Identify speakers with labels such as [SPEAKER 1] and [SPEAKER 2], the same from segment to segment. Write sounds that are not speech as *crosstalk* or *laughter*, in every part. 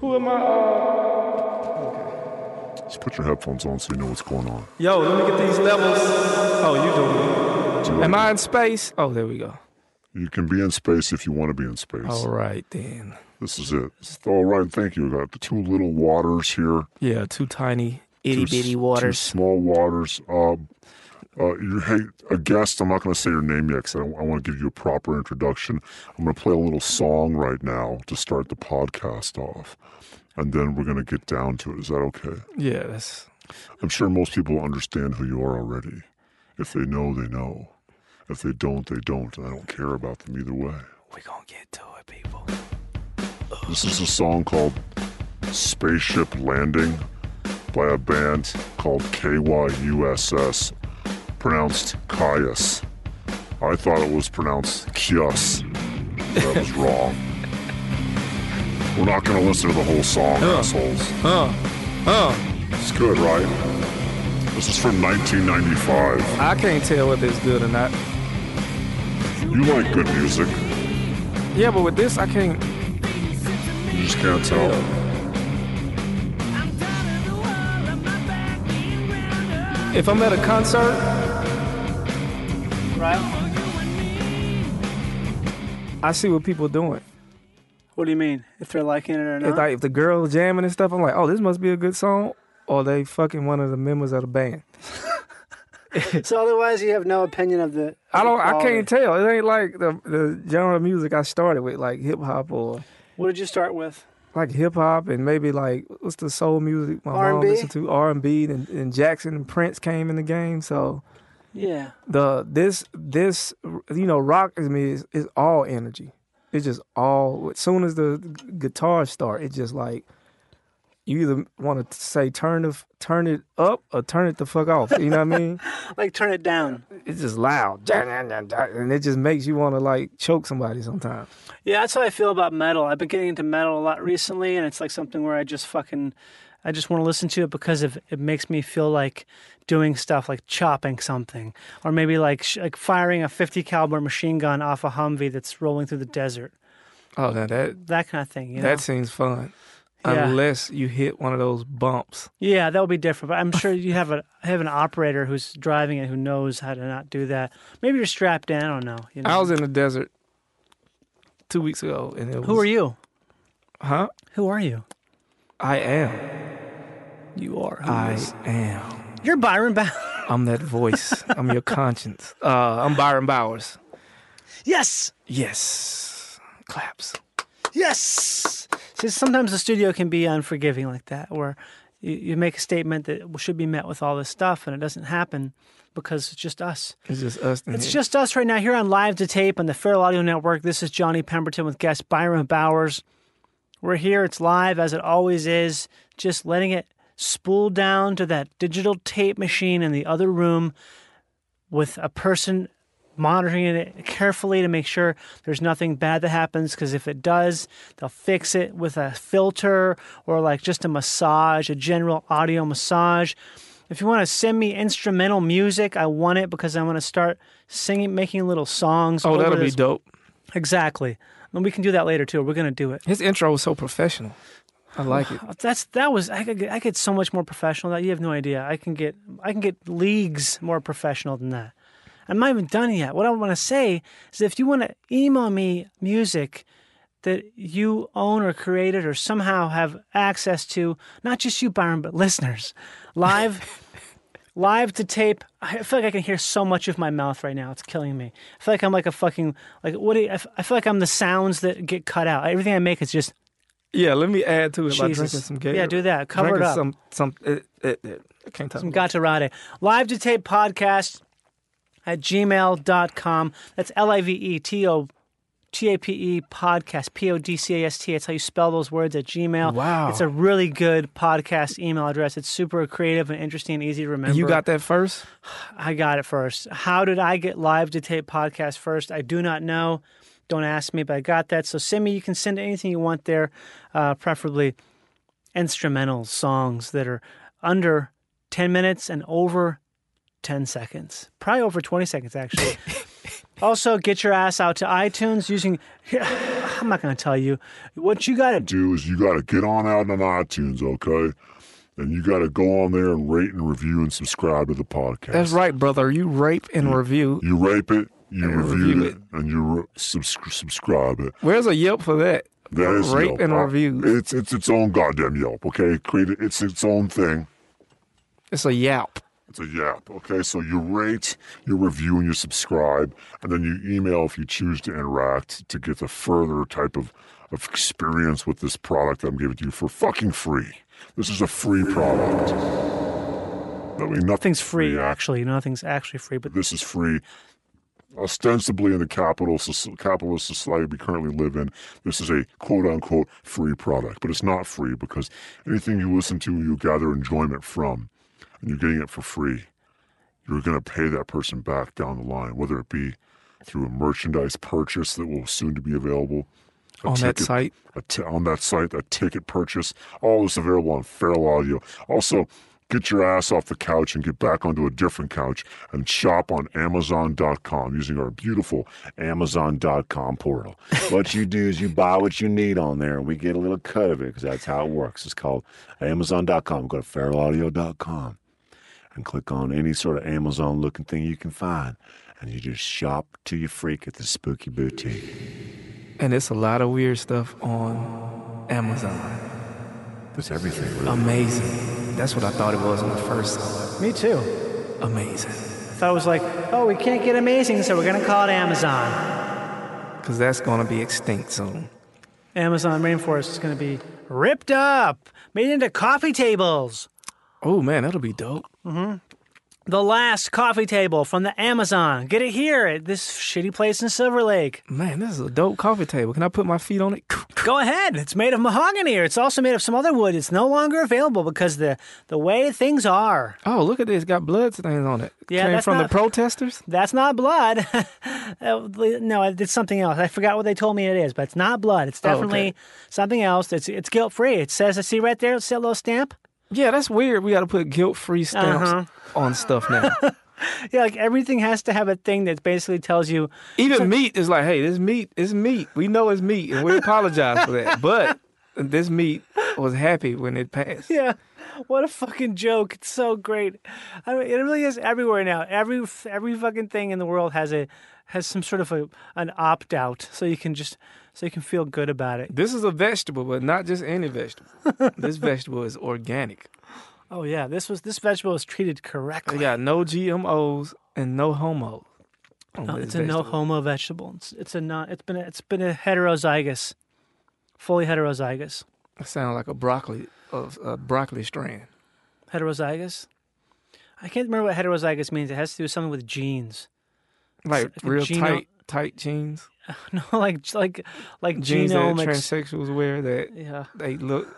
[SPEAKER 1] Who am I? Uh...
[SPEAKER 2] Just put your headphones on so you know what's going on.
[SPEAKER 1] Yo, let me get these levels. Oh,
[SPEAKER 2] Do
[SPEAKER 1] you
[SPEAKER 2] you
[SPEAKER 1] doing it. Am
[SPEAKER 2] like
[SPEAKER 1] I in space? Oh, there we go.
[SPEAKER 2] it? You can be in space if you want to be in space.
[SPEAKER 1] All right, then.
[SPEAKER 2] This is it. All right, thank you. We got the two little waters here.
[SPEAKER 1] Yeah, two tiny itty
[SPEAKER 2] Two s-
[SPEAKER 1] bitty
[SPEAKER 2] two
[SPEAKER 1] waters.
[SPEAKER 2] small waters. Um, uh, you, hey, a guest. I'm not going to say your name yet because I, don't- I want to give you a proper introduction. I'm going to play a little song right now to start the podcast off, and then we're going to get down to it. Is that okay?
[SPEAKER 1] Yeah, that's.
[SPEAKER 2] I'm sure most people understand who you are already. If they know, they know. If they don't, they don't. And I don't care about them either way.
[SPEAKER 1] we gonna get to it, people.
[SPEAKER 2] This is a song called Spaceship Landing by a band called KYUSS, pronounced Caius. I thought it was pronounced Kius. That was wrong. We're not going to listen to the whole song, assholes.
[SPEAKER 1] Huh. Huh.
[SPEAKER 2] It's good, right? This is from 1995.
[SPEAKER 1] I can't tell whether it's good or not.
[SPEAKER 2] You like good music,
[SPEAKER 1] Yeah, but with this, I can't.
[SPEAKER 2] you just can't tell.
[SPEAKER 1] If I'm at a concert,
[SPEAKER 3] Right?
[SPEAKER 1] I see what people doing.
[SPEAKER 3] What do you mean? If they're liking it or
[SPEAKER 1] If
[SPEAKER 3] not?
[SPEAKER 1] like if the girl jamming and stuff, I'm like, oh, this must be a good song, or they fucking one of the members of the band.
[SPEAKER 3] so otherwise, you have no opinion of the.
[SPEAKER 1] I don't. I
[SPEAKER 3] quality.
[SPEAKER 1] can't tell. It ain't like the the genre of music I started with, like hip hop or
[SPEAKER 3] What did you start with?
[SPEAKER 1] like hip hop and maybe like what's the soul music my mom
[SPEAKER 3] R&B?
[SPEAKER 1] listened to R and B and and Jackson and Prince came in the game. So
[SPEAKER 3] Yeah.
[SPEAKER 1] the this this you know rock is me is, is all energy. It's just all. As soon as the g- guitars start, it's just like you either want to say turn the f- turn it up or turn it the fuck off. You know what I *laughs* mean?
[SPEAKER 3] Like turn it down.
[SPEAKER 1] It's just loud, and it just makes you want to like choke somebody sometimes.
[SPEAKER 3] Yeah, that's how I feel about metal. I've been getting into metal a lot recently, and it's like something where I just fucking, I just want to listen to it because if it makes me feel like doing stuff like chopping something, or maybe like sh- like firing a 50 caliber machine gun off a Humvee that's rolling through the desert,
[SPEAKER 1] Oh, now that
[SPEAKER 3] that kind of thing. You know?
[SPEAKER 1] that seems fun,
[SPEAKER 3] Yeah.
[SPEAKER 1] unless you hit one of those bumps.
[SPEAKER 3] Yeah, that would be different. But I'm sure you have a have an operator who's driving it who knows how to not do that. Maybe you're strapped in. I don't know. You know?
[SPEAKER 1] I was in the desert two weeks ago, and it was,
[SPEAKER 3] who are you?
[SPEAKER 1] Huh?
[SPEAKER 3] Who are you?
[SPEAKER 1] I am.
[SPEAKER 3] You are. Who
[SPEAKER 1] I
[SPEAKER 3] is-
[SPEAKER 1] am.
[SPEAKER 3] You're Byron Bow.
[SPEAKER 1] I'm that voice. I'm your conscience. Uh, I'm Byron Bowers.
[SPEAKER 3] *laughs* yes.
[SPEAKER 1] Yes. Claps.
[SPEAKER 3] Yes. See, sometimes the studio can be unforgiving like that, where you, you make a statement that should be met with all this stuff, and it doesn't happen because it's just us.
[SPEAKER 1] It's just us. in
[SPEAKER 3] It's
[SPEAKER 1] here.
[SPEAKER 3] just us right now here on Live to Tape on the Feral Audio Network. This is Johnny Pemberton with guest Byron Bowers. We're here, it's live as it always is, just letting it spool down to that digital tape machine in the other room with a person monitoring it carefully to make sure there's nothing bad that happens because if it does they'll fix it with a filter or like just a massage a general audio massage if you want to send me instrumental music i want it because i want to start singing making little songs
[SPEAKER 1] Oh,
[SPEAKER 3] over
[SPEAKER 1] that'll be
[SPEAKER 3] this-
[SPEAKER 1] dope.
[SPEAKER 3] exactly and we can do that later too we're going to do it
[SPEAKER 1] His intro was so professional. I like it.
[SPEAKER 3] Oh, that's that was I could get, I get so much more professional that you have no idea. I can get I can get leagues more professional than that. I'm not even done yet. What I want to say is if you want to email me music that you own or created or somehow have access to, not just you Byron but listeners, live live to tape. I feel like I can hear so much of my mouth right now. It's killing me. I feel like I'm like a fucking like what do you, I f- I feel like I'm the sounds that get cut out. Everything I make is just
[SPEAKER 1] *sighs* Yeah, let me add to it by drinking
[SPEAKER 3] Jesus.
[SPEAKER 1] some Gatorade.
[SPEAKER 3] Yeah, do that. Cover it
[SPEAKER 1] Drinking
[SPEAKER 3] up.
[SPEAKER 1] Some, some, it, it, it, I can't talk. about
[SPEAKER 3] Gatorade. Live to tape podcast at gmail.com. That's L I V E T O T A P E podcast, P O D C A S T. That's how you spell those words at Gmail.
[SPEAKER 1] Wow.
[SPEAKER 3] It's a really good podcast email address. It's super creative and interesting and easy to remember.
[SPEAKER 1] it. You got that first?
[SPEAKER 3] I got it first. How did I get live to tape podcast first? I do not know. Don't ask me, but I got that. So send me. You can send anything you want there, uh, preferably instrumental songs that are under ten minutes and over ten seconds, probably over twenty seconds actually. Also, get your ass out to iTunes using. *laughs* I'm not going to tell you what you got to do.
[SPEAKER 2] do is you got to get on out on iTunes, okay? And you got to go on there and rate and review and subscribe to the podcast.
[SPEAKER 1] That's right, brother. You rape and review.
[SPEAKER 2] You rape it, you
[SPEAKER 1] And
[SPEAKER 2] review,
[SPEAKER 1] review
[SPEAKER 2] it, and you re- subscri- subscribe it.
[SPEAKER 1] Where's a Yelp for that?
[SPEAKER 2] That is
[SPEAKER 1] rape
[SPEAKER 2] Yelp.
[SPEAKER 1] and
[SPEAKER 2] Uh,
[SPEAKER 1] review.
[SPEAKER 2] It's it's its own goddamn Yelp. Okay, create it. It's its own thing.
[SPEAKER 1] It's a Yelp.
[SPEAKER 2] It's a Yelp. Okay, so you rate, you review, and you subscribe, and then you email if you choose to interact to get the further type of of experience with this product I'm giving to you for fucking free. This is a free product. I mean, nothing's
[SPEAKER 3] Nothing's free,
[SPEAKER 2] actually.
[SPEAKER 3] actually. Nothing's actually free, but
[SPEAKER 2] this is free. Ostensibly in the capital soc- capitalist society we currently live in, this is a quote unquote free product, but it's not free because anything you listen to, you gather enjoyment from, and you're getting it for free. You're going to pay that person back down the line, whether it be through a merchandise purchase that will soon to be available a
[SPEAKER 1] On that site?
[SPEAKER 2] a t- on that site, a ticket purchase. All is available on Feral Audio. Also, get your ass off the couch and get back onto a different couch and shop on Amazon.com using our beautiful
[SPEAKER 4] Amazon.com portal. What you do is you buy what you need on there, and we get a little cut of it because that's how it works. It's called Amazon.com. Go to feralaudio.com and click on any sort of Amazon looking thing you can find, and you just shop to your freak at the Spooky Boutique.
[SPEAKER 1] And it's a lot of weird stuff on Amazon.
[SPEAKER 4] There's everything. Really.
[SPEAKER 1] Amazing. That's what I thought it was on the first time.
[SPEAKER 3] me too.
[SPEAKER 1] Amazing.
[SPEAKER 3] I thought it was like, oh, we can't get amazing, so we're going to call it Amazon.
[SPEAKER 1] Because that's going to be extinct soon.
[SPEAKER 3] Amazon rainforest is going to be ripped up, made into coffee tables.
[SPEAKER 1] Oh, man, that'll be dope.
[SPEAKER 3] The last coffee table from the Amazon. Get it here at this shitty place in Silver Lake.
[SPEAKER 1] Man, this is a dope coffee table. Can I put my feet on it? *laughs*
[SPEAKER 3] Go ahead. It's made of mahogany or it's also made of some other wood. It's no longer available because the the way things are.
[SPEAKER 1] Oh, look at this. Got blood stains on it.
[SPEAKER 3] Yeah,
[SPEAKER 1] Came
[SPEAKER 3] that's
[SPEAKER 1] from
[SPEAKER 3] not-
[SPEAKER 1] the protesters?
[SPEAKER 3] That's not blood. *laughs* Uh, no, it's something else. I forgot what they told me it is, but it's not blood. It's
[SPEAKER 1] okay.
[SPEAKER 3] definitely something else. It's it's guilt free. It says I see right there. It's that little stamp.
[SPEAKER 1] Yeah, that's weird. We got to put guilt free stamps
[SPEAKER 3] Uh-huh.
[SPEAKER 1] on stuff
[SPEAKER 3] *laughs*
[SPEAKER 1] now.
[SPEAKER 3] Yeah, like everything has to have a thing that basically tells you
[SPEAKER 1] Even meat is like, hey, this meat is meat. We know it's meat, and we apologize for that. But this meat was happy when it passed.
[SPEAKER 3] Yeah, what a fucking joke! It's so great. I mean, it really is everywhere now. Every every fucking thing in the world has a has some sort of a an opt out, so you can just so you can feel good about it.
[SPEAKER 1] This is a vegetable, but not just any
[SPEAKER 3] *laughs*
[SPEAKER 1] vegetable. this vegetable is organic.
[SPEAKER 3] Oh yeah, this was this vegetable was treated
[SPEAKER 1] They
[SPEAKER 3] correctly.
[SPEAKER 1] got no GMOs and no homo. on
[SPEAKER 3] No,
[SPEAKER 1] this
[SPEAKER 3] Oh, it's a no
[SPEAKER 1] vegetable.
[SPEAKER 3] homo vegetable. It's, it's a non. It's been a, it's been a heterozygous, fully heterozygous.
[SPEAKER 1] It sounds like a broccoli of a broccoli strand.
[SPEAKER 3] Heterozygous. I can't remember what heterozygous means. It has to do with something with genes. *laughs*
[SPEAKER 1] Like
[SPEAKER 3] It's like a
[SPEAKER 1] real
[SPEAKER 3] geno-
[SPEAKER 1] tight tight jeans.
[SPEAKER 3] no, like like like
[SPEAKER 1] Jeans that
[SPEAKER 3] genomics.
[SPEAKER 1] transsexuals wear that
[SPEAKER 3] yeah.
[SPEAKER 1] they look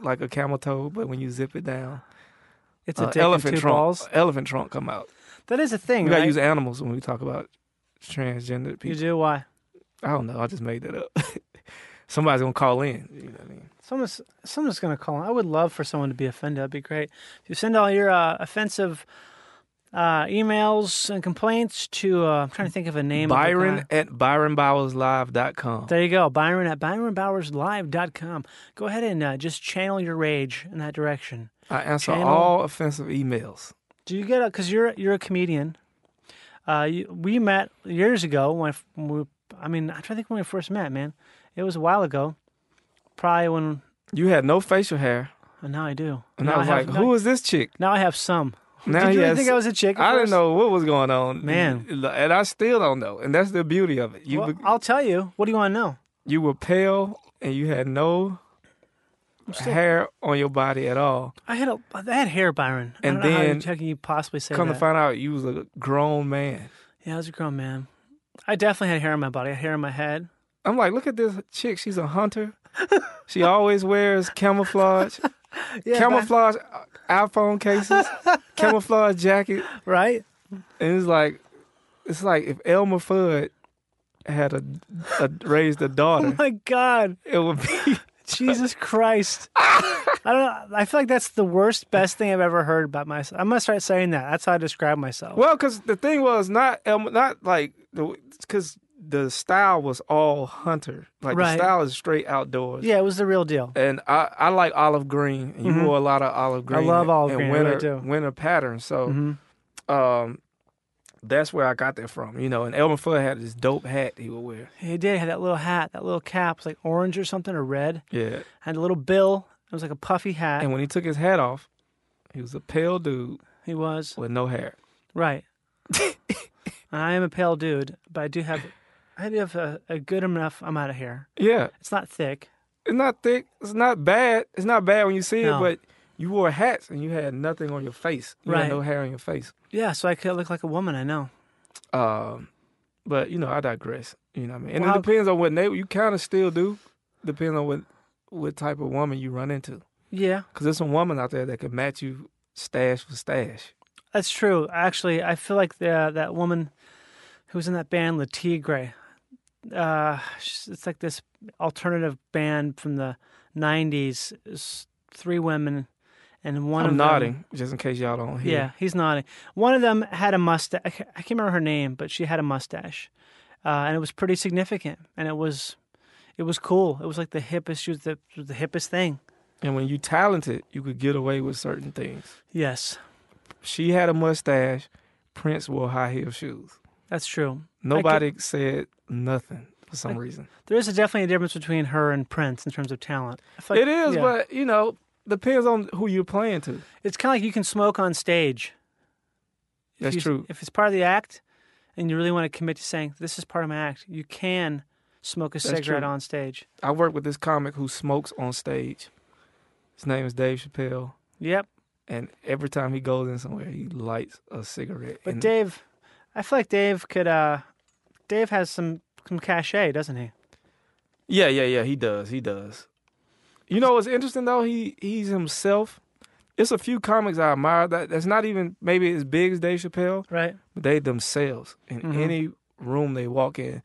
[SPEAKER 1] like a camel toe, but when you zip it down,
[SPEAKER 3] It's
[SPEAKER 1] uh,
[SPEAKER 3] a dick and
[SPEAKER 1] elephant
[SPEAKER 3] two
[SPEAKER 1] trunk.
[SPEAKER 3] balls.
[SPEAKER 1] Elephant trunk come out.
[SPEAKER 3] That is a thing,
[SPEAKER 1] We gotta
[SPEAKER 3] right?
[SPEAKER 1] use animals when we talk about transgender
[SPEAKER 3] you
[SPEAKER 1] people.
[SPEAKER 3] do why?
[SPEAKER 1] I don't know. I just made that up. *laughs* Somebody's gonna call in. You know what I mean?
[SPEAKER 3] Someone's someone's gonna call. I would love for someone to be offended. That'd be great. If you send all your uh, offensive uh, emails and complaints to, uh, I'm trying to think of a name. of the
[SPEAKER 1] Byron
[SPEAKER 3] guy.
[SPEAKER 1] at ByronBowersLive.com.
[SPEAKER 3] There you go, Byron at ByronBowersLive.com. Go ahead and uh, just channel your rage in that direction.
[SPEAKER 1] I answer
[SPEAKER 3] Channel.
[SPEAKER 1] all offensive emails.
[SPEAKER 3] Do you get a? Because you're you're a comedian. Uh, you, we met years ago when I, f- when we, I mean I try to think when we first met, man. It was a while ago, probably when.
[SPEAKER 1] You had no facial hair,
[SPEAKER 3] And now I do.
[SPEAKER 1] and
[SPEAKER 3] Now
[SPEAKER 1] I was
[SPEAKER 3] have-
[SPEAKER 1] like,
[SPEAKER 3] now-
[SPEAKER 1] "Who is this chick?"
[SPEAKER 3] Now I have some. *laughs*
[SPEAKER 1] Now
[SPEAKER 3] Did
[SPEAKER 1] he
[SPEAKER 3] you really
[SPEAKER 1] has-
[SPEAKER 3] think I was a chick? at
[SPEAKER 1] I didn't
[SPEAKER 3] first?
[SPEAKER 1] know what was going on,
[SPEAKER 3] Man.
[SPEAKER 1] and I still don't know. And that's the beauty of it. You
[SPEAKER 3] Well,
[SPEAKER 1] be-
[SPEAKER 3] I'll tell you. What do you want to know?
[SPEAKER 1] you were pale, and you had no hair on your body at all.
[SPEAKER 3] I had a I had hair, Byron. I
[SPEAKER 1] And
[SPEAKER 3] don't know how,
[SPEAKER 1] then-
[SPEAKER 3] you, how can you possibly say
[SPEAKER 1] Come
[SPEAKER 3] that?
[SPEAKER 1] to find out, you was a grown man.
[SPEAKER 3] yeah, I was a grown man. I definitely had hair on my body. I had hair on my head.
[SPEAKER 1] I'm like, look at this chick. She's a
[SPEAKER 3] *laughs*
[SPEAKER 1] hunter. She always wears camouflage,
[SPEAKER 3] Yeah,
[SPEAKER 1] camouflage uh, iPhone
[SPEAKER 3] *laughs*
[SPEAKER 1] cases, camouflage jacket.
[SPEAKER 3] right?
[SPEAKER 1] And it's like, it's like if Elmer
[SPEAKER 3] *laughs*
[SPEAKER 1] Fudd had a, a raised a daughter,
[SPEAKER 3] Oh My God,
[SPEAKER 1] it would be
[SPEAKER 3] Jesus
[SPEAKER 1] *laughs*
[SPEAKER 3] Christ. I don't know. I feel like that's the worst, best thing I've ever heard about myself. I'm going to start saying that. That's how I describe myself.
[SPEAKER 1] Well, because the thing was not um, not like because the style was all hunter. Like
[SPEAKER 3] Right.
[SPEAKER 1] the style is straight outdoors.
[SPEAKER 3] Yeah, it was the real deal.
[SPEAKER 1] And I, I like olive green. And you wore a lot of olive green.
[SPEAKER 3] love olive
[SPEAKER 1] and
[SPEAKER 3] green, I
[SPEAKER 1] Winter,
[SPEAKER 3] really do.
[SPEAKER 1] winter patterns. So,
[SPEAKER 3] Mm-hmm.
[SPEAKER 1] um, that's where I got that from. You know, and Elmer Fudd had this dope hat he would wear.
[SPEAKER 3] He did have that little hat, that little cap, it's like orange or something or red.
[SPEAKER 1] Yeah.
[SPEAKER 3] Had a little bill. It was like a puffy hat.
[SPEAKER 1] And when he took his hat off, he was a pale dude
[SPEAKER 3] he was
[SPEAKER 1] with no hair.
[SPEAKER 3] right. *laughs* I am a pale dude, but I do have, I do have a, a good enough amount of hair.
[SPEAKER 1] Yeah.
[SPEAKER 3] It's not thick.
[SPEAKER 1] It's not thick. It's not bad. It's not bad when you see
[SPEAKER 3] No.
[SPEAKER 1] it, but you wore hats and you had nothing on your face. You
[SPEAKER 3] Right.
[SPEAKER 1] had no hair on your face.
[SPEAKER 3] Yeah, so I could look like a woman. I know.
[SPEAKER 1] Um, but you know, I digress. You know what I mean? And
[SPEAKER 3] Well, how-
[SPEAKER 1] it depends on what neighbor you kind of still do. Depends on what what type of woman you run into.
[SPEAKER 3] Yeah,
[SPEAKER 1] Because there's some woman out there that can match you stash for stash.
[SPEAKER 3] that's true. Actually, I feel like the, that woman who was in that band, La Tigre. Uh, she's- it's like this alternative band from the '90s. It's three women, and one
[SPEAKER 1] I'm
[SPEAKER 3] of them-
[SPEAKER 1] nodding just in case y'all don't hear.
[SPEAKER 3] Yeah, he's nodding. One of them had a mustache. I ca- I can't remember her name, but she had a mustache, uh, and it was pretty significant. And it was, it was cool. It was like the hippest. She was the, the hippest thing.
[SPEAKER 1] And when you talented, you could get away with certain things.
[SPEAKER 3] Yes,
[SPEAKER 1] She had a mustache. Prince wore high heel shoes.
[SPEAKER 3] that's true.
[SPEAKER 1] Nobody said nothing for some reason.
[SPEAKER 3] There is a definitely a difference between her and Prince in terms of talent. I feel like-
[SPEAKER 1] It is,
[SPEAKER 3] yeah.
[SPEAKER 1] but you know, depends on who you're playing to.
[SPEAKER 3] it's kind of like you can smoke on stage. If
[SPEAKER 1] That's
[SPEAKER 3] you-
[SPEAKER 1] true.
[SPEAKER 3] If it's part of the act, and you really want to commit to saying this is part of my act, you can smoke a cigarette
[SPEAKER 1] true.
[SPEAKER 3] on stage.
[SPEAKER 1] I work with this comic who smokes on stage. His name is Dave Chappelle,
[SPEAKER 3] Yep.
[SPEAKER 1] and every time he goes in somewhere, he lights a cigarette.
[SPEAKER 3] But
[SPEAKER 1] and
[SPEAKER 3] Dave, I feel like Dave could. uh Dave has some some cachet, doesn't he?
[SPEAKER 1] yeah, yeah, yeah, he does. He does. You know what's interesting though? He he's himself. It's a few comics I admire that that's not even maybe as big as Dave Chappelle,
[SPEAKER 3] Right.
[SPEAKER 1] they themselves in
[SPEAKER 3] Mhm.
[SPEAKER 1] any room they walk in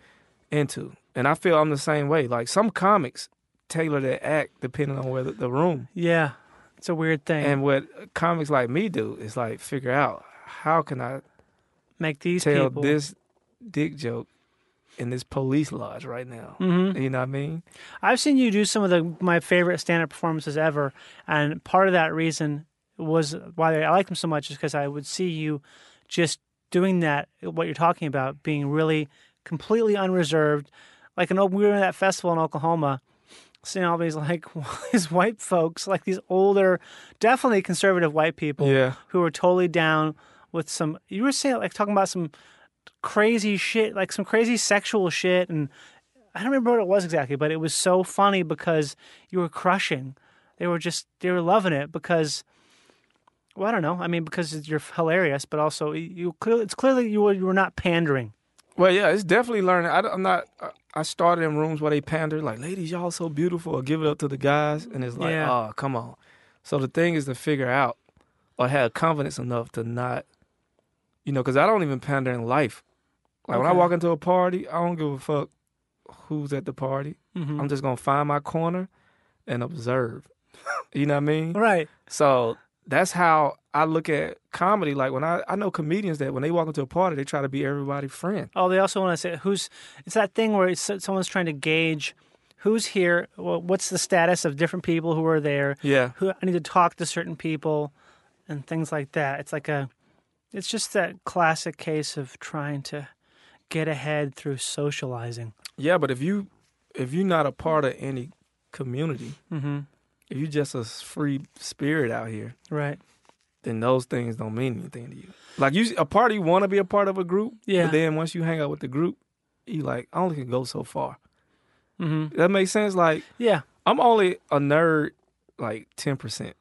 [SPEAKER 1] into. And I feel I'm the same way. Like some comics tailor their act depending on where the, the room.
[SPEAKER 3] Yeah. It's a weird thing.
[SPEAKER 1] And what comics like me do is like figure out how can I
[SPEAKER 3] Make these
[SPEAKER 1] tell
[SPEAKER 3] people.
[SPEAKER 1] this dick joke in this police lodge right now.
[SPEAKER 3] Mhm.
[SPEAKER 1] You know what I mean?
[SPEAKER 3] I've seen you do some of the my favorite stand-up performances ever, and part of that reason was why I liked them so much is because I would see you just doing that, what you're talking about, being really completely unreserved. Like an we were in that festival in Oklahoma, seeing all these like *laughs* these white folks, like these older, definitely conservative white people
[SPEAKER 1] Yeah.
[SPEAKER 3] who were totally down with some. You were saying like talking about some crazy shit, like some crazy sexual shit, and I don't remember what it was exactly, but it was so funny because you were crushing. They were just they were loving it because. Well, I don't know. I mean, because you're hilarious, but also you clearly, it's clearly you were you were not pandering.
[SPEAKER 1] Well, yeah, it's definitely learning. I, am not. I- I started in rooms where they pander, like, "Ladies, y'all so beautiful," or give it up to the guys, and it's like,
[SPEAKER 3] Yeah.
[SPEAKER 1] "Oh, come on." So the thing is to figure out or have confidence enough to not, you know, because I don't even pander in life. Like when I
[SPEAKER 3] Okay.
[SPEAKER 1] walk into a party, I don't give a fuck who's at the party.
[SPEAKER 3] Mhm.
[SPEAKER 1] I'm just gonna find my corner and
[SPEAKER 3] *laughs*
[SPEAKER 1] observe. you know what I mean?
[SPEAKER 3] Right.
[SPEAKER 1] So that's how I look at comedy. Like when I I know comedians that when they walk into a party, they try to be everybody's friend.
[SPEAKER 3] Oh, they also want to say who's. It's that thing where it's, someone's trying to gauge who's here, wha- what's the status of different people who are there,
[SPEAKER 1] Yeah.
[SPEAKER 3] who I need to talk to certain people and things like that. It's like a it's just that classic case of trying to get ahead through socializing.
[SPEAKER 1] Yeah, but if you if you're not a part of any community, if you're just a s- free spirit out here,
[SPEAKER 3] Right.
[SPEAKER 1] then those things don't mean anything to you. Like you, a part you want to be a part of a group,
[SPEAKER 3] Yeah.
[SPEAKER 1] But then once you hang out with the group, you like I only can go so far.
[SPEAKER 3] Mhm.
[SPEAKER 1] That makes sense. Like
[SPEAKER 3] Yeah.
[SPEAKER 1] I'm only a nerd like ten percent,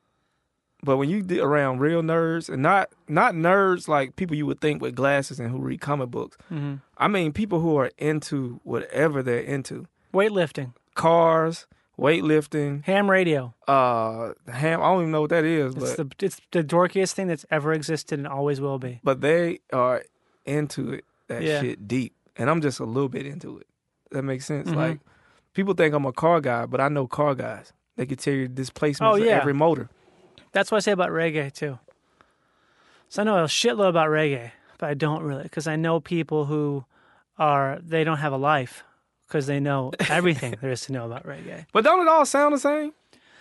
[SPEAKER 1] but when you get around real nerds and not not nerds like people you would think with glasses and who read comic books,
[SPEAKER 3] Mm-hmm.
[SPEAKER 1] I mean people who are into whatever they're into,
[SPEAKER 3] Weightlifting,
[SPEAKER 1] cars, weightlifting,
[SPEAKER 3] ham radio.
[SPEAKER 1] uh, ham. I don't even know what that is,
[SPEAKER 3] It's
[SPEAKER 1] but
[SPEAKER 3] the it's the dorkiest thing that's ever existed and always will be.
[SPEAKER 1] but they are into it that
[SPEAKER 3] Yeah. Mm-hmm.
[SPEAKER 1] shit deep, and I'm just a little bit into it. That makes sense. Like People think I'm a car guy, but I know car guys. They can tell you displacements
[SPEAKER 3] Oh,
[SPEAKER 1] of
[SPEAKER 3] yeah.
[SPEAKER 1] every motor.
[SPEAKER 3] That's what I say about reggae too. So I know a shitload about reggae, but I don't really because I know people who are they don't have a life because they know
[SPEAKER 1] *laughs*
[SPEAKER 3] everything there is to know about reggae.
[SPEAKER 1] But don't it all sound the same?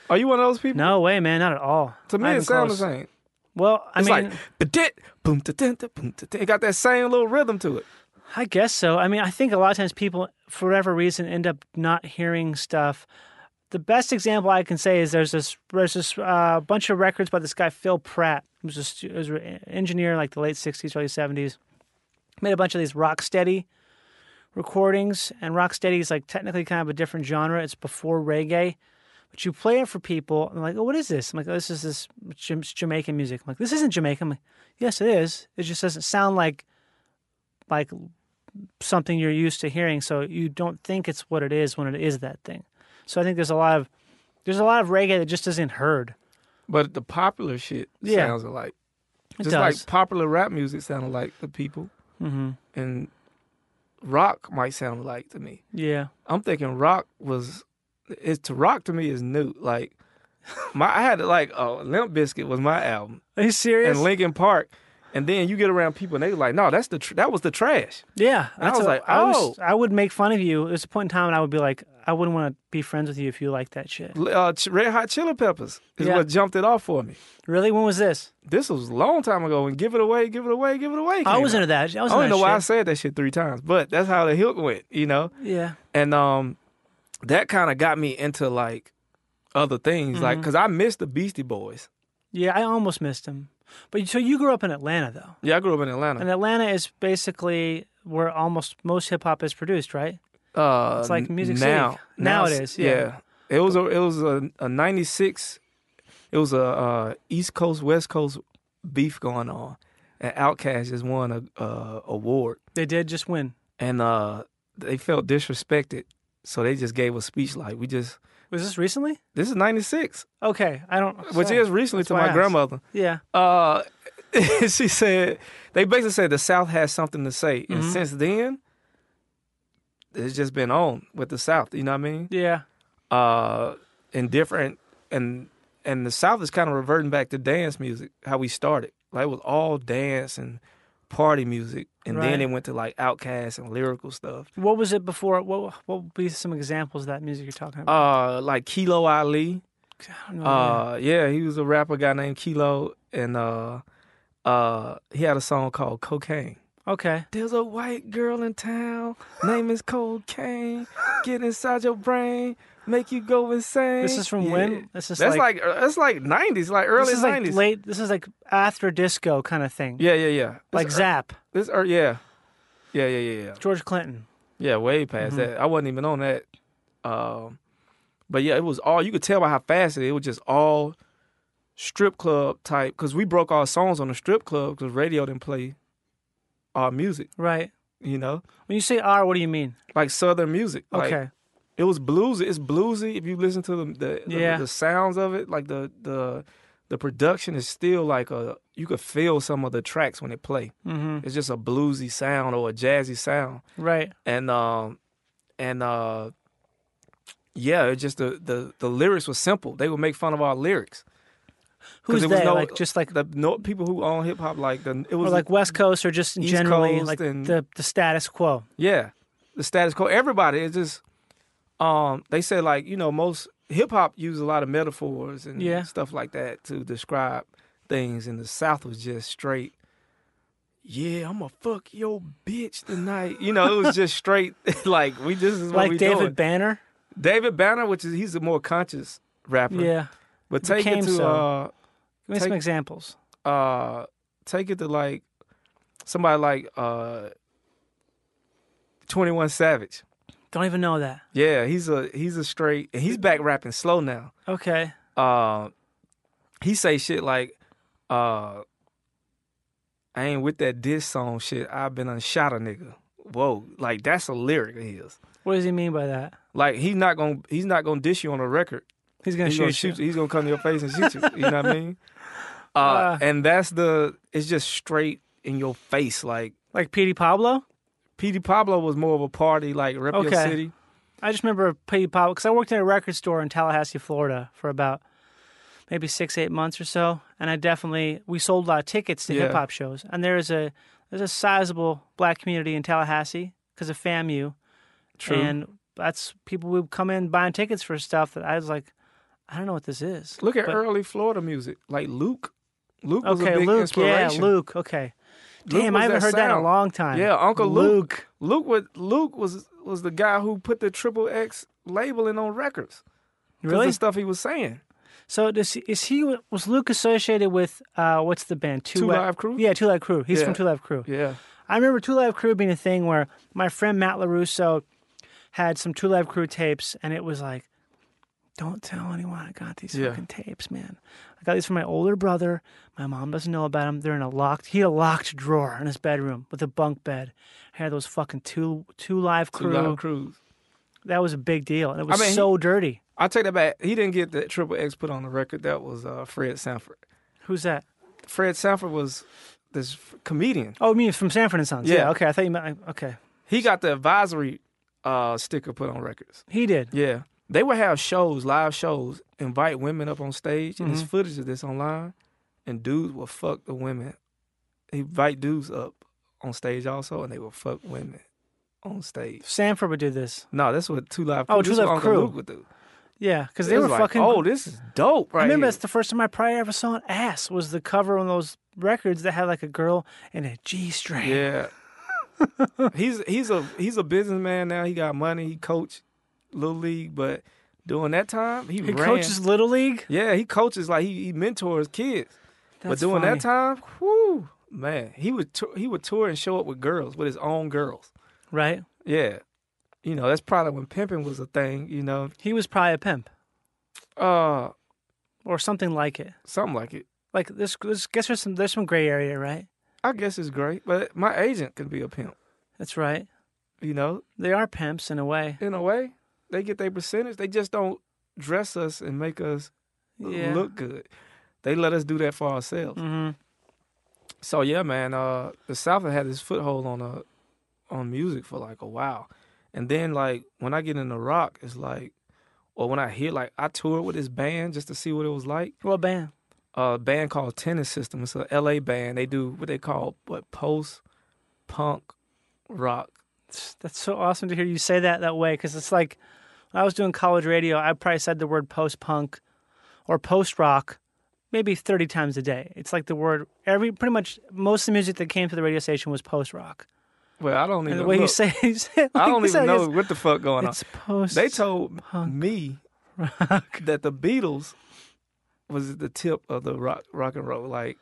[SPEAKER 1] Are you one of those people?
[SPEAKER 3] No way, man, not at all.
[SPEAKER 1] To me,
[SPEAKER 3] Not
[SPEAKER 1] it
[SPEAKER 3] even
[SPEAKER 1] sounds
[SPEAKER 3] close.
[SPEAKER 1] the same.
[SPEAKER 3] Well, I
[SPEAKER 1] It's
[SPEAKER 3] mean,
[SPEAKER 1] like ba-dit, boom, da-din, da, boom, da-din. It got that same little rhythm to it.
[SPEAKER 3] I guess so. I mean, I think a lot of times people, for whatever reason, end up not hearing stuff. The best example I can say is there's this there's this uh, bunch of records by this guy Phil Pratt, who's a stu- who's an engineer in like the late '60s, early '70s. Made a bunch of these rocksteady recordings, and rocksteady is like technically kind of a different genre. It's before reggae, but you play it for people, and they're like, oh, what is this? I'm like, oh, this is this Jam- Jamaican music. I'm like, this isn't Jamaican. I'm like, yes, it is. It just doesn't sound like like something you're used to hearing, so you don't think it's what it is when it is that thing. So I think there's a lot of there's a lot of reggae that just isn't heard.
[SPEAKER 1] But the popular shit
[SPEAKER 3] Yeah.
[SPEAKER 1] sounds alike.
[SPEAKER 3] It
[SPEAKER 1] Just
[SPEAKER 3] does.
[SPEAKER 1] like popular rap music sounded like the people,
[SPEAKER 3] mm-hmm.
[SPEAKER 1] and rock might sound like to me.
[SPEAKER 3] Yeah.
[SPEAKER 1] I'm thinking rock was it's to rock to me is new.
[SPEAKER 3] *laughs*
[SPEAKER 1] Like my I had like oh Limp Biscuit was my album
[SPEAKER 3] Are you serious?
[SPEAKER 1] and Linkin Park, and then you get around people and they like no that's the tr- that was the trash.
[SPEAKER 3] yeah.
[SPEAKER 1] I was
[SPEAKER 3] a-
[SPEAKER 1] like,
[SPEAKER 3] I, was-
[SPEAKER 1] oh.
[SPEAKER 3] I would make fun of you. There's a point in time when I would be like, I wouldn't want to be friends with you if you like that shit.
[SPEAKER 1] L- Uh, Ch- Red Hot Chili Peppers is
[SPEAKER 3] Yeah.
[SPEAKER 1] what jumped it off for me.
[SPEAKER 3] Really? When was this?
[SPEAKER 1] This was a long time ago and give it away, give it away, give it away.
[SPEAKER 3] I
[SPEAKER 1] came
[SPEAKER 3] was
[SPEAKER 1] out.
[SPEAKER 3] into that. I
[SPEAKER 1] I
[SPEAKER 3] was
[SPEAKER 1] don't
[SPEAKER 3] into
[SPEAKER 1] even know why I
[SPEAKER 3] that
[SPEAKER 1] said that shit three times, but that's how the hook went, you know.
[SPEAKER 3] shit. Yeah.
[SPEAKER 1] and um that kind of got me into like other things like
[SPEAKER 3] Mm-hmm.
[SPEAKER 1] because i missed the beastie boys
[SPEAKER 3] Yeah. I almost missed him. But so you grew up in Atlanta though,
[SPEAKER 1] yeah i grew up in atlanta
[SPEAKER 3] and Atlanta is basically where almost most hip hop is produced, right?
[SPEAKER 1] uh
[SPEAKER 3] it's like Music City.
[SPEAKER 1] now
[SPEAKER 3] Now it
[SPEAKER 1] it's-
[SPEAKER 3] is, yeah.
[SPEAKER 1] it was a it was a, a 96 it was a uh east coast west coast beef going on and Outkast just won a uh award
[SPEAKER 3] They did just win.
[SPEAKER 1] and uh they felt disrespected so they just gave a speech like we just
[SPEAKER 3] Was this recently?
[SPEAKER 1] this is 96
[SPEAKER 3] Okay, I don't.
[SPEAKER 1] which
[SPEAKER 3] so-
[SPEAKER 1] is recently
[SPEAKER 3] That's
[SPEAKER 1] to
[SPEAKER 3] why I
[SPEAKER 1] my
[SPEAKER 3] asked.
[SPEAKER 1] grandmother
[SPEAKER 3] yeah.
[SPEAKER 1] uh, *laughs* she said they basically said the South has something to say, and
[SPEAKER 3] Mhm.
[SPEAKER 1] since then, it's just been on with the South. You know what I mean?
[SPEAKER 3] Yeah.
[SPEAKER 1] Uh, and different, and and the South is kind of reverting back to dance music, how we started. Like it was all dance and party music, and
[SPEAKER 3] Right.
[SPEAKER 1] then it went to like outcast and lyrical stuff.
[SPEAKER 3] What was it before? What What would be some examples of that music you're talking about?
[SPEAKER 1] Uh, like Kilo Ali.
[SPEAKER 3] I don't know.
[SPEAKER 1] Uh, yeah, he was a rapper guy named Kilo, and uh, uh, he had a song called Cocaine.
[SPEAKER 3] okay.
[SPEAKER 1] There's a white girl in town, name is Cold Cane. Get inside your brain, make you go insane.
[SPEAKER 3] This is from
[SPEAKER 1] Yeah.
[SPEAKER 3] when? This is
[SPEAKER 1] That's
[SPEAKER 3] like,
[SPEAKER 1] like, uh, that's like 90s, like
[SPEAKER 3] this
[SPEAKER 1] early
[SPEAKER 3] is
[SPEAKER 1] 90s.
[SPEAKER 3] like late. This is like after disco kind of thing.
[SPEAKER 1] Yeah, yeah, yeah. This
[SPEAKER 3] Like
[SPEAKER 1] ear-
[SPEAKER 3] Zap,
[SPEAKER 1] This ear- yeah. Yeah, yeah, yeah, yeah.
[SPEAKER 3] George Clinton.
[SPEAKER 1] Yeah, way past
[SPEAKER 3] Mm-hmm.
[SPEAKER 1] that. I wasn't even on that. Um, but yeah, it was all you could tell by how fast it. It was just all strip club type because we broke our songs on the strip club because radio didn't play our music.
[SPEAKER 3] Right.
[SPEAKER 1] You know,
[SPEAKER 3] When you say R, what do you mean?
[SPEAKER 1] like southern music. Like,
[SPEAKER 3] okay.
[SPEAKER 1] It was bluesy. It's bluesy. If you listen to the the, the-
[SPEAKER 3] Yeah.
[SPEAKER 1] the sounds of it, like the the the production is still like a you could feel some of the tracks when it play.
[SPEAKER 3] Mm-hmm.
[SPEAKER 1] It's just a bluesy sound or a jazzy sound,
[SPEAKER 3] Right.
[SPEAKER 1] and um and uh yeah, it just the the the lyrics were simple. They would make fun of our lyrics. 'Cause
[SPEAKER 3] Who's
[SPEAKER 1] there was
[SPEAKER 3] they?
[SPEAKER 1] no-
[SPEAKER 3] like just like
[SPEAKER 1] The no, people who own hip hop like the it
[SPEAKER 3] or
[SPEAKER 1] was
[SPEAKER 3] like West Coast or just
[SPEAKER 1] East
[SPEAKER 3] generally
[SPEAKER 1] Coast
[SPEAKER 3] like
[SPEAKER 1] and-
[SPEAKER 3] the the status quo.
[SPEAKER 1] Yeah, the status quo. Everybody is just. Um, they say like you know most hip hop use a lot of metaphors and
[SPEAKER 3] Yeah.
[SPEAKER 1] stuff like that to describe things, and the South was just straight. Yeah, I'ma fuck your bitch tonight. You know, it was just straight. *laughs* Like we, this is what
[SPEAKER 3] Like
[SPEAKER 1] we
[SPEAKER 3] David
[SPEAKER 1] doing.
[SPEAKER 3] Banner.
[SPEAKER 1] David Banner, which is he's a more conscious rapper.
[SPEAKER 3] Yeah.
[SPEAKER 1] but take it
[SPEAKER 3] became
[SPEAKER 1] to
[SPEAKER 3] so.
[SPEAKER 1] uh,
[SPEAKER 3] Give me
[SPEAKER 1] Take-
[SPEAKER 3] some examples.
[SPEAKER 1] uh take it to like somebody like uh Twenty One Savage.
[SPEAKER 3] Don't even know that.
[SPEAKER 1] Yeah, he's a he's a straight and he's back rapping slow now.
[SPEAKER 3] Okay.
[SPEAKER 1] Uh, he say shit like, uh, I ain't with that diss song shit. I've been unshot a nigga. Whoa, like that's a lyric of his.
[SPEAKER 3] What does he mean by that?
[SPEAKER 1] Like he's not gonna he's not gonna diss you on a record.
[SPEAKER 3] He's gonna
[SPEAKER 1] He's
[SPEAKER 3] shoot
[SPEAKER 1] gonna
[SPEAKER 3] you.
[SPEAKER 1] shoot you. He's gonna come to your face and shoot you. You know what I mean? *laughs* Uh,
[SPEAKER 3] Uh.
[SPEAKER 1] and that's the it's just straight in your face. Like
[SPEAKER 3] Like Petey Pablo?
[SPEAKER 1] P D Pablo was more of a party like rep your
[SPEAKER 3] Okay.
[SPEAKER 1] city.
[SPEAKER 3] I just remember Petty Pop because I worked in a record store in Tallahassee, Florida, for about maybe six, eight months or so, and I definitely we sold a lot of tickets to
[SPEAKER 1] Yeah.
[SPEAKER 3] hip hop shows, and there is a there's a sizable black community in Tallahassee because of FAMU,
[SPEAKER 1] True.
[SPEAKER 3] and that's people would come in buying tickets for stuff that I was like, I don't know what this is.
[SPEAKER 1] Look at
[SPEAKER 3] But-
[SPEAKER 1] early Florida music, like Luke. Luke was
[SPEAKER 3] Okay,
[SPEAKER 1] a big
[SPEAKER 3] Luke. Yeah,
[SPEAKER 1] inspiration.
[SPEAKER 3] Luke. Okay.
[SPEAKER 1] Luke
[SPEAKER 3] Damn,
[SPEAKER 1] was
[SPEAKER 3] I haven't heard that in a
[SPEAKER 1] sound.
[SPEAKER 3] long time.
[SPEAKER 1] Yeah, Uncle Luke. Luke
[SPEAKER 3] Luke.
[SPEAKER 1] was Luke was was the guy who put the triple X labeling on records. 'Cause
[SPEAKER 3] Really?
[SPEAKER 1] the stuff he was saying.
[SPEAKER 3] So does, is he was Luke associated with uh, what's the band
[SPEAKER 1] Two
[SPEAKER 3] Li-
[SPEAKER 1] Live Crew?
[SPEAKER 3] Yeah, Two Live Crew. He's
[SPEAKER 1] Yeah.
[SPEAKER 3] from Two Live Crew.
[SPEAKER 1] Yeah,
[SPEAKER 3] I remember Two Live Crew being a thing where my friend Matt Larusso had some Two Live Crew tapes, and it was like, "Don't tell anyone I got these
[SPEAKER 1] Yeah.
[SPEAKER 3] fucking tapes, man. I got these from my older brother. My mom doesn't know about them. They're in a locked. He had a locked drawer in his bedroom with a bunk bed. I had those fucking two Two Live
[SPEAKER 1] Two
[SPEAKER 3] Crew.
[SPEAKER 1] Live Crews.
[SPEAKER 3] That was a big deal, and it was
[SPEAKER 1] mean, he-
[SPEAKER 3] so dirty.
[SPEAKER 1] I take that back. He didn't get the triple X put on the record. That was uh, Fred Sanford.
[SPEAKER 3] Who's that?
[SPEAKER 1] Fred Sanford was this f- comedian.
[SPEAKER 3] Oh, you mean from Sanford and Sons? Yeah.
[SPEAKER 1] Yeah.
[SPEAKER 3] Okay, I thought you meant okay.
[SPEAKER 1] He got the advisory uh, sticker put on records.
[SPEAKER 3] He did.
[SPEAKER 1] Yeah. They would have shows, live shows, invite women up on stage, and
[SPEAKER 3] Mm-hmm.
[SPEAKER 1] there's footage of this online, and dudes will fuck the women. He invite dudes up on stage also, and they will fuck women on stage.
[SPEAKER 3] Sanford would do this.
[SPEAKER 1] No, that's what Two Live
[SPEAKER 3] Oh,
[SPEAKER 1] Crew,
[SPEAKER 3] Two
[SPEAKER 1] this is
[SPEAKER 3] Live
[SPEAKER 1] what Uncle
[SPEAKER 3] Crew.
[SPEAKER 1] Luke would do.
[SPEAKER 3] Yeah, because
[SPEAKER 1] It
[SPEAKER 3] they
[SPEAKER 1] was
[SPEAKER 3] were
[SPEAKER 1] like,
[SPEAKER 3] fucking.
[SPEAKER 1] oh, this is dope right
[SPEAKER 3] I remember
[SPEAKER 1] here.
[SPEAKER 3] that's the first time I probably ever saw an ass was the cover on those records that had like a girl in a G string.
[SPEAKER 1] Yeah. he's he's a he's a businessman now. He got money. He coached little league, but during that time he,
[SPEAKER 3] He
[SPEAKER 1] ran.
[SPEAKER 3] coaches little league.
[SPEAKER 1] Yeah, he coaches like he, he mentors kids.
[SPEAKER 3] That's
[SPEAKER 1] but during
[SPEAKER 3] funny.
[SPEAKER 1] that time, whoo, man, he would tou- he would tour and show up with girls with his own girls.
[SPEAKER 3] right?
[SPEAKER 1] Yeah, you know that's probably when pimping was a thing. You know,
[SPEAKER 3] He was probably a pimp
[SPEAKER 1] uh,
[SPEAKER 3] or something like it.
[SPEAKER 1] something like it.
[SPEAKER 3] Like this, this guess there's some there's some gray area, right?
[SPEAKER 1] I guess it's great, but my agent can be a pimp.
[SPEAKER 3] That's right.
[SPEAKER 1] You know,
[SPEAKER 3] They are pimps in a way.
[SPEAKER 1] in a way, they get their percentage. They just don't dress us and make us
[SPEAKER 3] Yeah.
[SPEAKER 1] look good. They let us do that for ourselves.
[SPEAKER 3] hmm
[SPEAKER 1] So yeah, man, uh, the South had had this foothold on uh, on music for like a while, and then like when I get into rock, it's like, or when I hear like I toured with this band just to see what it was like.
[SPEAKER 3] Well, bam.
[SPEAKER 1] A band called Tennis System. It's a L.A. band. They do what they call what post punk rock.
[SPEAKER 3] That's so awesome to hear you say that that way because it's like when I was doing college radio, I probably said the word post punk or post rock maybe 30 times a day. It's like the word, every pretty much most of the music that came to the radio station was post rock.
[SPEAKER 1] Well, I don't even
[SPEAKER 3] And the way you
[SPEAKER 1] look.
[SPEAKER 3] say *laughs* you say it,
[SPEAKER 1] I
[SPEAKER 3] like
[SPEAKER 1] don't
[SPEAKER 3] this,
[SPEAKER 1] even
[SPEAKER 3] like
[SPEAKER 1] know what the fuck going on.
[SPEAKER 3] It's, it's post.
[SPEAKER 1] They
[SPEAKER 3] *laughs*
[SPEAKER 1] told me that the Beatles was at the tip of the rock rock and roll, like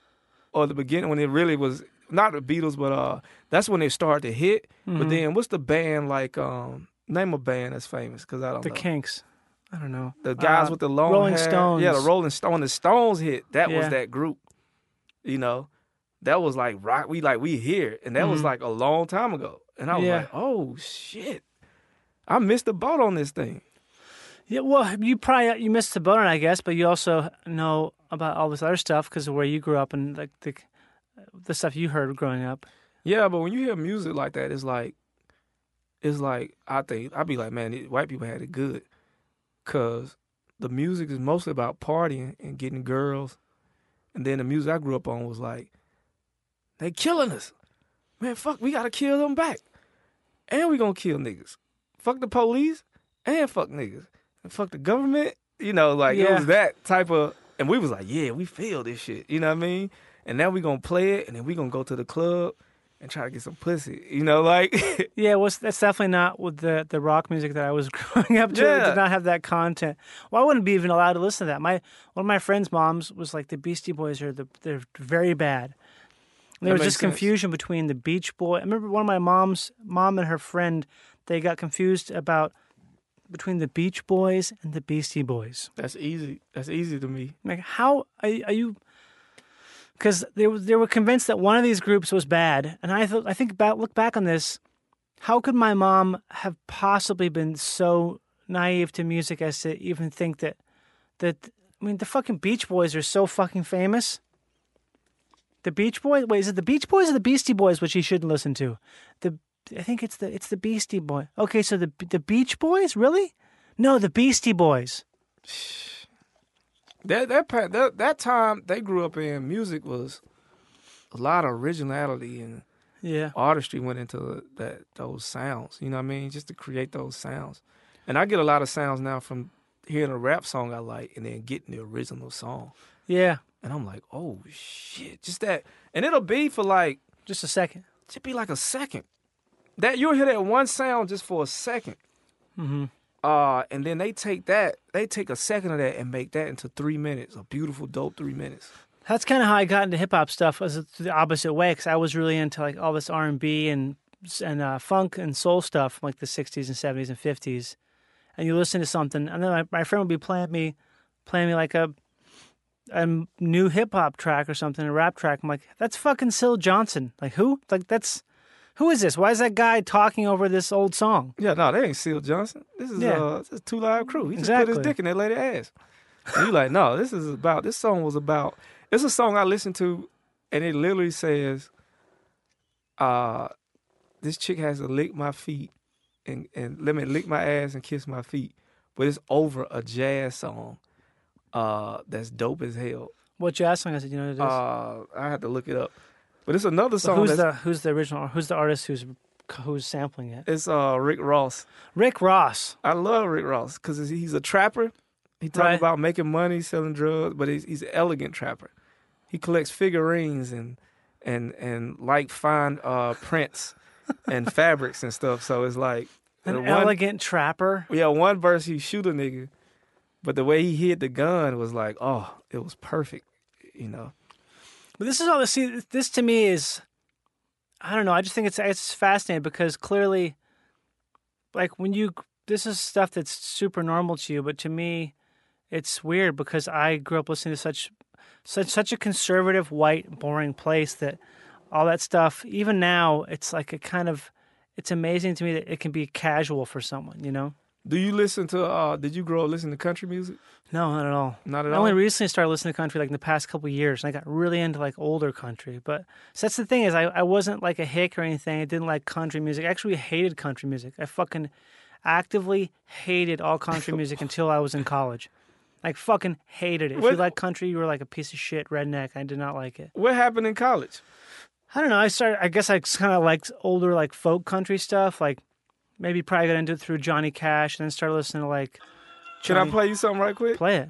[SPEAKER 1] or the beginning when it really was not the Beatles, but uh that's when they started to hit.
[SPEAKER 3] Mm-hmm.
[SPEAKER 1] But then what's the band like? Um, name a band that's famous because I don't
[SPEAKER 3] the
[SPEAKER 1] know.
[SPEAKER 3] Kinks. I don't know.
[SPEAKER 1] The guys
[SPEAKER 3] Uh,
[SPEAKER 1] with the long
[SPEAKER 3] Rolling
[SPEAKER 1] hair.
[SPEAKER 3] Stones.
[SPEAKER 1] Yeah, the Rolling Stone. The Stones hit. That
[SPEAKER 3] Yeah.
[SPEAKER 1] was that group. You know, that was like rock. We like we here, and that was like a long time ago. And I was
[SPEAKER 3] Mm-hmm. Yeah.
[SPEAKER 1] like, oh shit, I missed the boat on this thing.
[SPEAKER 3] Yeah, well, you probably you missed the boat, on it, I guess, but you also know about all this other stuff because of where you grew up and like the the stuff you heard growing up.
[SPEAKER 1] Yeah, but when you hear music like that, it's like, it's like I think I'd be like, man, it, white people had it good, cause the music is mostly about partying and getting girls, and then the music I grew up on was like, they killing us, man, fuck, we gotta kill them back, and we gonna kill niggas, fuck the police, and fuck niggas, and fuck the government, you know, like it
[SPEAKER 3] Yeah.
[SPEAKER 1] was that type of, and we was like, yeah, we feel this shit, you know what I mean, and now we gonna play it, and then we gonna go to the club and try to get some pussy. You know, like *laughs*
[SPEAKER 3] Yeah, well, that's definitely not with the, the rock music that I was *laughs* growing up to. It
[SPEAKER 1] Yeah.
[SPEAKER 3] did not have that content. Well, I wouldn't be even allowed to listen to that. My one of my friends' moms was like, "The Beastie Boys are the, they're very bad." And there
[SPEAKER 1] That
[SPEAKER 3] was
[SPEAKER 1] makes
[SPEAKER 3] just
[SPEAKER 1] sense.
[SPEAKER 3] confusion between the Beach Boy. I remember one of my mom's mom and her friend they got confused about between the Beach Boys and the Beastie Boys.
[SPEAKER 1] that's easy. That's easy to me.
[SPEAKER 3] Like, how are, you- are you? Because they were they were convinced that one of these groups was bad, and I thought I think about look back on this. How could my mom have possibly been so naive to music as to even think that that I mean the fucking Beach Boys are so fucking famous. The Beach Boys. Wait, is it the Beach Boys or the Beastie Boys? Which he shouldn't listen to. The I think it's the it's the Beastie Boy. Okay, so the the Beach Boys, really? No, the Beastie Boys.
[SPEAKER 1] That that pa- that that time they grew up in music was a lot of originality and
[SPEAKER 3] Yeah.
[SPEAKER 1] artistry went into that those sounds. You know what I mean? Just to create those sounds. And I get a lot of sounds now from hearing a rap song I like and then getting the original song.
[SPEAKER 3] Yeah.
[SPEAKER 1] And I'm like, oh shit, just that. And it'll be for like
[SPEAKER 3] Just a second.
[SPEAKER 1] just be like a second. That you'll hear that one sound just for a 2nd Uh, and then they take that, they take a second of that and make that into three minutes, a beautiful, dope three minutes.
[SPEAKER 3] That's kind of how I got into hip hop stuff was the opposite way because I was really into like all this R and B and and uh, funk and soul stuff from like the '60s and '70s and '50s. And you listen to something, and then my, my friend would be playing me, playing me like a a new hip hop track or something, a rap track. I'm like, that's fucking Syl Johnson. Like who? Like that's who is this? Why is that guy talking over this old song?
[SPEAKER 1] Yeah, no, they ain't Seal Johnson. This is
[SPEAKER 3] Yeah.
[SPEAKER 1] uh, this is two live crew. He just put
[SPEAKER 3] Exactly.
[SPEAKER 1] his dick in that lady's ass. And you like, no, this is about this song was about. It's a song I listened to, and it literally says, uh, this chick has to lick my feet and and let me lick my ass and kiss my feet, but it's over a jazz song, uh, that's dope as hell.
[SPEAKER 3] What jazz song is it? You know what it is?
[SPEAKER 1] Uh, I had to look it up, but it's another
[SPEAKER 3] But
[SPEAKER 1] song.
[SPEAKER 3] who's
[SPEAKER 1] that's,
[SPEAKER 3] the who's the original? Who's the artist who's who's sampling it?
[SPEAKER 1] It's uh Rick Ross.
[SPEAKER 3] Rick Ross.
[SPEAKER 1] I love Rick Ross because he's a trapper. He talks
[SPEAKER 3] Right.
[SPEAKER 1] about making money, selling drugs, but he's, he's an elegant trapper. He collects figurines and and and like fine uh, prints and
[SPEAKER 3] *laughs*
[SPEAKER 1] fabrics and stuff. So it's like
[SPEAKER 3] An
[SPEAKER 1] the one,
[SPEAKER 3] elegant trapper.
[SPEAKER 1] yeah, one verse he shoot a nigga, but the way he hid the gun was like, oh, it was perfect, you know.
[SPEAKER 3] But this is all. See, this to me is, I don't know. I just think it's it's fascinating because clearly, like when you, this is stuff that's super normal to you, but to me, it's weird because I grew up listening to such, such such a conservative, white, boring place that all that stuff. Even now, it's like a kind of, it's amazing to me that it can be casual for someone. You know?
[SPEAKER 1] Do you listen to? uh Did you grow up listening to country music?
[SPEAKER 3] No, not at all.
[SPEAKER 1] Not at
[SPEAKER 3] I
[SPEAKER 1] all.
[SPEAKER 3] only recently started listening to country like in the past couple of years, and I got really into like older country. But so that's the thing is, I, I wasn't like a hick or anything. I didn't like country music. I actually hated country music. I fucking actively hated all
[SPEAKER 1] *laughs*
[SPEAKER 3] country music until I was in college. Like fucking hated it. If you
[SPEAKER 1] What-
[SPEAKER 3] like country, you were like a piece of shit redneck. I did not like it.
[SPEAKER 1] What happened in college?
[SPEAKER 3] I don't know. I started. I guess I kind of liked older like folk country stuff. Like maybe probably got into it through Johnny Cash, and then started listening to like.
[SPEAKER 1] Can I play you something right quick?
[SPEAKER 3] Play it.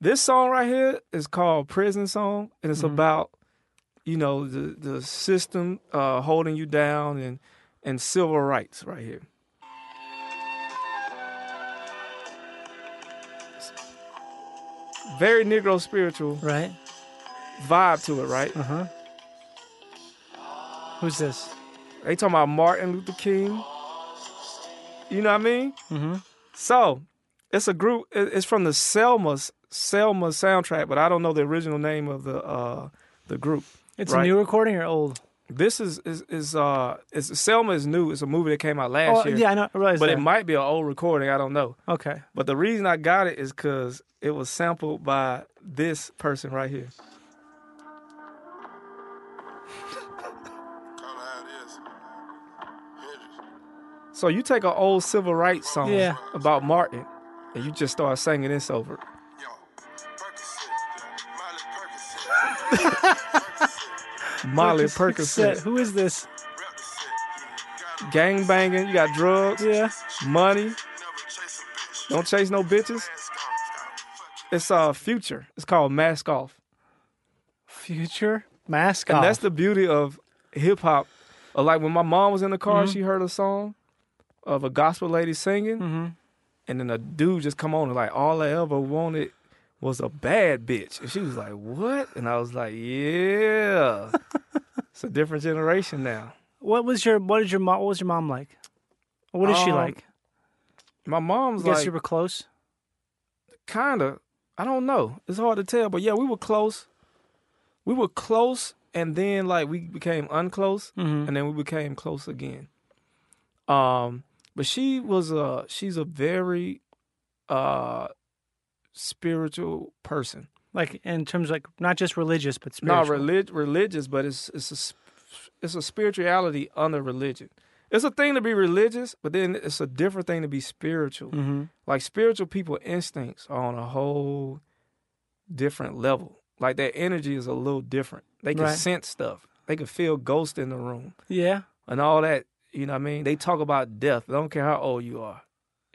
[SPEAKER 1] this song right here is called prison song and it's about you know the the system uh holding you down and and civil rights right here very negro spiritual
[SPEAKER 3] Right.
[SPEAKER 1] vibe to it right
[SPEAKER 3] Uh huh. Who's this?
[SPEAKER 1] they talking about martin luther king you know what i mean mm-hmm. so it's a group it- it's from the selma's selma soundtrack but i don't know the original name of the uh the group
[SPEAKER 3] It's a
[SPEAKER 1] Right.
[SPEAKER 3] new recording or old?
[SPEAKER 1] This is is is uh is Selma is new. It's a movie that came out last
[SPEAKER 3] oh,
[SPEAKER 1] year.
[SPEAKER 3] yeah, I know. I realize
[SPEAKER 1] but
[SPEAKER 3] that.
[SPEAKER 1] it might be an old recording. I don't know.
[SPEAKER 3] Okay.
[SPEAKER 1] But the reason I got it is because it was sampled by this person right here. So you take an old civil rights song
[SPEAKER 3] Yeah.
[SPEAKER 1] about Martin, and you just start singing this over. it. *laughs* Molly
[SPEAKER 3] Percocet.
[SPEAKER 1] Percocet,
[SPEAKER 3] Who is this?
[SPEAKER 1] gang banging. You got drugs,
[SPEAKER 3] Yeah.
[SPEAKER 1] money. Don't chase no bitches. It's uh future. It's called Mask Off.
[SPEAKER 3] Future Mask
[SPEAKER 1] And
[SPEAKER 3] Off.
[SPEAKER 1] that's the beauty of hip hop. Uh, Like when my mom was in the car,
[SPEAKER 3] Mm-hmm.
[SPEAKER 1] she heard a song of a gospel lady singing,
[SPEAKER 3] Mm-hmm.
[SPEAKER 1] and then a dude just come on and like, all I ever wanted was a bad bitch, and she was like, what? And I was like,
[SPEAKER 3] *laughs*
[SPEAKER 1] yeah, it's a different generation now.
[SPEAKER 3] what was your What is your mom? What was your mom like? What is she
[SPEAKER 1] Um,
[SPEAKER 3] like?
[SPEAKER 1] My mom's
[SPEAKER 3] I guess
[SPEAKER 1] like,
[SPEAKER 3] you were close.
[SPEAKER 1] kind of. I don't know. It's hard to tell, but yeah, we were close. We were close, and then like we became unclose, and then we became close again. Um, but she was a she's a very uh spiritual person.
[SPEAKER 3] Like in terms of like not just religious but spiritual.
[SPEAKER 1] Not relig- religious, but it's it's a s- it's a spirituality under religion. It's a thing to be religious, but then it's a different thing to be spiritual.
[SPEAKER 3] Mm-hmm.
[SPEAKER 1] Like spiritual people instincts are on a whole different level. Like their energy is a little different. They can
[SPEAKER 3] Right.
[SPEAKER 1] sense stuff. They can feel ghosts in the room
[SPEAKER 3] Yeah.
[SPEAKER 1] and all that. You know what I mean? They talk about death. They don't care how old you are.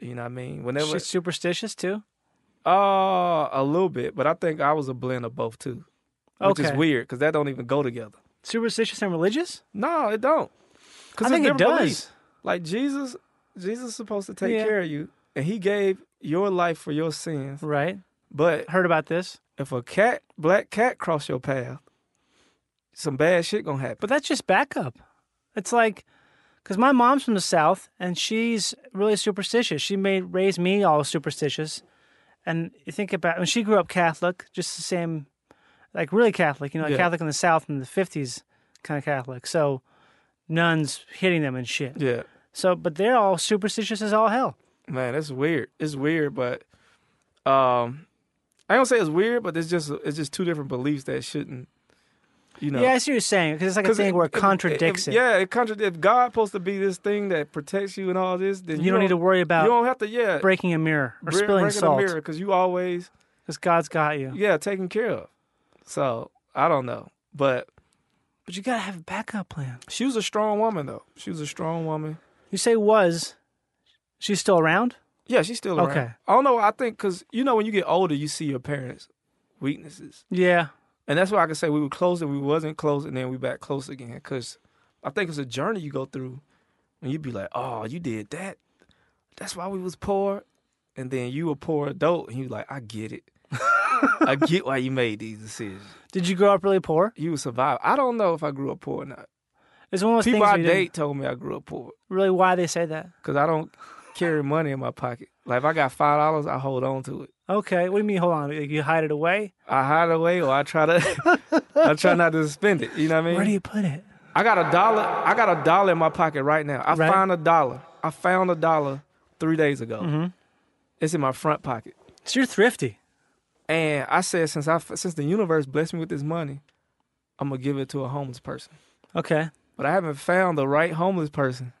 [SPEAKER 1] You know what I mean? Whenever
[SPEAKER 3] Shit superstitious too.
[SPEAKER 1] Uh, a little bit, but I think I was a blend of both too, which is
[SPEAKER 3] Okay.
[SPEAKER 1] weird because that don't even go together.
[SPEAKER 3] Superstitious and religious?
[SPEAKER 1] No, it don't.
[SPEAKER 3] I
[SPEAKER 1] it's
[SPEAKER 3] think it
[SPEAKER 1] different
[SPEAKER 3] does.
[SPEAKER 1] beliefs. Like Jesus, Jesus is supposed to take
[SPEAKER 3] Yeah.
[SPEAKER 1] care of you, and He gave your life for your sins.
[SPEAKER 3] Right.
[SPEAKER 1] But
[SPEAKER 3] Heard about this.
[SPEAKER 1] if a cat, black cat, cross your path, some bad shit gonna happen.
[SPEAKER 3] But that's just backup. It's like, because my mom's from the South and she's really superstitious. She made raised me all superstitious. And you think about when she grew up Catholic, just the same, like really Catholic, you know, like
[SPEAKER 1] Yeah.
[SPEAKER 3] Catholic in the South in the 50s kind of Catholic. So nuns hitting them and shit.
[SPEAKER 1] yeah,
[SPEAKER 3] So, but they're all superstitious as all hell.
[SPEAKER 1] man, that's weird. It's weird, but um, I don't say it's weird, but it's just it's just two different beliefs that shouldn't. You know,
[SPEAKER 3] Yeah, I see what you're saying because it's like a
[SPEAKER 1] 'Cause
[SPEAKER 3] thing where it
[SPEAKER 1] if-
[SPEAKER 3] contradicts
[SPEAKER 1] if-
[SPEAKER 3] it.
[SPEAKER 1] Yeah, it contradicts. If God's supposed to be this thing that protects you and all this, then
[SPEAKER 3] You,
[SPEAKER 1] you,
[SPEAKER 3] don't need to worry
[SPEAKER 1] You
[SPEAKER 3] about
[SPEAKER 1] don't have to. Yeah,
[SPEAKER 3] breaking a mirror or
[SPEAKER 1] bre-
[SPEAKER 3] spilling
[SPEAKER 1] breaking
[SPEAKER 3] salt
[SPEAKER 1] a mirror because you always
[SPEAKER 3] because God's got you.
[SPEAKER 1] yeah taken care of. So I don't know, but
[SPEAKER 3] But you gotta have a backup plan.
[SPEAKER 1] she was a strong woman though. She was a strong woman.
[SPEAKER 3] You say was, she's still around?
[SPEAKER 1] Yeah, she's still around.
[SPEAKER 3] Okay.
[SPEAKER 1] I don't know. I think because you know when you get older, you see your parents' weaknesses,
[SPEAKER 3] Yeah.
[SPEAKER 1] and that's why I can say we were close and we wasn't close, and then we back close again. Because I think it's a journey you go through, and you be like, "Oh, you did that. That's why we was poor." And then you a poor adult, and you like, "I get
[SPEAKER 3] *laughs*
[SPEAKER 1] it. I get why you made these decisions.
[SPEAKER 3] Did you grow up really poor?
[SPEAKER 1] You would survive." I don't know if I grew up poor or not.
[SPEAKER 3] It's one of those
[SPEAKER 1] People
[SPEAKER 3] things
[SPEAKER 1] I
[SPEAKER 3] we didn't-
[SPEAKER 1] date told me I grew up poor
[SPEAKER 3] really why they say that.
[SPEAKER 1] because I don't carry money in my pocket. Like if I got five dollars, I hold on to it.
[SPEAKER 3] Okay. What do you mean? Hold on. Like, You hide it away.
[SPEAKER 1] I hide it away, or I try to, *laughs* I try not to spend it. You know what I mean?
[SPEAKER 3] Where do you put it?
[SPEAKER 1] I got a dollar. I got a dollar in my pocket right now. I
[SPEAKER 3] Right.
[SPEAKER 1] found a dollar. I found a dollar three days ago.
[SPEAKER 3] Mm-hmm.
[SPEAKER 1] It's in my front pocket,
[SPEAKER 3] So you're thrifty.
[SPEAKER 1] and I said since I since the universe blessed me with this money, I'm gonna give it to a homeless person.
[SPEAKER 3] Okay.
[SPEAKER 1] But I haven't found the right homeless person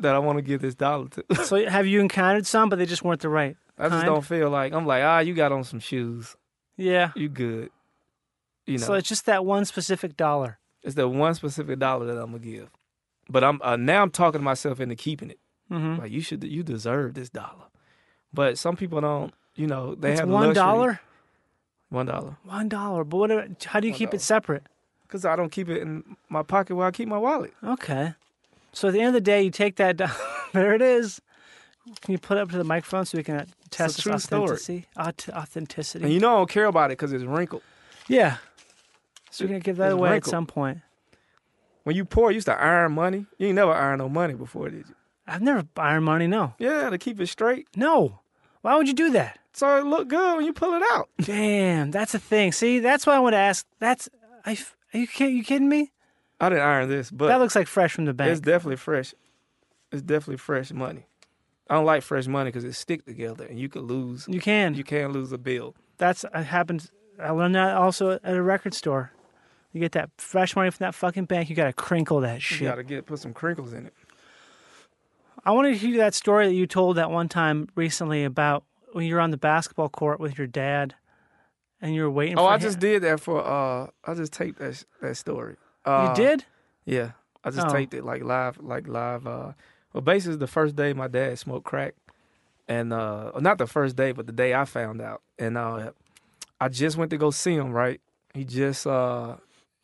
[SPEAKER 1] that I want to give this dollar to. *laughs* I
[SPEAKER 3] So have you encountered some, but they just weren't the right?
[SPEAKER 1] just
[SPEAKER 3] Kind.
[SPEAKER 1] don't feel like I'm like ah, you got on some shoes.
[SPEAKER 3] Yeah.
[SPEAKER 1] You good? You know,
[SPEAKER 3] So it's just that one specific dollar.
[SPEAKER 1] it's the one specific dollar that I'm gonna give. But I'm uh, now I'm talking myself into keeping it.
[SPEAKER 3] Mm-hmm.
[SPEAKER 1] Like you should, you deserve this dollar. But some people don't. You know, they
[SPEAKER 3] It's
[SPEAKER 1] have
[SPEAKER 3] one
[SPEAKER 1] luxury.
[SPEAKER 3] dollar.
[SPEAKER 1] One dollar.
[SPEAKER 3] One dollar. But what? do- How do you keep
[SPEAKER 1] dollar.
[SPEAKER 3] it separate?
[SPEAKER 1] Because I don't keep it in my pocket where I keep my wallet.
[SPEAKER 3] Okay. So at the end of the day, you take that. Do- *laughs* there it is. Can you put it up to the microphone so we can uh, test its
[SPEAKER 1] true story.
[SPEAKER 3] authenticity? Aut- authenticity.
[SPEAKER 1] And you know I don't care about it because it's wrinkled.
[SPEAKER 3] yeah. So we're gonna give that
[SPEAKER 1] It's
[SPEAKER 3] away
[SPEAKER 1] wrinkled.
[SPEAKER 3] at some point.
[SPEAKER 1] When you poor, you used to iron money. You ain't never iron no money before, did you?
[SPEAKER 3] I've never ironed money. No.
[SPEAKER 1] Yeah, to keep it straight.
[SPEAKER 3] No. Why would you
[SPEAKER 1] *laughs*
[SPEAKER 3] do that?
[SPEAKER 1] So it look good when you pull it out.
[SPEAKER 3] Damn, that's a thing. See, that's why I want to ask. That's I. f- Are you kidding? You kidding me?
[SPEAKER 1] I didn't iron this, but
[SPEAKER 3] That looks like fresh from the
[SPEAKER 1] it's
[SPEAKER 3] bank.
[SPEAKER 1] definitely fresh. It's definitely fresh money. I don't like fresh money because it stick together and you could lose.
[SPEAKER 3] You can.
[SPEAKER 1] You can lose a bill.
[SPEAKER 3] That's I happened. I learned that also at a record store. You get that fresh money from that fucking bank. You gotta crinkle that
[SPEAKER 1] You
[SPEAKER 3] shit.
[SPEAKER 1] gotta get put some crinkles in it.
[SPEAKER 3] I wanted to hear that story that you told that one time recently about when you were on the basketball court with your dad, and you were waiting.
[SPEAKER 1] Oh,
[SPEAKER 3] for
[SPEAKER 1] I *laughs*
[SPEAKER 3] him.
[SPEAKER 1] just did that for uh I just taped that that story.
[SPEAKER 3] You
[SPEAKER 1] Uh,
[SPEAKER 3] did?
[SPEAKER 1] Yeah. I just
[SPEAKER 3] Oh.
[SPEAKER 1] taped it like live like live uh well basically the first day my dad smoked crack and uh not the first day but the day I found out and uh I just went to go see him, right? He just uh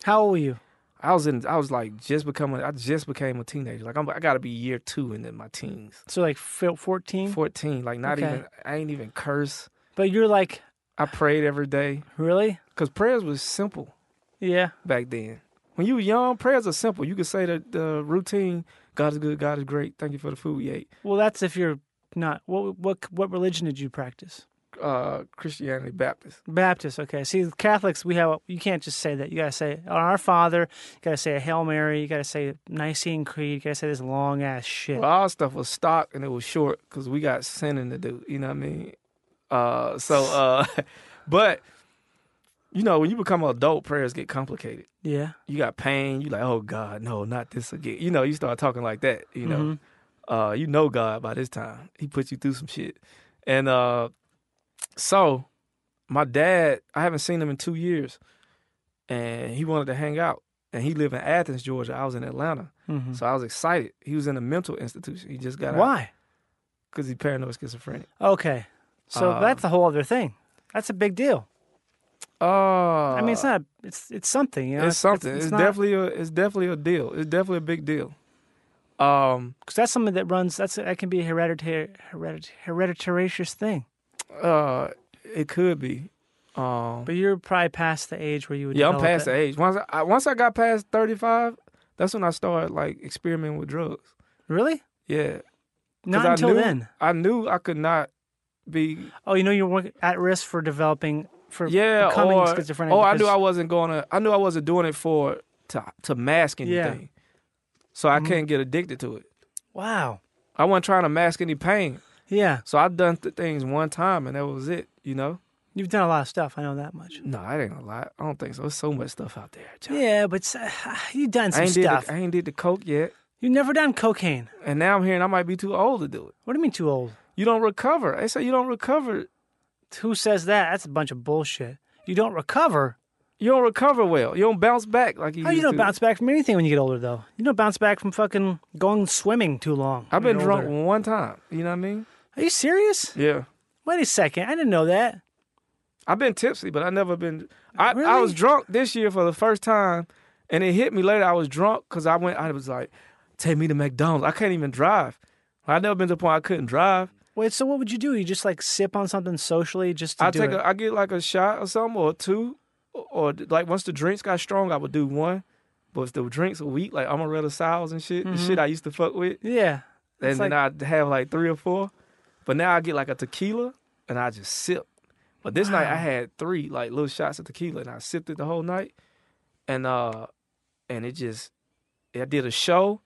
[SPEAKER 3] How old were you?
[SPEAKER 1] I was in I was like just becoming I just became a teenager. Like I'm I got to be year 2 and then my teens.
[SPEAKER 3] So like
[SPEAKER 1] Mm.
[SPEAKER 3] fourteen.
[SPEAKER 1] 14 like not
[SPEAKER 3] Okay.
[SPEAKER 1] even I ain't even curse.
[SPEAKER 3] But you're like
[SPEAKER 1] I prayed every day
[SPEAKER 3] really?
[SPEAKER 1] cuz prayers was simple.
[SPEAKER 3] Yeah.
[SPEAKER 1] back then. When you were young, prayers are simple. You could say the, the routine, God is good, God is great, thank you for the food you ate.
[SPEAKER 3] Well, that's if you're not. What what what religion did you practice?
[SPEAKER 1] Uh, Christianity Baptist.
[SPEAKER 3] Baptist. Okay. See, Catholics, we have. You can't just say that. You gotta say Our Father. You gotta say a Hail Mary. You gotta say Nicene Creed. You gotta say this long ass shit.
[SPEAKER 1] But our stuff was stock and it was short because we got *laughs* sinning to do. You know what I mean? Uh, so, uh, but you know, when you become an adult, prayers get complicated.
[SPEAKER 3] Yeah.
[SPEAKER 1] You got pain. You like, oh God, no, not this again. You know, you start talking like that. You know,
[SPEAKER 3] Mhm.
[SPEAKER 1] uh, you know God by this time. He put you through some shit. And uh, so, my dad, I haven't seen him in two years, and he wanted to hang out. And he lived in Athens, Georgia. I was in Atlanta,
[SPEAKER 3] Mhm.
[SPEAKER 1] so I was excited. He was in a mental institution. He just got
[SPEAKER 3] Why?
[SPEAKER 1] because he's paranoid schizophrenic.
[SPEAKER 3] Okay. So
[SPEAKER 1] Um,
[SPEAKER 3] that's a whole other thing. That's a big deal.
[SPEAKER 1] Uh,
[SPEAKER 3] I mean, it's not. It's it's something. You know,
[SPEAKER 1] it's something. It's,
[SPEAKER 3] not-
[SPEAKER 1] definitely a. It's definitely a deal. It's definitely a big deal. Um.
[SPEAKER 3] 'cause that's something that runs. That's that can be a hereditary, hereditary, hereditarious thing.
[SPEAKER 1] Uh. It could be. Um.
[SPEAKER 3] But you're probably past the age where you would.
[SPEAKER 1] Yeah, I'm
[SPEAKER 3] develop
[SPEAKER 1] past the
[SPEAKER 3] it.
[SPEAKER 1] age. Once I once I got past 35, that's when I started like experimenting with drugs.
[SPEAKER 3] Really?
[SPEAKER 1] Yeah. 'Cause
[SPEAKER 3] Not
[SPEAKER 1] I
[SPEAKER 3] until
[SPEAKER 1] knew-
[SPEAKER 3] then.
[SPEAKER 1] I knew I could not be
[SPEAKER 3] Oh, you know, you're work- at risk for developing for
[SPEAKER 1] yeah
[SPEAKER 3] becoming
[SPEAKER 1] or
[SPEAKER 3] schizophrenic.
[SPEAKER 1] oh I knew
[SPEAKER 3] because-
[SPEAKER 1] I wasn't going to I knew I wasn't doing it for to to mask
[SPEAKER 3] Yeah. Mm-hmm.
[SPEAKER 1] anything. So I couldn't get addicted to it.
[SPEAKER 3] Wow.
[SPEAKER 1] I wasn't trying to mask any pain.
[SPEAKER 3] Yeah,
[SPEAKER 1] So I done th- things one time and that was it, you know?
[SPEAKER 3] you've done a lot of stuff. I know that much.
[SPEAKER 1] No, I ain't gonna lie. I don't think so. There's so much stuff out there. John.
[SPEAKER 3] Yeah, but s- *sighs* you've done
[SPEAKER 1] I
[SPEAKER 3] some
[SPEAKER 1] ain't, did
[SPEAKER 3] stuff.
[SPEAKER 1] the, I ain't did the coke yet.
[SPEAKER 3] You've never done cocaine.
[SPEAKER 1] And now I'm hearing I might be too old to do it.
[SPEAKER 3] What do you mean too old?
[SPEAKER 1] You don't recover. They say you don't recover
[SPEAKER 3] Who says that? That's a bunch of bullshit. You don't recover.
[SPEAKER 1] you don't recover well. You don't bounce back like you.
[SPEAKER 3] How
[SPEAKER 1] used
[SPEAKER 3] you don't
[SPEAKER 1] to.
[SPEAKER 3] bounce back from anything when you get older, though? You don't bounce back from fucking going swimming too long.
[SPEAKER 1] I've
[SPEAKER 3] when
[SPEAKER 1] been
[SPEAKER 3] you're
[SPEAKER 1] drunk
[SPEAKER 3] older.
[SPEAKER 1] one time. You know what I mean?
[SPEAKER 3] Are you serious?
[SPEAKER 1] Yeah.
[SPEAKER 3] Wait a second. I didn't know that.
[SPEAKER 1] I've been tipsy, but I never been. I, I
[SPEAKER 3] Really?
[SPEAKER 1] was drunk this year for the first time, and it hit me later. I was drunk because I went. I was like, "Take me to McDonald's." I can't even drive. I never been to the point I couldn't drive.
[SPEAKER 3] Wait, so what would you do? You just like sip on something socially just to
[SPEAKER 1] I
[SPEAKER 3] do
[SPEAKER 1] take.
[SPEAKER 3] it?
[SPEAKER 1] A, I get like a shot or something or two, or, or, like once the drinks got strong, I would do one. But if the drinks were weak, like amaretto sours and shit, the
[SPEAKER 3] Mm-hmm.
[SPEAKER 1] shit I used to fuck with,
[SPEAKER 3] yeah.
[SPEAKER 1] and
[SPEAKER 3] It's
[SPEAKER 1] then I'd have like three or four. But now I get like a tequila and I just sip. But this night I had three like little shots of tequila and I sipped it the whole night. And uh and it just I did a show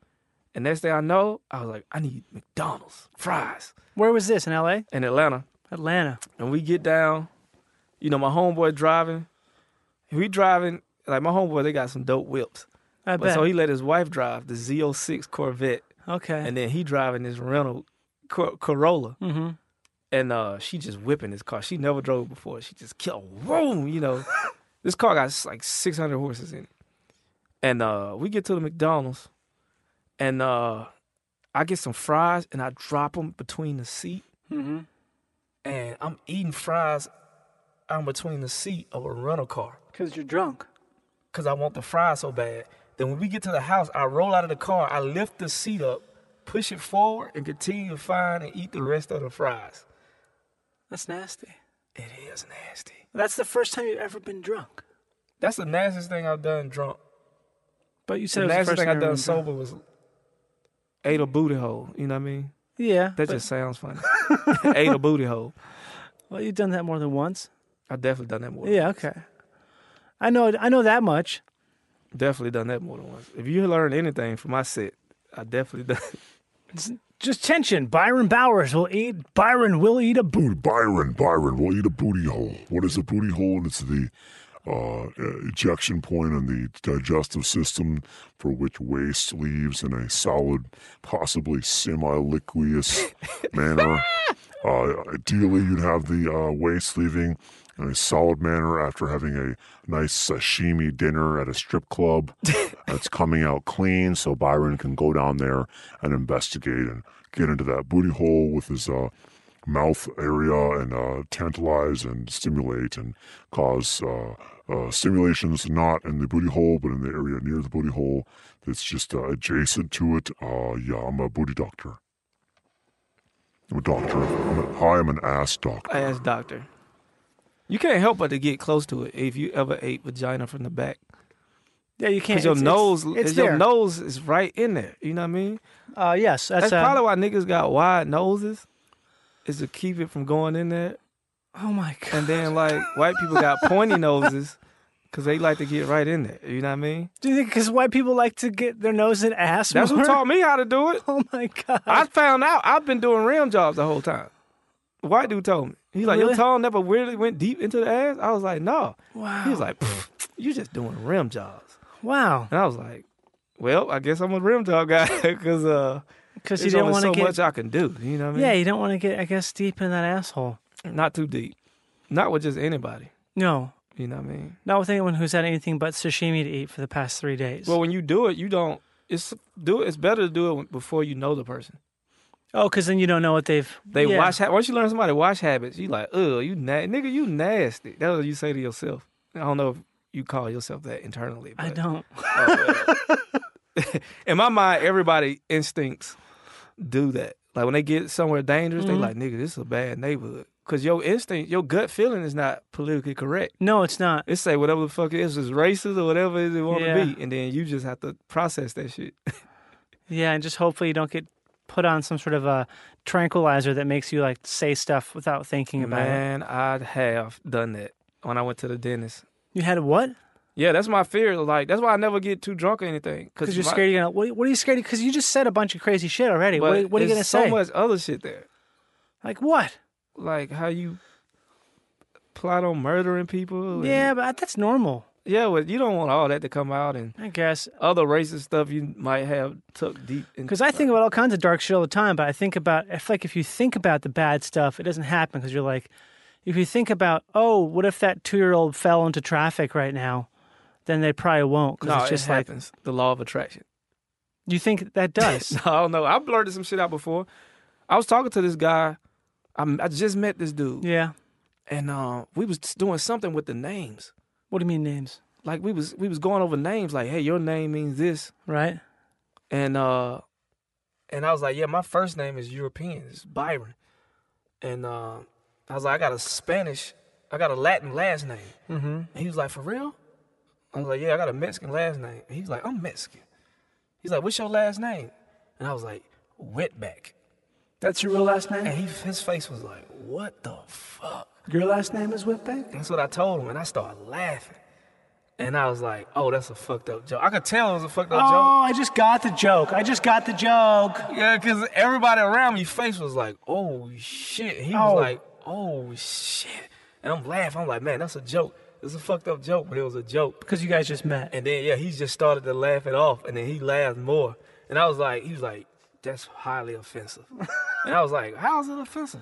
[SPEAKER 1] and next thing I know, I was like, I need McDonald's, fries
[SPEAKER 3] Where was this? In LA?
[SPEAKER 1] in Atlanta.
[SPEAKER 3] Atlanta.
[SPEAKER 1] And we get down, you know, my homeboy driving. We driving like my homeboy, they got some dope whips.
[SPEAKER 3] I
[SPEAKER 1] But
[SPEAKER 3] bet.
[SPEAKER 1] so he let his wife drive the Z06 Corvette
[SPEAKER 3] okay.
[SPEAKER 1] and then he driving this rental Cor- Corolla,
[SPEAKER 3] mm-hmm.
[SPEAKER 1] and uh, she just whipping this car. She never drove before. She just killed, whoom, you
[SPEAKER 3] *laughs*
[SPEAKER 1] know. this car got like 600 horses in it, and uh, we get to the McDonald's, and uh, I get some fries, and I drop them between the seat,
[SPEAKER 3] Mm-hmm.
[SPEAKER 1] and I'm eating fries. I'm between the seat of a rental car
[SPEAKER 3] Because you're drunk.
[SPEAKER 1] because I want the fries so bad. Then when we get to the house, I roll out of the car, I lift the seat up, push it forward, and continue to find and eat the rest of the fries.
[SPEAKER 3] That's nasty.
[SPEAKER 1] It is nasty.
[SPEAKER 3] That's the first time you've ever been drunk.
[SPEAKER 1] That's the nastiest thing I've done drunk.
[SPEAKER 3] But you said
[SPEAKER 1] The
[SPEAKER 3] it was the
[SPEAKER 1] nastiest
[SPEAKER 3] first
[SPEAKER 1] thing
[SPEAKER 3] time
[SPEAKER 1] I've
[SPEAKER 3] you
[SPEAKER 1] done
[SPEAKER 3] ever been drunk.
[SPEAKER 1] sober was ate a booty hole. You know what I mean?
[SPEAKER 3] Yeah.
[SPEAKER 1] That
[SPEAKER 3] but-
[SPEAKER 1] just sounds *laughs* funny. ate a booty hole.
[SPEAKER 3] Well, you've done that more than once.
[SPEAKER 1] I've definitely done that more. than
[SPEAKER 3] Yeah.
[SPEAKER 1] once.
[SPEAKER 3] Okay. I know. I know that much.
[SPEAKER 1] Definitely done that more than once. If you learn anything from my set, I definitely done. *laughs*
[SPEAKER 3] Just tension. Byron Bowers will eat. Byron will eat a boot.
[SPEAKER 2] Booty, Byron, Byron, will eat a booty hole. What is a booty hole? And it's the uh, ejection point in the digestive system for which waste leaves in a solid, possibly semi-liqueous manner. Uh, ideally, you'd have the uh, waste leaving in a solid manner after having a nice sashimi dinner at a strip club. That's coming out clean, so Byron can go down there and investigate and get into that booty hole with his uh, mouth area and uh, tantalize and stimulate and cause uh, uh, stimulations not in the booty hole, but in the area near the booty hole that's just uh, adjacent to it. Uh, yeah, I'm a booty doctor. I'm a doctor. I'm a, I am an ass doctor.
[SPEAKER 1] Ass doctor. You can't help but to get close to it if you ever ate vagina from the back.
[SPEAKER 3] Yeah, you can't.
[SPEAKER 1] Cause your
[SPEAKER 3] it's,
[SPEAKER 1] nose,
[SPEAKER 3] It's, it's
[SPEAKER 1] your
[SPEAKER 3] there.
[SPEAKER 1] nose is right in there. You know what I mean?
[SPEAKER 3] Uh, yes. That's,
[SPEAKER 1] That's
[SPEAKER 3] uh,
[SPEAKER 1] probably why niggas got wide noses, is to keep it from going in there.
[SPEAKER 3] Oh my god.
[SPEAKER 1] And then like white people got pointy noses, cause they like to get right in there. You know what I mean?
[SPEAKER 3] Do you think because white people like to get their nose in ass?
[SPEAKER 1] That's
[SPEAKER 3] more?
[SPEAKER 1] who taught me how to do it.
[SPEAKER 3] *laughs* Oh my god.
[SPEAKER 1] I found out. I've been doing rim jobs the whole time. White dude told me. He's like,
[SPEAKER 3] Really?
[SPEAKER 1] your tone never really went deep into the ass. I was like, no.
[SPEAKER 3] Wow.
[SPEAKER 1] He was like, "Pff, you just doing rim jobs.
[SPEAKER 3] wow.
[SPEAKER 1] And I was like, well, I guess I'm a rim job guy *laughs* because uh,
[SPEAKER 3] Because you
[SPEAKER 1] there's only
[SPEAKER 3] don't want to
[SPEAKER 1] so
[SPEAKER 3] get.
[SPEAKER 1] much I can do. You know what I mean?
[SPEAKER 3] yeah, you don't want to get, I guess, deep in that asshole.
[SPEAKER 1] Not too deep. Not with just anybody.
[SPEAKER 3] No,
[SPEAKER 1] You know what I mean?
[SPEAKER 3] not with anyone who's had anything but sashimi to eat for the past three days.
[SPEAKER 1] Well, when you do it, you don't. It's do it. It's better to do it before you know the person.
[SPEAKER 3] oh, because then you don't know what they've.
[SPEAKER 1] They
[SPEAKER 3] yeah.
[SPEAKER 1] wash. Once you learn somebody wash habits, you like, ugh, you na- nigga, you nasty. That's what you say to yourself. I don't know if you call yourself that internally. But
[SPEAKER 3] I don't.
[SPEAKER 1] in my mind, everybody instincts do that. Like when they get somewhere dangerous,
[SPEAKER 3] Mm-hmm.
[SPEAKER 1] they like, nigga, this is a bad neighborhood. Cause your instinct, your gut feeling is not politically correct.
[SPEAKER 3] No, it's not.
[SPEAKER 1] It say whatever the fuck it is, it's racist or whatever it is it want to
[SPEAKER 3] Yeah.
[SPEAKER 1] be, and then you just have to process that shit. *laughs*
[SPEAKER 3] Yeah, and just hopefully you don't get put on some sort of a tranquilizer that makes you like say stuff without thinking about it.
[SPEAKER 1] Man, I have done that when I went to the dentist.
[SPEAKER 3] You had what?
[SPEAKER 1] Yeah, that's my fear. Like that's why I never get too drunk or anything.
[SPEAKER 3] Because you're
[SPEAKER 1] my-
[SPEAKER 3] scared you're gonna. What, what are you scared? Because you just said a bunch of crazy shit already. What,
[SPEAKER 1] but
[SPEAKER 3] are- what are you
[SPEAKER 1] it's so
[SPEAKER 3] gonna say?
[SPEAKER 1] much other shit there.
[SPEAKER 3] Like what?
[SPEAKER 1] Like how you plot on murdering people. and-
[SPEAKER 3] Yeah, but that's normal,
[SPEAKER 1] yeah. Well, you don't want all that to come out and
[SPEAKER 3] I guess.
[SPEAKER 1] other racist stuff you might have took deep. in- uh,
[SPEAKER 3] Because I think about all kinds of dark shit all the time, but I think about, I feel like if you think about the bad stuff, it doesn't happen because you're like, if you think about, oh, what if that two year old fell into traffic right now? Then they probably won't because
[SPEAKER 1] no,
[SPEAKER 3] it's just
[SPEAKER 1] it
[SPEAKER 3] like,
[SPEAKER 1] happens. the law of attraction.
[SPEAKER 3] you
[SPEAKER 1] *laughs*
[SPEAKER 3] think that does.
[SPEAKER 1] I don't know. I blurted some shit out before. I was talking to this guy. I'm, I just met this dude,
[SPEAKER 3] yeah.
[SPEAKER 1] and uh, we was doing something with the names.
[SPEAKER 3] What do you mean names?
[SPEAKER 1] Like we was we was going over names. Like, hey, your name means this,
[SPEAKER 3] Right?
[SPEAKER 1] and uh, and I was like, yeah, my first name is European. It's Byron, and uh, I was like, I got a Spanish, I got a Latin last name. Mm-hmm. And he was like, for real? I was like, yeah, I got a Mexican last name. And he was like, I'm Mexican. He's like, what's your last name? And I was like, Wetback.
[SPEAKER 3] That's your real last name?
[SPEAKER 1] And he, his face was like, what the fuck?
[SPEAKER 3] Your last name is Whitbeck?
[SPEAKER 1] That's what I told him. And I started laughing. And I was like, oh, that's a fucked up joke. I could tell it was a fucked up
[SPEAKER 3] Oh, I just got the joke. I just got the joke.
[SPEAKER 1] joke. Yeah, because everybody around me face was like, oh, shit. He
[SPEAKER 3] Oh.
[SPEAKER 1] was like, oh, shit. And I'm laughing. I'm like, man, that's a joke. It's a fucked up joke, but it was a joke.
[SPEAKER 3] Because you guys just met.
[SPEAKER 1] And then, yeah, he just started to laugh it off. And then he laughed more. And I was like, he was like, that's highly offensive. and I was like, how is it offensive?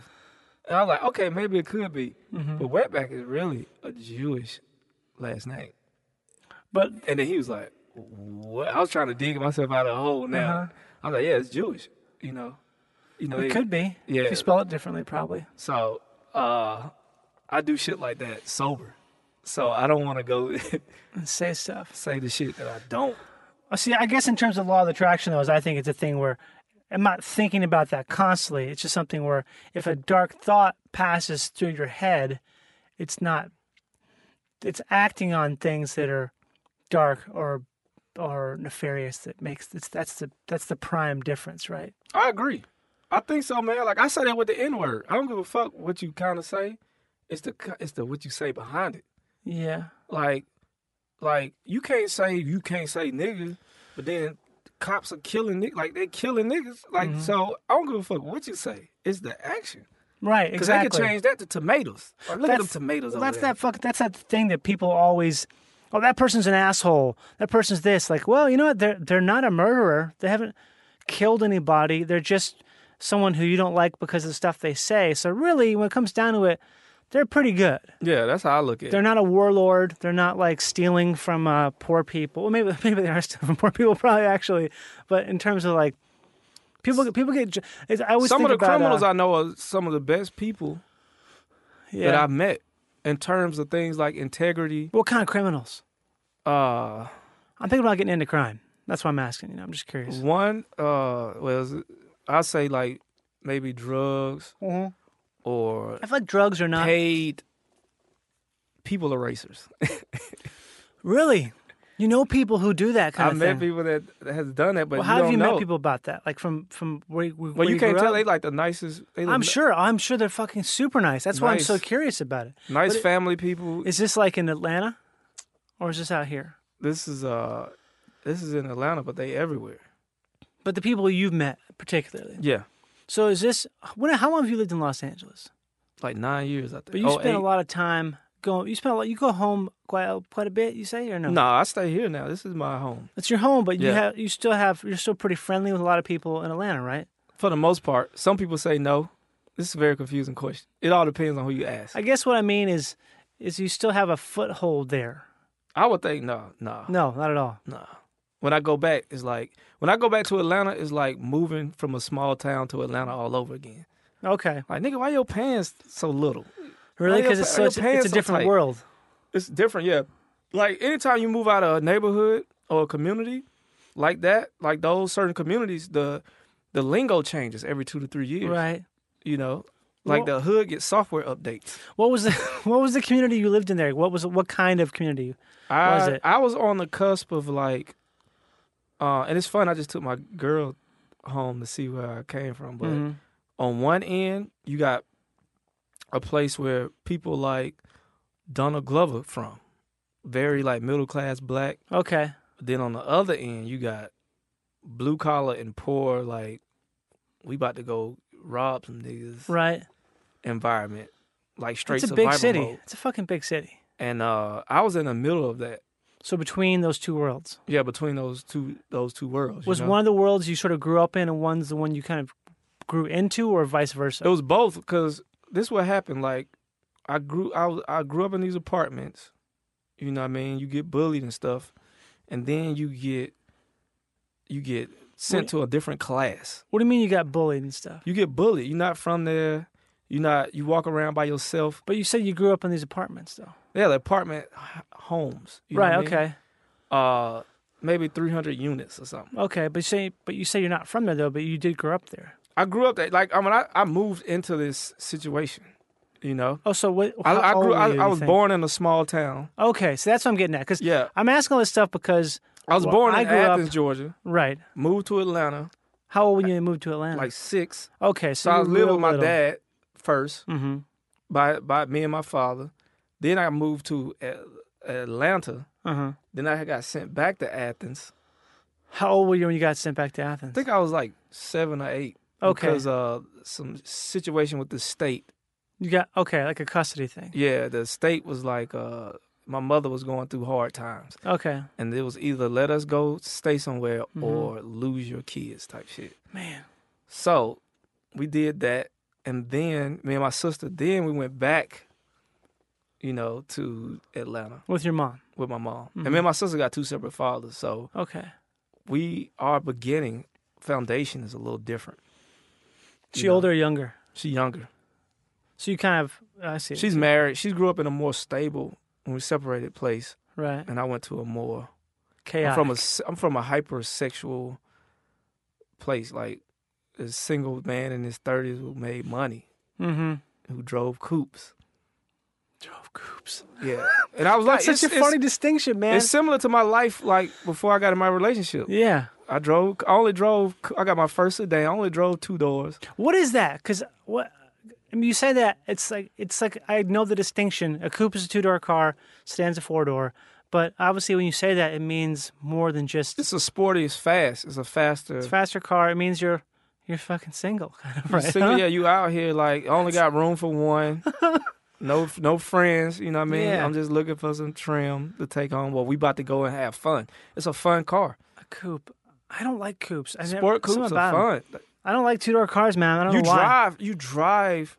[SPEAKER 1] And I was like, okay, maybe it could be. But Wetback is really a Jewish last name.
[SPEAKER 3] But
[SPEAKER 1] And then he was like, "What?" I was trying to dig myself out of a hole. Now I was like, "Yeah, it's Jewish," you know. You know,
[SPEAKER 3] Uh-huh. it
[SPEAKER 1] they-
[SPEAKER 3] could be. If
[SPEAKER 1] Yeah.
[SPEAKER 3] you spell it differently, probably.
[SPEAKER 1] So uh, I do shit like that sober. So I don't want to go *laughs*
[SPEAKER 3] And say stuff.
[SPEAKER 1] say the shit that I don't.
[SPEAKER 3] Uh, See, I guess in terms of law of attraction, though, is I think it's a thing where I'm not thinking about that constantly. It's just something where if a dark thought passes through your head, it's not. It's acting on things that are dark or or nefarious that makes it's that's the that's the prime difference, right?
[SPEAKER 1] I agree. I think so, man. Like I say that with the N word. I don't give a fuck what you kind of say. It's the co- it's the what you say behind it.
[SPEAKER 3] Yeah.
[SPEAKER 1] Like like you can't say you can't say niggas, but then cops are killing niggas. Like they killing niggas. Like
[SPEAKER 3] Mm-hmm.
[SPEAKER 1] so I don't give a fuck what you say. It's the action.
[SPEAKER 3] Right.
[SPEAKER 1] Because
[SPEAKER 3] Exactly.
[SPEAKER 1] they could change that to tomatoes. Like, look
[SPEAKER 3] That's-
[SPEAKER 1] at them tomatoes.
[SPEAKER 3] Well,
[SPEAKER 1] over
[SPEAKER 3] that's
[SPEAKER 1] there.
[SPEAKER 3] that fuck. That's that thing that people always. Oh, that person's an asshole. That person's this. Like, well, you know what? They're they're not a murderer. They haven't killed anybody. They're just someone who you don't like because of the stuff they say. So really, when it comes down to it, they're pretty good.
[SPEAKER 1] Yeah, that's how I look at
[SPEAKER 3] They're
[SPEAKER 1] it.
[SPEAKER 3] not a warlord. They're not like stealing from uh, poor people. Well, maybe *laughs* maybe they are stealing from poor people, *laughs* probably actually. But in terms of like people, people get. ju- it's- I always
[SPEAKER 1] Some of
[SPEAKER 3] think
[SPEAKER 1] the
[SPEAKER 3] about,
[SPEAKER 1] criminals
[SPEAKER 3] uh,
[SPEAKER 1] I know are some of the best people
[SPEAKER 3] yeah.
[SPEAKER 1] that I've met in terms of things like integrity.
[SPEAKER 3] what kind of criminals?
[SPEAKER 1] Uh,
[SPEAKER 3] I'm thinking about getting into crime. That's why I'm asking. You know, I'm just curious.
[SPEAKER 1] one, uh, well, I say like maybe drugs
[SPEAKER 3] Mm-hmm.
[SPEAKER 1] or
[SPEAKER 3] I feel like drugs are not
[SPEAKER 1] paid people erasers.
[SPEAKER 3] really. You know people who do that kind
[SPEAKER 1] I've
[SPEAKER 3] of
[SPEAKER 1] met
[SPEAKER 3] thing.
[SPEAKER 1] people that has done that, but
[SPEAKER 3] well, how
[SPEAKER 1] you
[SPEAKER 3] have
[SPEAKER 1] don't
[SPEAKER 3] you
[SPEAKER 1] know.
[SPEAKER 3] met people about that? Like from from where, where
[SPEAKER 1] Well,
[SPEAKER 3] where
[SPEAKER 1] you can't
[SPEAKER 3] grew
[SPEAKER 1] tell.
[SPEAKER 3] up?
[SPEAKER 1] They like the nicest. They
[SPEAKER 3] I'm
[SPEAKER 1] the
[SPEAKER 3] sure. I'm sure they're fucking super nice. That's why I'm so
[SPEAKER 1] Nice.
[SPEAKER 3] curious about it.
[SPEAKER 1] nice family people.
[SPEAKER 3] Is this like in Atlanta, or is this out here?
[SPEAKER 1] This is uh, this is in Atlanta, but they everywhere.
[SPEAKER 3] But the people you've met particularly.
[SPEAKER 1] Yeah.
[SPEAKER 3] So is this? When? How long have you lived in Los Angeles?
[SPEAKER 1] like nine years. I think.
[SPEAKER 3] But you
[SPEAKER 1] Oh,
[SPEAKER 3] spend a
[SPEAKER 1] eight.
[SPEAKER 3] lot of time going. You spend a lot. You go home quite quite a bit. You say or no?
[SPEAKER 1] No, I stay here now. This is my home
[SPEAKER 3] it's your home, but you
[SPEAKER 1] Yeah.
[SPEAKER 3] have you still have you're still pretty friendly with a lot of people in Atlanta, right?
[SPEAKER 1] for the most part. Some people say no. This is a very confusing question. It all depends on who you ask.
[SPEAKER 3] I
[SPEAKER 1] I,
[SPEAKER 3] guess what I mean is is you still have a foothold there.
[SPEAKER 1] would think no, no,
[SPEAKER 3] No, not at all.
[SPEAKER 1] no. When I go back, it's like when I go back to Atlanta, it's like moving from a small town to Atlanta all over again.
[SPEAKER 3] Okay,
[SPEAKER 1] Like nigga, why your pants so little?
[SPEAKER 3] really?
[SPEAKER 1] your
[SPEAKER 3] Because it's
[SPEAKER 1] pa- your
[SPEAKER 3] such it's
[SPEAKER 1] pants
[SPEAKER 3] a
[SPEAKER 1] so
[SPEAKER 3] different
[SPEAKER 1] tight.
[SPEAKER 3] world.
[SPEAKER 1] It's different, yeah. Like anytime you move out of a neighborhood or a community like that, like those certain communities, the the lingo changes every two to three years.
[SPEAKER 3] Right.
[SPEAKER 1] You know, like
[SPEAKER 3] Well-
[SPEAKER 1] the hood gets software updates.
[SPEAKER 3] What was the *laughs* what was the community you lived in there? What was what kind of community?
[SPEAKER 1] I,
[SPEAKER 3] Was it?
[SPEAKER 1] I was on the cusp of like, uh, and it's fun. I just took my girl home to see where I came from. But
[SPEAKER 3] Mhm.
[SPEAKER 1] on one end, you got a place where people like Donald Glover from, very like middle class black.
[SPEAKER 3] Okay.
[SPEAKER 1] Then on the other end, you got blue collar and poor, like we about to go rob some niggas
[SPEAKER 3] Right.
[SPEAKER 1] environment, like straight
[SPEAKER 3] It's a
[SPEAKER 1] survival
[SPEAKER 3] big city.
[SPEAKER 1] mode.
[SPEAKER 3] It's a fucking big city.
[SPEAKER 1] And uh, I was in the middle of that.
[SPEAKER 3] So between those two worlds,
[SPEAKER 1] Yeah, between those two those two worlds. you
[SPEAKER 3] was
[SPEAKER 1] know?
[SPEAKER 3] one of the worlds you sort of grew up in, and one's the one you kind of grew into, or vice versa.
[SPEAKER 1] It was both because this what happened. Like I grew I was- I grew up in these apartments. You know what I mean? You get bullied and stuff, and then you get you get sent to a different class.
[SPEAKER 3] what do you mean you got bullied and stuff?
[SPEAKER 1] You get bullied. You're not from there. You're not. You walk around by yourself.
[SPEAKER 3] But you said you grew up in these apartments, though.
[SPEAKER 1] Yeah, the apartment h- homes. you know
[SPEAKER 3] right.
[SPEAKER 1] what I mean?
[SPEAKER 3] Okay.
[SPEAKER 1] Uh, maybe 300 units or something.
[SPEAKER 3] Okay. But you say, but you say you're not from there though. But you did grow up there.
[SPEAKER 1] I grew up that like I mean I, I moved into this situation. You know,
[SPEAKER 3] Oh, so what?
[SPEAKER 1] I,
[SPEAKER 3] how
[SPEAKER 1] I
[SPEAKER 3] old
[SPEAKER 1] grew.
[SPEAKER 3] were
[SPEAKER 1] I,
[SPEAKER 3] you,
[SPEAKER 1] I
[SPEAKER 3] you
[SPEAKER 1] was
[SPEAKER 3] think?
[SPEAKER 1] born in a small town.
[SPEAKER 3] Okay. So that's what I'm getting at. Because
[SPEAKER 1] Yeah.
[SPEAKER 3] I'm asking all this stuff because
[SPEAKER 1] I was
[SPEAKER 3] Well,
[SPEAKER 1] born
[SPEAKER 3] I
[SPEAKER 1] in
[SPEAKER 3] grew up-
[SPEAKER 1] Athens, Georgia.
[SPEAKER 3] right.
[SPEAKER 1] Moved to Atlanta,
[SPEAKER 3] How old when you moved to Atlanta?
[SPEAKER 1] like six.
[SPEAKER 3] okay. So,
[SPEAKER 1] So I
[SPEAKER 3] you were
[SPEAKER 1] lived
[SPEAKER 3] real
[SPEAKER 1] with my
[SPEAKER 3] little.
[SPEAKER 1] dad first,
[SPEAKER 3] Mm-hmm.
[SPEAKER 1] by by me and my father. Then I moved to A- Atlanta.
[SPEAKER 3] Uh huh.
[SPEAKER 1] Then I got sent back to Athens.
[SPEAKER 3] How old were you when you got sent back to Athens?
[SPEAKER 1] I think I was like seven or eight.
[SPEAKER 3] Okay.
[SPEAKER 1] Because uh, some situation with the state.
[SPEAKER 3] you got okay, like a custody thing.
[SPEAKER 1] Yeah, the state was like, uh, my mother was going through hard times,
[SPEAKER 3] Okay,
[SPEAKER 1] and it was either let us go stay somewhere
[SPEAKER 3] Mhm.
[SPEAKER 1] or lose your kids type shit.
[SPEAKER 3] man.
[SPEAKER 1] So we did that, and then me and my sister. Then we went back, you know, to Atlanta
[SPEAKER 3] With your mom.
[SPEAKER 1] with my mom.
[SPEAKER 3] Mhm.
[SPEAKER 1] And me and my sister got two separate fathers, so
[SPEAKER 3] Okay.
[SPEAKER 1] we our beginning foundation is a little different.
[SPEAKER 3] She
[SPEAKER 1] You know.
[SPEAKER 3] older or younger?
[SPEAKER 1] She younger.
[SPEAKER 3] So you kind of I see.
[SPEAKER 1] She's married. She grew up in a more stable when we separated place,
[SPEAKER 3] right.
[SPEAKER 1] and I went to a more. I'm
[SPEAKER 3] Chaos.
[SPEAKER 1] from a s- I'm from a hypersexual place. Like a single man in his 30s who made money,
[SPEAKER 3] mm-hmm.
[SPEAKER 1] who drove coupes.
[SPEAKER 3] Drove coops.
[SPEAKER 1] Yeah, and I was like,
[SPEAKER 3] *laughs* That's
[SPEAKER 1] it's,
[SPEAKER 3] such a
[SPEAKER 1] it's-
[SPEAKER 3] funny distinction, man.
[SPEAKER 1] It's similar to my life, like before I got in my relationship.
[SPEAKER 3] yeah.
[SPEAKER 1] I drove. I only drove. I got my first sedan. I only drove two doors.
[SPEAKER 3] What is that? Because what I mean, you say that it's like it's like I know the distinction. A coupe is a two door car, stands a four door. But obviously, when you say that, it means more than just
[SPEAKER 1] It's a sporty. It's fast. It's a faster.
[SPEAKER 3] it's a faster car. It means you're you're fucking single, *laughs* kind of
[SPEAKER 1] You *laughs*
[SPEAKER 3] right?
[SPEAKER 1] single- yeah, you out here like I only got room for one. No, no friends. You know what I mean.
[SPEAKER 3] Yeah.
[SPEAKER 1] I'm just looking for some trim to take home. Well, we about to go and have fun. It's a fun car.
[SPEAKER 3] A coupe. I don't like coupes. I never,
[SPEAKER 1] Sport
[SPEAKER 3] something
[SPEAKER 1] coupes are
[SPEAKER 3] about 'em.
[SPEAKER 1] fun.
[SPEAKER 3] I don't like two door cars, man. I don't
[SPEAKER 1] You
[SPEAKER 3] know why.
[SPEAKER 1] drive. You drive.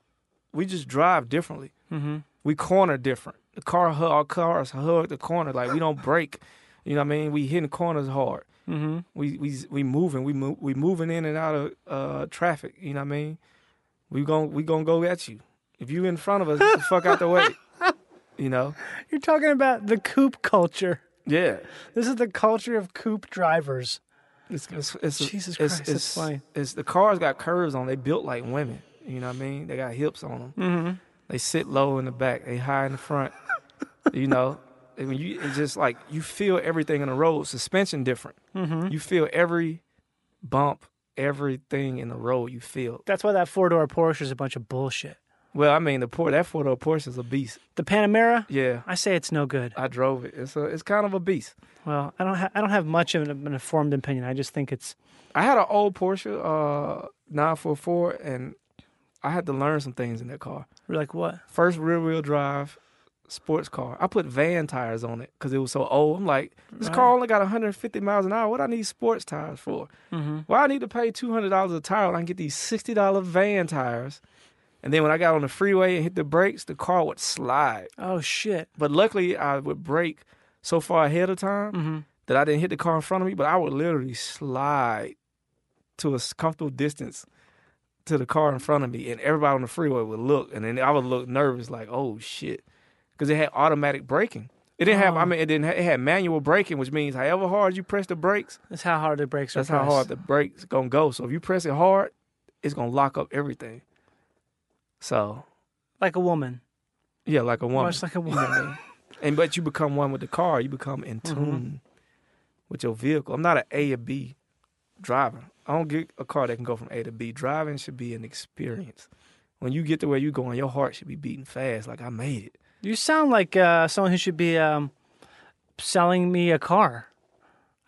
[SPEAKER 1] We just drive differently.
[SPEAKER 3] Mm-hmm.
[SPEAKER 1] we corner different. The car hug, our cars hug the corner like we don't break. You know what I mean? We hitting corners hard.
[SPEAKER 3] Mm-hmm.
[SPEAKER 1] We we we moving. We move, we moving in and out of uh, traffic. You know what I mean? We gon' we gonna go at you. If you in front of us, get the fuck out the
[SPEAKER 3] *laughs*
[SPEAKER 1] way. You know?
[SPEAKER 3] You're talking about the coupe culture.
[SPEAKER 1] Yeah.
[SPEAKER 3] This is the culture of coupe drivers.
[SPEAKER 1] It's, it's, it's,
[SPEAKER 3] Jesus
[SPEAKER 1] it's,
[SPEAKER 3] Christ, that's
[SPEAKER 1] it's-
[SPEAKER 3] funny.
[SPEAKER 1] it's- the cars got curves on. 'em. They built like women. You know what I mean? They got hips on them.
[SPEAKER 3] Mhm.
[SPEAKER 1] They sit low in the back. They high in the
[SPEAKER 3] *laughs*
[SPEAKER 1] front. you know, And when you it's just like you feel everything in the road. Suspension different.
[SPEAKER 3] Mm-hmm.
[SPEAKER 1] You feel every bump, everything in the road. You feel.
[SPEAKER 3] That's why that four door Porsche is a bunch of bullshit.
[SPEAKER 1] Well, I mean, the port that four door Porsche is a beast.
[SPEAKER 3] The Panamera,
[SPEAKER 1] Yeah,
[SPEAKER 3] I say it's no good.
[SPEAKER 1] I drove it. It's a it's kind of a beast.
[SPEAKER 3] Well, I don't ha- I don't have much of an, an informed opinion. I just think it's
[SPEAKER 1] I had an old Porsche uh 944, and I had to learn some things in that car.
[SPEAKER 3] We're like, what?
[SPEAKER 1] First rear wheel drive sports car. I put van tires on it because it was so old. I'm like, this car only got 150 miles an hour. What I need sports tires for? Why I need to pay $200 a tire when I can get these $60 van tires? And then when I got on the freeway and hit the brakes, the car would slide.
[SPEAKER 3] Oh shit.
[SPEAKER 1] But luckily, I would brake so far ahead of time that I didn't hit the car in front of me. But I would literally slide to a s- comfortable distance to the car in front of me, and everybody on the freeway would look, and then I would look nervous, like, "Oh shit," because it had automatic braking. It didn't have. I mean, it didn't. Ha- it had manual braking, which means however hard you press the brakes,
[SPEAKER 3] That's how hard the brakes are.
[SPEAKER 1] that's how
[SPEAKER 3] pressed.
[SPEAKER 1] hard the brakes gonna go. So if you press it hard, it's gonna lock up everything. So
[SPEAKER 3] like a woman.
[SPEAKER 1] yeah, like a woman.
[SPEAKER 3] Much like a woman.
[SPEAKER 1] And but you become one with the car. You become in tune with your vehicle. I'm not an A or B driver. I don't get a car that can go from A to B. Driving should be an experience. When you get to where you're going, your heart should be beating fast, like I made it.
[SPEAKER 3] *laughs* You sound like uh, someone who should be um, selling me a car.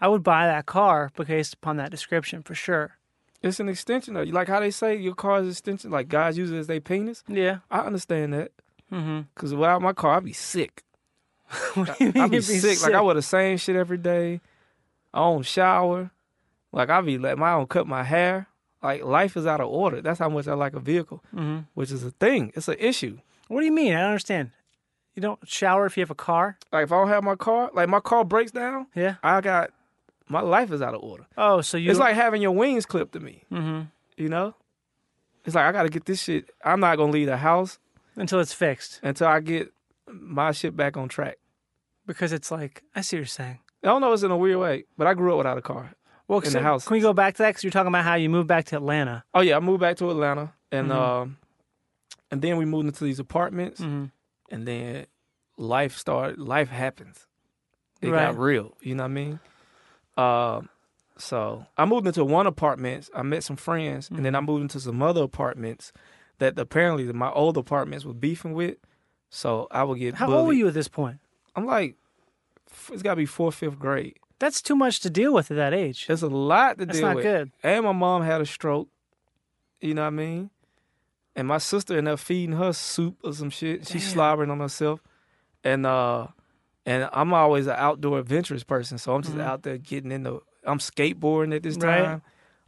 [SPEAKER 3] I would buy that car based upon that description for sure.
[SPEAKER 1] It's an extension of you. Like how they say your car is an extension, like guys use it as their penis.
[SPEAKER 3] Yeah.
[SPEAKER 1] I understand that. Because without my car, I'd be sick.
[SPEAKER 3] *laughs* What do you
[SPEAKER 1] *laughs*
[SPEAKER 3] mean
[SPEAKER 1] I'd be,
[SPEAKER 3] you'd
[SPEAKER 1] sick. Like I wear the same shit every day. I don't shower. Like I be like, I don't cut my hair. Like life is out of order. That's how much I like a vehicle, which is a thing. It's an issue.
[SPEAKER 3] What do you mean? I don't understand. You don't shower if you have a car?
[SPEAKER 1] Like if I don't have my car, like my car breaks down,
[SPEAKER 3] Yeah.
[SPEAKER 1] I got my life is out of order.
[SPEAKER 3] Oh, so you
[SPEAKER 1] it's
[SPEAKER 3] don't-
[SPEAKER 1] like having your wings clipped to me. Mm-hmm. You know, it's like I got to get this shit. I'm not gonna leave the house
[SPEAKER 3] until it's fixed
[SPEAKER 1] until I get my shit back on track.
[SPEAKER 3] because it's like I see what you're saying.
[SPEAKER 1] I don't know. It's in a weird way, but I grew up without a car.
[SPEAKER 3] Well,
[SPEAKER 1] the
[SPEAKER 3] so
[SPEAKER 1] house.
[SPEAKER 3] Can we go back to that? Because you're talking about how you moved back to Atlanta.
[SPEAKER 1] Oh yeah, I moved back to Atlanta, and
[SPEAKER 3] Mm-hmm.
[SPEAKER 1] um, and then we moved into these apartments,
[SPEAKER 3] Mm-hmm.
[SPEAKER 1] and then life started. Life happens. It
[SPEAKER 3] Right.
[SPEAKER 1] got real. You know what I mean? Um, so I moved into one apartment. I met some friends, and
[SPEAKER 3] Mm-hmm.
[SPEAKER 1] then I moved into some other apartments that apparently my old apartments were beefing with. So I would get.
[SPEAKER 3] How
[SPEAKER 1] bullied.
[SPEAKER 3] old were you at this point?
[SPEAKER 1] I'm like, f- it's got to be fourth, fifth grade.
[SPEAKER 3] That's too much to deal with at that age.
[SPEAKER 1] It's a lot to
[SPEAKER 3] That's
[SPEAKER 1] deal
[SPEAKER 3] not
[SPEAKER 1] with.
[SPEAKER 3] good.
[SPEAKER 1] And my mom had a stroke. You know what I mean? And my sister ended up feeding her soup or some shit. She's slobbering on herself. And uh and I'm always an outdoor adventurous person, so I'm just out there getting in the I'm skateboarding at this
[SPEAKER 3] Mm-hmm. Right.
[SPEAKER 1] time.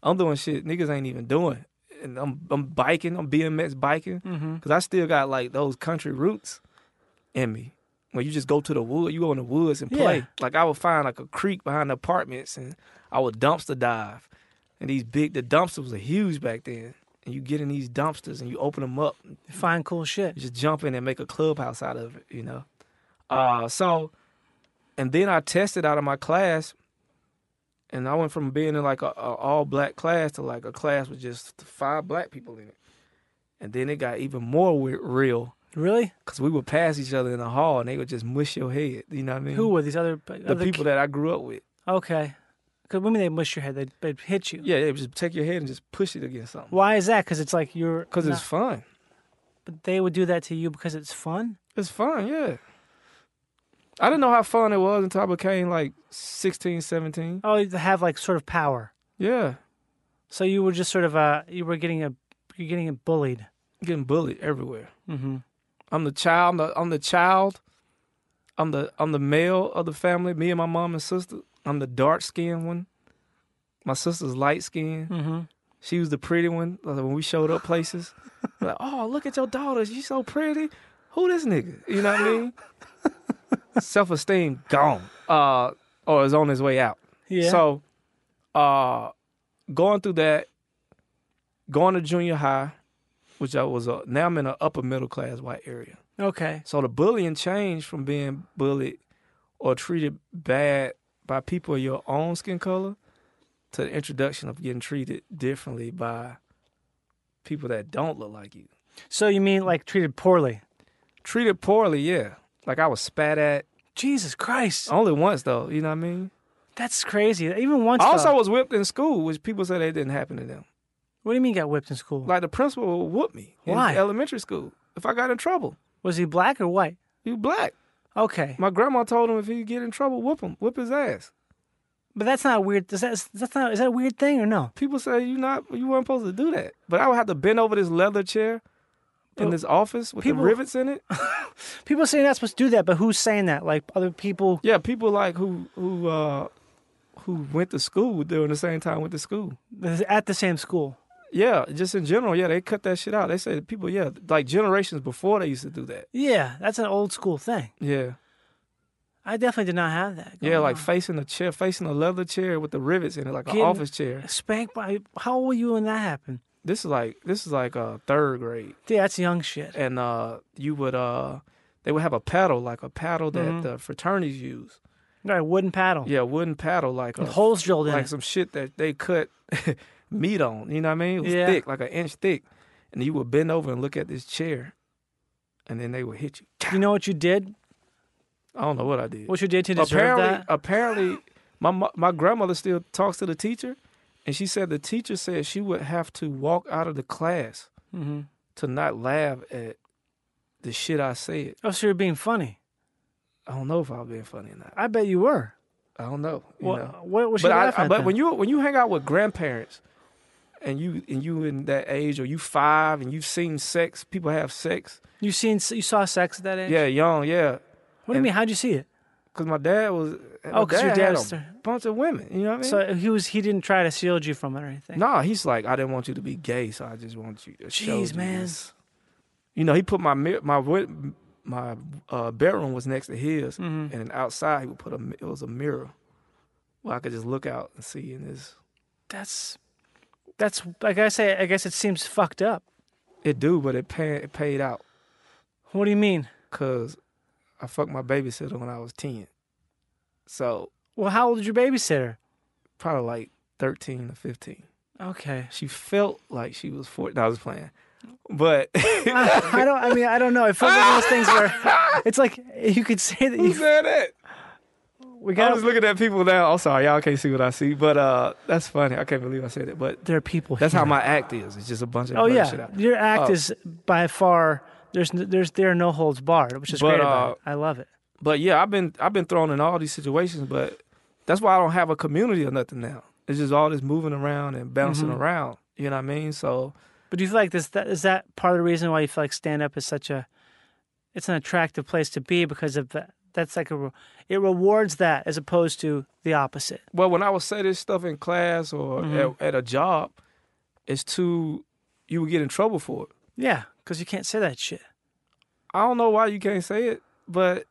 [SPEAKER 1] I'm doing shit niggas ain't even doing. And I'm I'm biking, I'm BMX biking.
[SPEAKER 3] Mm-hmm.
[SPEAKER 1] Cause I still got like those country roots in me. When you just go to the wood, you go in the woods and play.
[SPEAKER 3] Yeah.
[SPEAKER 1] Like I would find like a creek behind the apartments and I would dumpster dive. And these big the dumpsters were huge back then. And you get in these dumpsters and you open them up and
[SPEAKER 3] Find cool shit.
[SPEAKER 1] you just jump in and make a clubhouse out of it, you know. Uh so and then I tested out of my class and I went from being in like a, a all black class to like a class with just five black people in it. And then it got even more weird, real
[SPEAKER 3] Really?
[SPEAKER 1] because we would pass each other in the hall and they would just mush your head. You know what I mean?
[SPEAKER 3] Who were these other,
[SPEAKER 1] the
[SPEAKER 3] other
[SPEAKER 1] people that I grew up with?
[SPEAKER 3] Okay. Because women, they mush your head, they'd, they'd hit you.
[SPEAKER 1] Yeah, they would just take your head and just push it against something
[SPEAKER 3] Why is that? Because it's like you're.
[SPEAKER 1] because
[SPEAKER 3] not-
[SPEAKER 1] it's fun.
[SPEAKER 3] But they would do that to you because it's fun.
[SPEAKER 1] It's fun, yeah. I didn't know how fun it was until I became like 16, 17.
[SPEAKER 3] Oh, to have like sort of power.
[SPEAKER 1] Yeah,
[SPEAKER 3] So you were just sort of uh, you were getting a, you're getting bullied.
[SPEAKER 1] getting bullied everywhere.
[SPEAKER 3] Mm-hmm.
[SPEAKER 1] I'm the child. I'm the, I'm the child. I'm the I'm the male of the family. Me and my mom and sister. I'm the dark skinned one. My sister's light skinned.
[SPEAKER 3] Mm-hmm.
[SPEAKER 1] She was the pretty one. Like, when we showed up
[SPEAKER 3] *laughs*
[SPEAKER 1] places, we're like, oh, look at your daughter. She's so pretty. Who this nigga? You know what I
[SPEAKER 3] *laughs*
[SPEAKER 1] mean? Self esteem gone. Uh, or is on his way out.
[SPEAKER 3] Yeah.
[SPEAKER 1] So, uh, going through that, going to junior high, which I was a, now I'm in an upper middle class white area.
[SPEAKER 3] okay.
[SPEAKER 1] So the bullying changed from being bullied or treated bad by people of your own skin color to the introduction of getting treated differently by people that don't look like you.
[SPEAKER 3] So you mean like treated poorly?
[SPEAKER 1] Treated poorly, yeah. Like I was spat at
[SPEAKER 3] Jesus Christ,
[SPEAKER 1] only once though, you know what I mean?
[SPEAKER 3] that's crazy. Even once. uh,
[SPEAKER 1] I also
[SPEAKER 3] though-
[SPEAKER 1] was whipped in school, which people say that didn't happen to them.
[SPEAKER 3] what do you mean got whipped in school?
[SPEAKER 1] Like the principal would whoop me
[SPEAKER 3] Why?
[SPEAKER 1] in elementary school if I got in trouble.
[SPEAKER 3] was he black or white?
[SPEAKER 1] You black.
[SPEAKER 3] Okay,
[SPEAKER 1] My grandma told him if he get in trouble, whoop him, whip his ass.
[SPEAKER 3] but that's not weird. Does that that's not is that a weird thing or no?
[SPEAKER 1] people say you not you weren't supposed to do that. But I would have to bend over this leather chair in this office with
[SPEAKER 3] people-
[SPEAKER 1] the rivets in it?
[SPEAKER 3] People say you're not supposed to do that, but who's saying that? Like other people.
[SPEAKER 1] Yeah, people like who who uh who went to school during the same time went to school.
[SPEAKER 3] at the same school.
[SPEAKER 1] Yeah, just in general, yeah, they cut that shit out. They say that people, yeah, like generations before they used to do that.
[SPEAKER 3] Yeah, that's an old school thing.
[SPEAKER 1] Yeah.
[SPEAKER 3] I definitely did not have that.
[SPEAKER 1] Yeah,
[SPEAKER 3] going
[SPEAKER 1] like
[SPEAKER 3] on.
[SPEAKER 1] facing a chair, facing a leather chair with the rivets in it, like
[SPEAKER 3] Oh, Getting-
[SPEAKER 1] an office chair.
[SPEAKER 3] spanked by. How old were you when that happened?
[SPEAKER 1] This is like this is like uh third grade.
[SPEAKER 3] Yeah, that's young shit.
[SPEAKER 1] And uh you would uh they would have a paddle, like a paddle that
[SPEAKER 3] Mm-hmm.
[SPEAKER 1] the fraternities use.
[SPEAKER 3] Right, wooden paddle.
[SPEAKER 1] Yeah, wooden paddle like a
[SPEAKER 3] With holes drilled in
[SPEAKER 1] like
[SPEAKER 3] it.
[SPEAKER 1] some shit that they cut *laughs* meat on. You know what I mean? It was
[SPEAKER 3] Yeah.
[SPEAKER 1] thick, like an inch thick. And you would bend over and look at this chair, and then they would hit you.
[SPEAKER 3] You know what you did?
[SPEAKER 1] I don't know what I did.
[SPEAKER 3] What you did to deserve
[SPEAKER 1] apparently, uh,
[SPEAKER 3] that?
[SPEAKER 1] apparently, my mo- my grandmother still talks to the teacher, and she said the teacher said she would have to walk out of the class
[SPEAKER 3] Mhm.
[SPEAKER 1] to not laugh at the shit I said.
[SPEAKER 3] Oh, so you're being funny.
[SPEAKER 1] I don't know if I was being funny or not.
[SPEAKER 3] I bet you were.
[SPEAKER 1] I don't know. You
[SPEAKER 3] What,
[SPEAKER 1] know.
[SPEAKER 3] what was she
[SPEAKER 1] but I,
[SPEAKER 3] laughing
[SPEAKER 1] I-
[SPEAKER 3] at?
[SPEAKER 1] but
[SPEAKER 3] then?
[SPEAKER 1] when you when you hang out with grandparents and you and you in that age or you five and you've seen sex, people have sex.
[SPEAKER 3] you seen you saw sex at that age?
[SPEAKER 1] Yeah, young, yeah.
[SPEAKER 3] What do you mean? How'd you see it?
[SPEAKER 1] Cause my dad was. my
[SPEAKER 3] Oh, 'cause your dad
[SPEAKER 1] had
[SPEAKER 3] was
[SPEAKER 1] a
[SPEAKER 3] there.
[SPEAKER 1] bunch of women. You know what I mean?
[SPEAKER 3] So he was he didn't try to shield you from it or anything.
[SPEAKER 1] nah, he's like, I didn't want you to be gay, so I just want you. To show
[SPEAKER 3] Jeez,
[SPEAKER 1] you
[SPEAKER 3] man.
[SPEAKER 1] this." You know, he put my mir- my wi- my uh, bedroom was next to his,
[SPEAKER 3] Mm-hmm.
[SPEAKER 1] and outside he would put a mi- it was a mirror where I could just look out and see in this.
[SPEAKER 3] That's that's like I say. I guess it seems fucked up.
[SPEAKER 1] It do, but it, pay, it paid out.
[SPEAKER 3] What do you mean?
[SPEAKER 1] because I fucked my babysitter when I was 10. So
[SPEAKER 3] Well, how old is your babysitter?
[SPEAKER 1] probably like 13 or 15.
[SPEAKER 3] Okay.
[SPEAKER 1] She felt like she was 14. I was playing. But *laughs* who
[SPEAKER 3] I don't. I mean, I don't know. It feels like one of those
[SPEAKER 1] *laughs*
[SPEAKER 3] things where it's like you could say that you.
[SPEAKER 1] said that?
[SPEAKER 3] We
[SPEAKER 1] I
[SPEAKER 3] got.
[SPEAKER 1] was looking at people now. I'm sorry, y'all can't see what I see. But uh, that's funny. I can't believe I said it. But
[SPEAKER 3] there are people.
[SPEAKER 1] that's
[SPEAKER 3] here.
[SPEAKER 1] how my act is. It's just a bunch of
[SPEAKER 3] Oh
[SPEAKER 1] blur
[SPEAKER 3] yeah,
[SPEAKER 1] shit out.
[SPEAKER 3] your act
[SPEAKER 1] Oh.
[SPEAKER 3] is by far. There's n- there's there are no holds barred, which is
[SPEAKER 1] But,
[SPEAKER 3] great. about
[SPEAKER 1] uh,
[SPEAKER 3] it. I love it.
[SPEAKER 1] But yeah, I've been I've been thrown in all these situations, but that's why I don't have a community or nothing now. It's just all this moving around and bouncing
[SPEAKER 3] Mm-hmm.
[SPEAKER 1] around. You know what I mean? So
[SPEAKER 3] But do you feel like this? That, is that part of the reason why you feel like stand up is such a? It's an attractive place to be because of that. That's like a. re- It rewards that as opposed to the opposite.
[SPEAKER 1] well, when I would say this stuff in class or
[SPEAKER 3] Mm-hmm.
[SPEAKER 1] at, at a job, it's too you would get in trouble for it.
[SPEAKER 3] Yeah, because you can't say that shit.
[SPEAKER 1] I don't know why you can't say it, but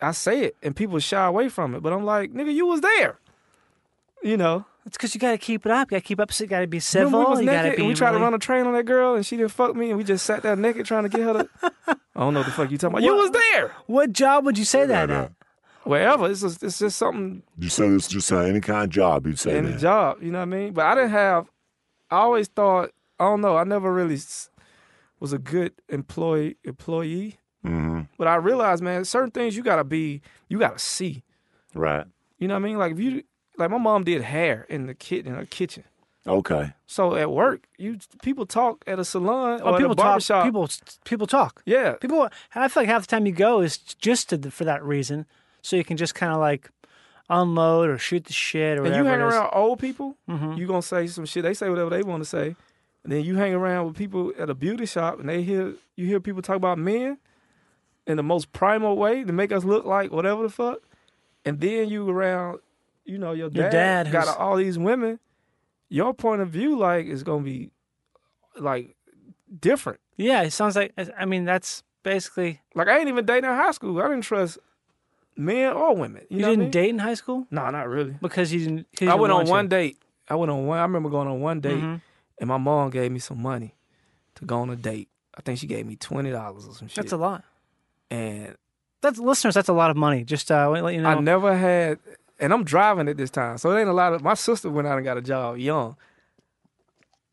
[SPEAKER 1] I say it and people shy away from it. But I'm like, nigga, you was there. You know,
[SPEAKER 3] It's because you got to keep it up. You got to keep up. You got to be
[SPEAKER 1] Remember
[SPEAKER 3] civil.
[SPEAKER 1] we was
[SPEAKER 3] you got
[SPEAKER 1] naked
[SPEAKER 3] to be.
[SPEAKER 1] and we tried
[SPEAKER 3] really-
[SPEAKER 1] to run a train on that girl and she didn't fuck me and we just sat there naked trying to get
[SPEAKER 3] *laughs*
[SPEAKER 1] her to. I don't know what the fuck you talking about. You was there.
[SPEAKER 3] What job would you say that
[SPEAKER 4] Right, uh,
[SPEAKER 3] at?
[SPEAKER 1] Wherever it's just, it's just something
[SPEAKER 4] You said this just uh, any kind of job. You'd say
[SPEAKER 1] in the
[SPEAKER 4] that.
[SPEAKER 1] job. You know what I mean? But I didn't have. I always thought I don't know. I never really s- was a good employee employee.
[SPEAKER 4] Mhm.
[SPEAKER 1] But I realized, man, certain things you gotta be, you gotta see.
[SPEAKER 4] Right.
[SPEAKER 1] You know what I mean? Like if you, like my mom did hair in the kit in her kitchen.
[SPEAKER 4] Okay.
[SPEAKER 1] So at work, you people talk at a salon or
[SPEAKER 3] Oh,
[SPEAKER 1] at
[SPEAKER 3] people
[SPEAKER 1] a barber
[SPEAKER 3] talk.
[SPEAKER 1] shop.
[SPEAKER 3] People people talk.
[SPEAKER 1] yeah,
[SPEAKER 3] People, I feel like half the time you go is just to the, for that reason, so you can just kind of like unload or shoot the shit or
[SPEAKER 1] and
[SPEAKER 3] whatever.
[SPEAKER 1] you hang
[SPEAKER 3] it is. Mm-hmm.
[SPEAKER 1] around old people, you gonna say some shit. They say whatever they want to say, and then you hang around with people at a beauty shop, and they hear you hear people talk about men in the most primal way to make us look like whatever the fuck, and then you around, you know, your
[SPEAKER 3] Your
[SPEAKER 1] dad,
[SPEAKER 3] dad
[SPEAKER 1] got
[SPEAKER 3] who's-
[SPEAKER 1] all these women. Your point of view, like, is gonna be like different.
[SPEAKER 3] Yeah, it sounds like. I mean, that's basically.
[SPEAKER 1] Like, I ain't even dating in high school. I didn't trust men or women. You,
[SPEAKER 3] You,
[SPEAKER 1] know
[SPEAKER 3] didn't
[SPEAKER 1] what I mean?
[SPEAKER 3] date in high school
[SPEAKER 1] No, not really.
[SPEAKER 3] because you didn't. 'cause you Mm-hmm.
[SPEAKER 1] I
[SPEAKER 3] didn't
[SPEAKER 1] went on
[SPEAKER 3] want
[SPEAKER 1] one
[SPEAKER 3] to.
[SPEAKER 1] date. I went on one. I remember going on one date, and my mom gave me some money to go on a date. I think she gave me twenty dollars or some shit.
[SPEAKER 3] That's a lot.
[SPEAKER 1] and
[SPEAKER 3] That's listeners. That's a lot of money. Just uh, wanna let you know.
[SPEAKER 1] I never had. And I'm driving at this time, so it ain't a lot of. My sister went out and got a job young.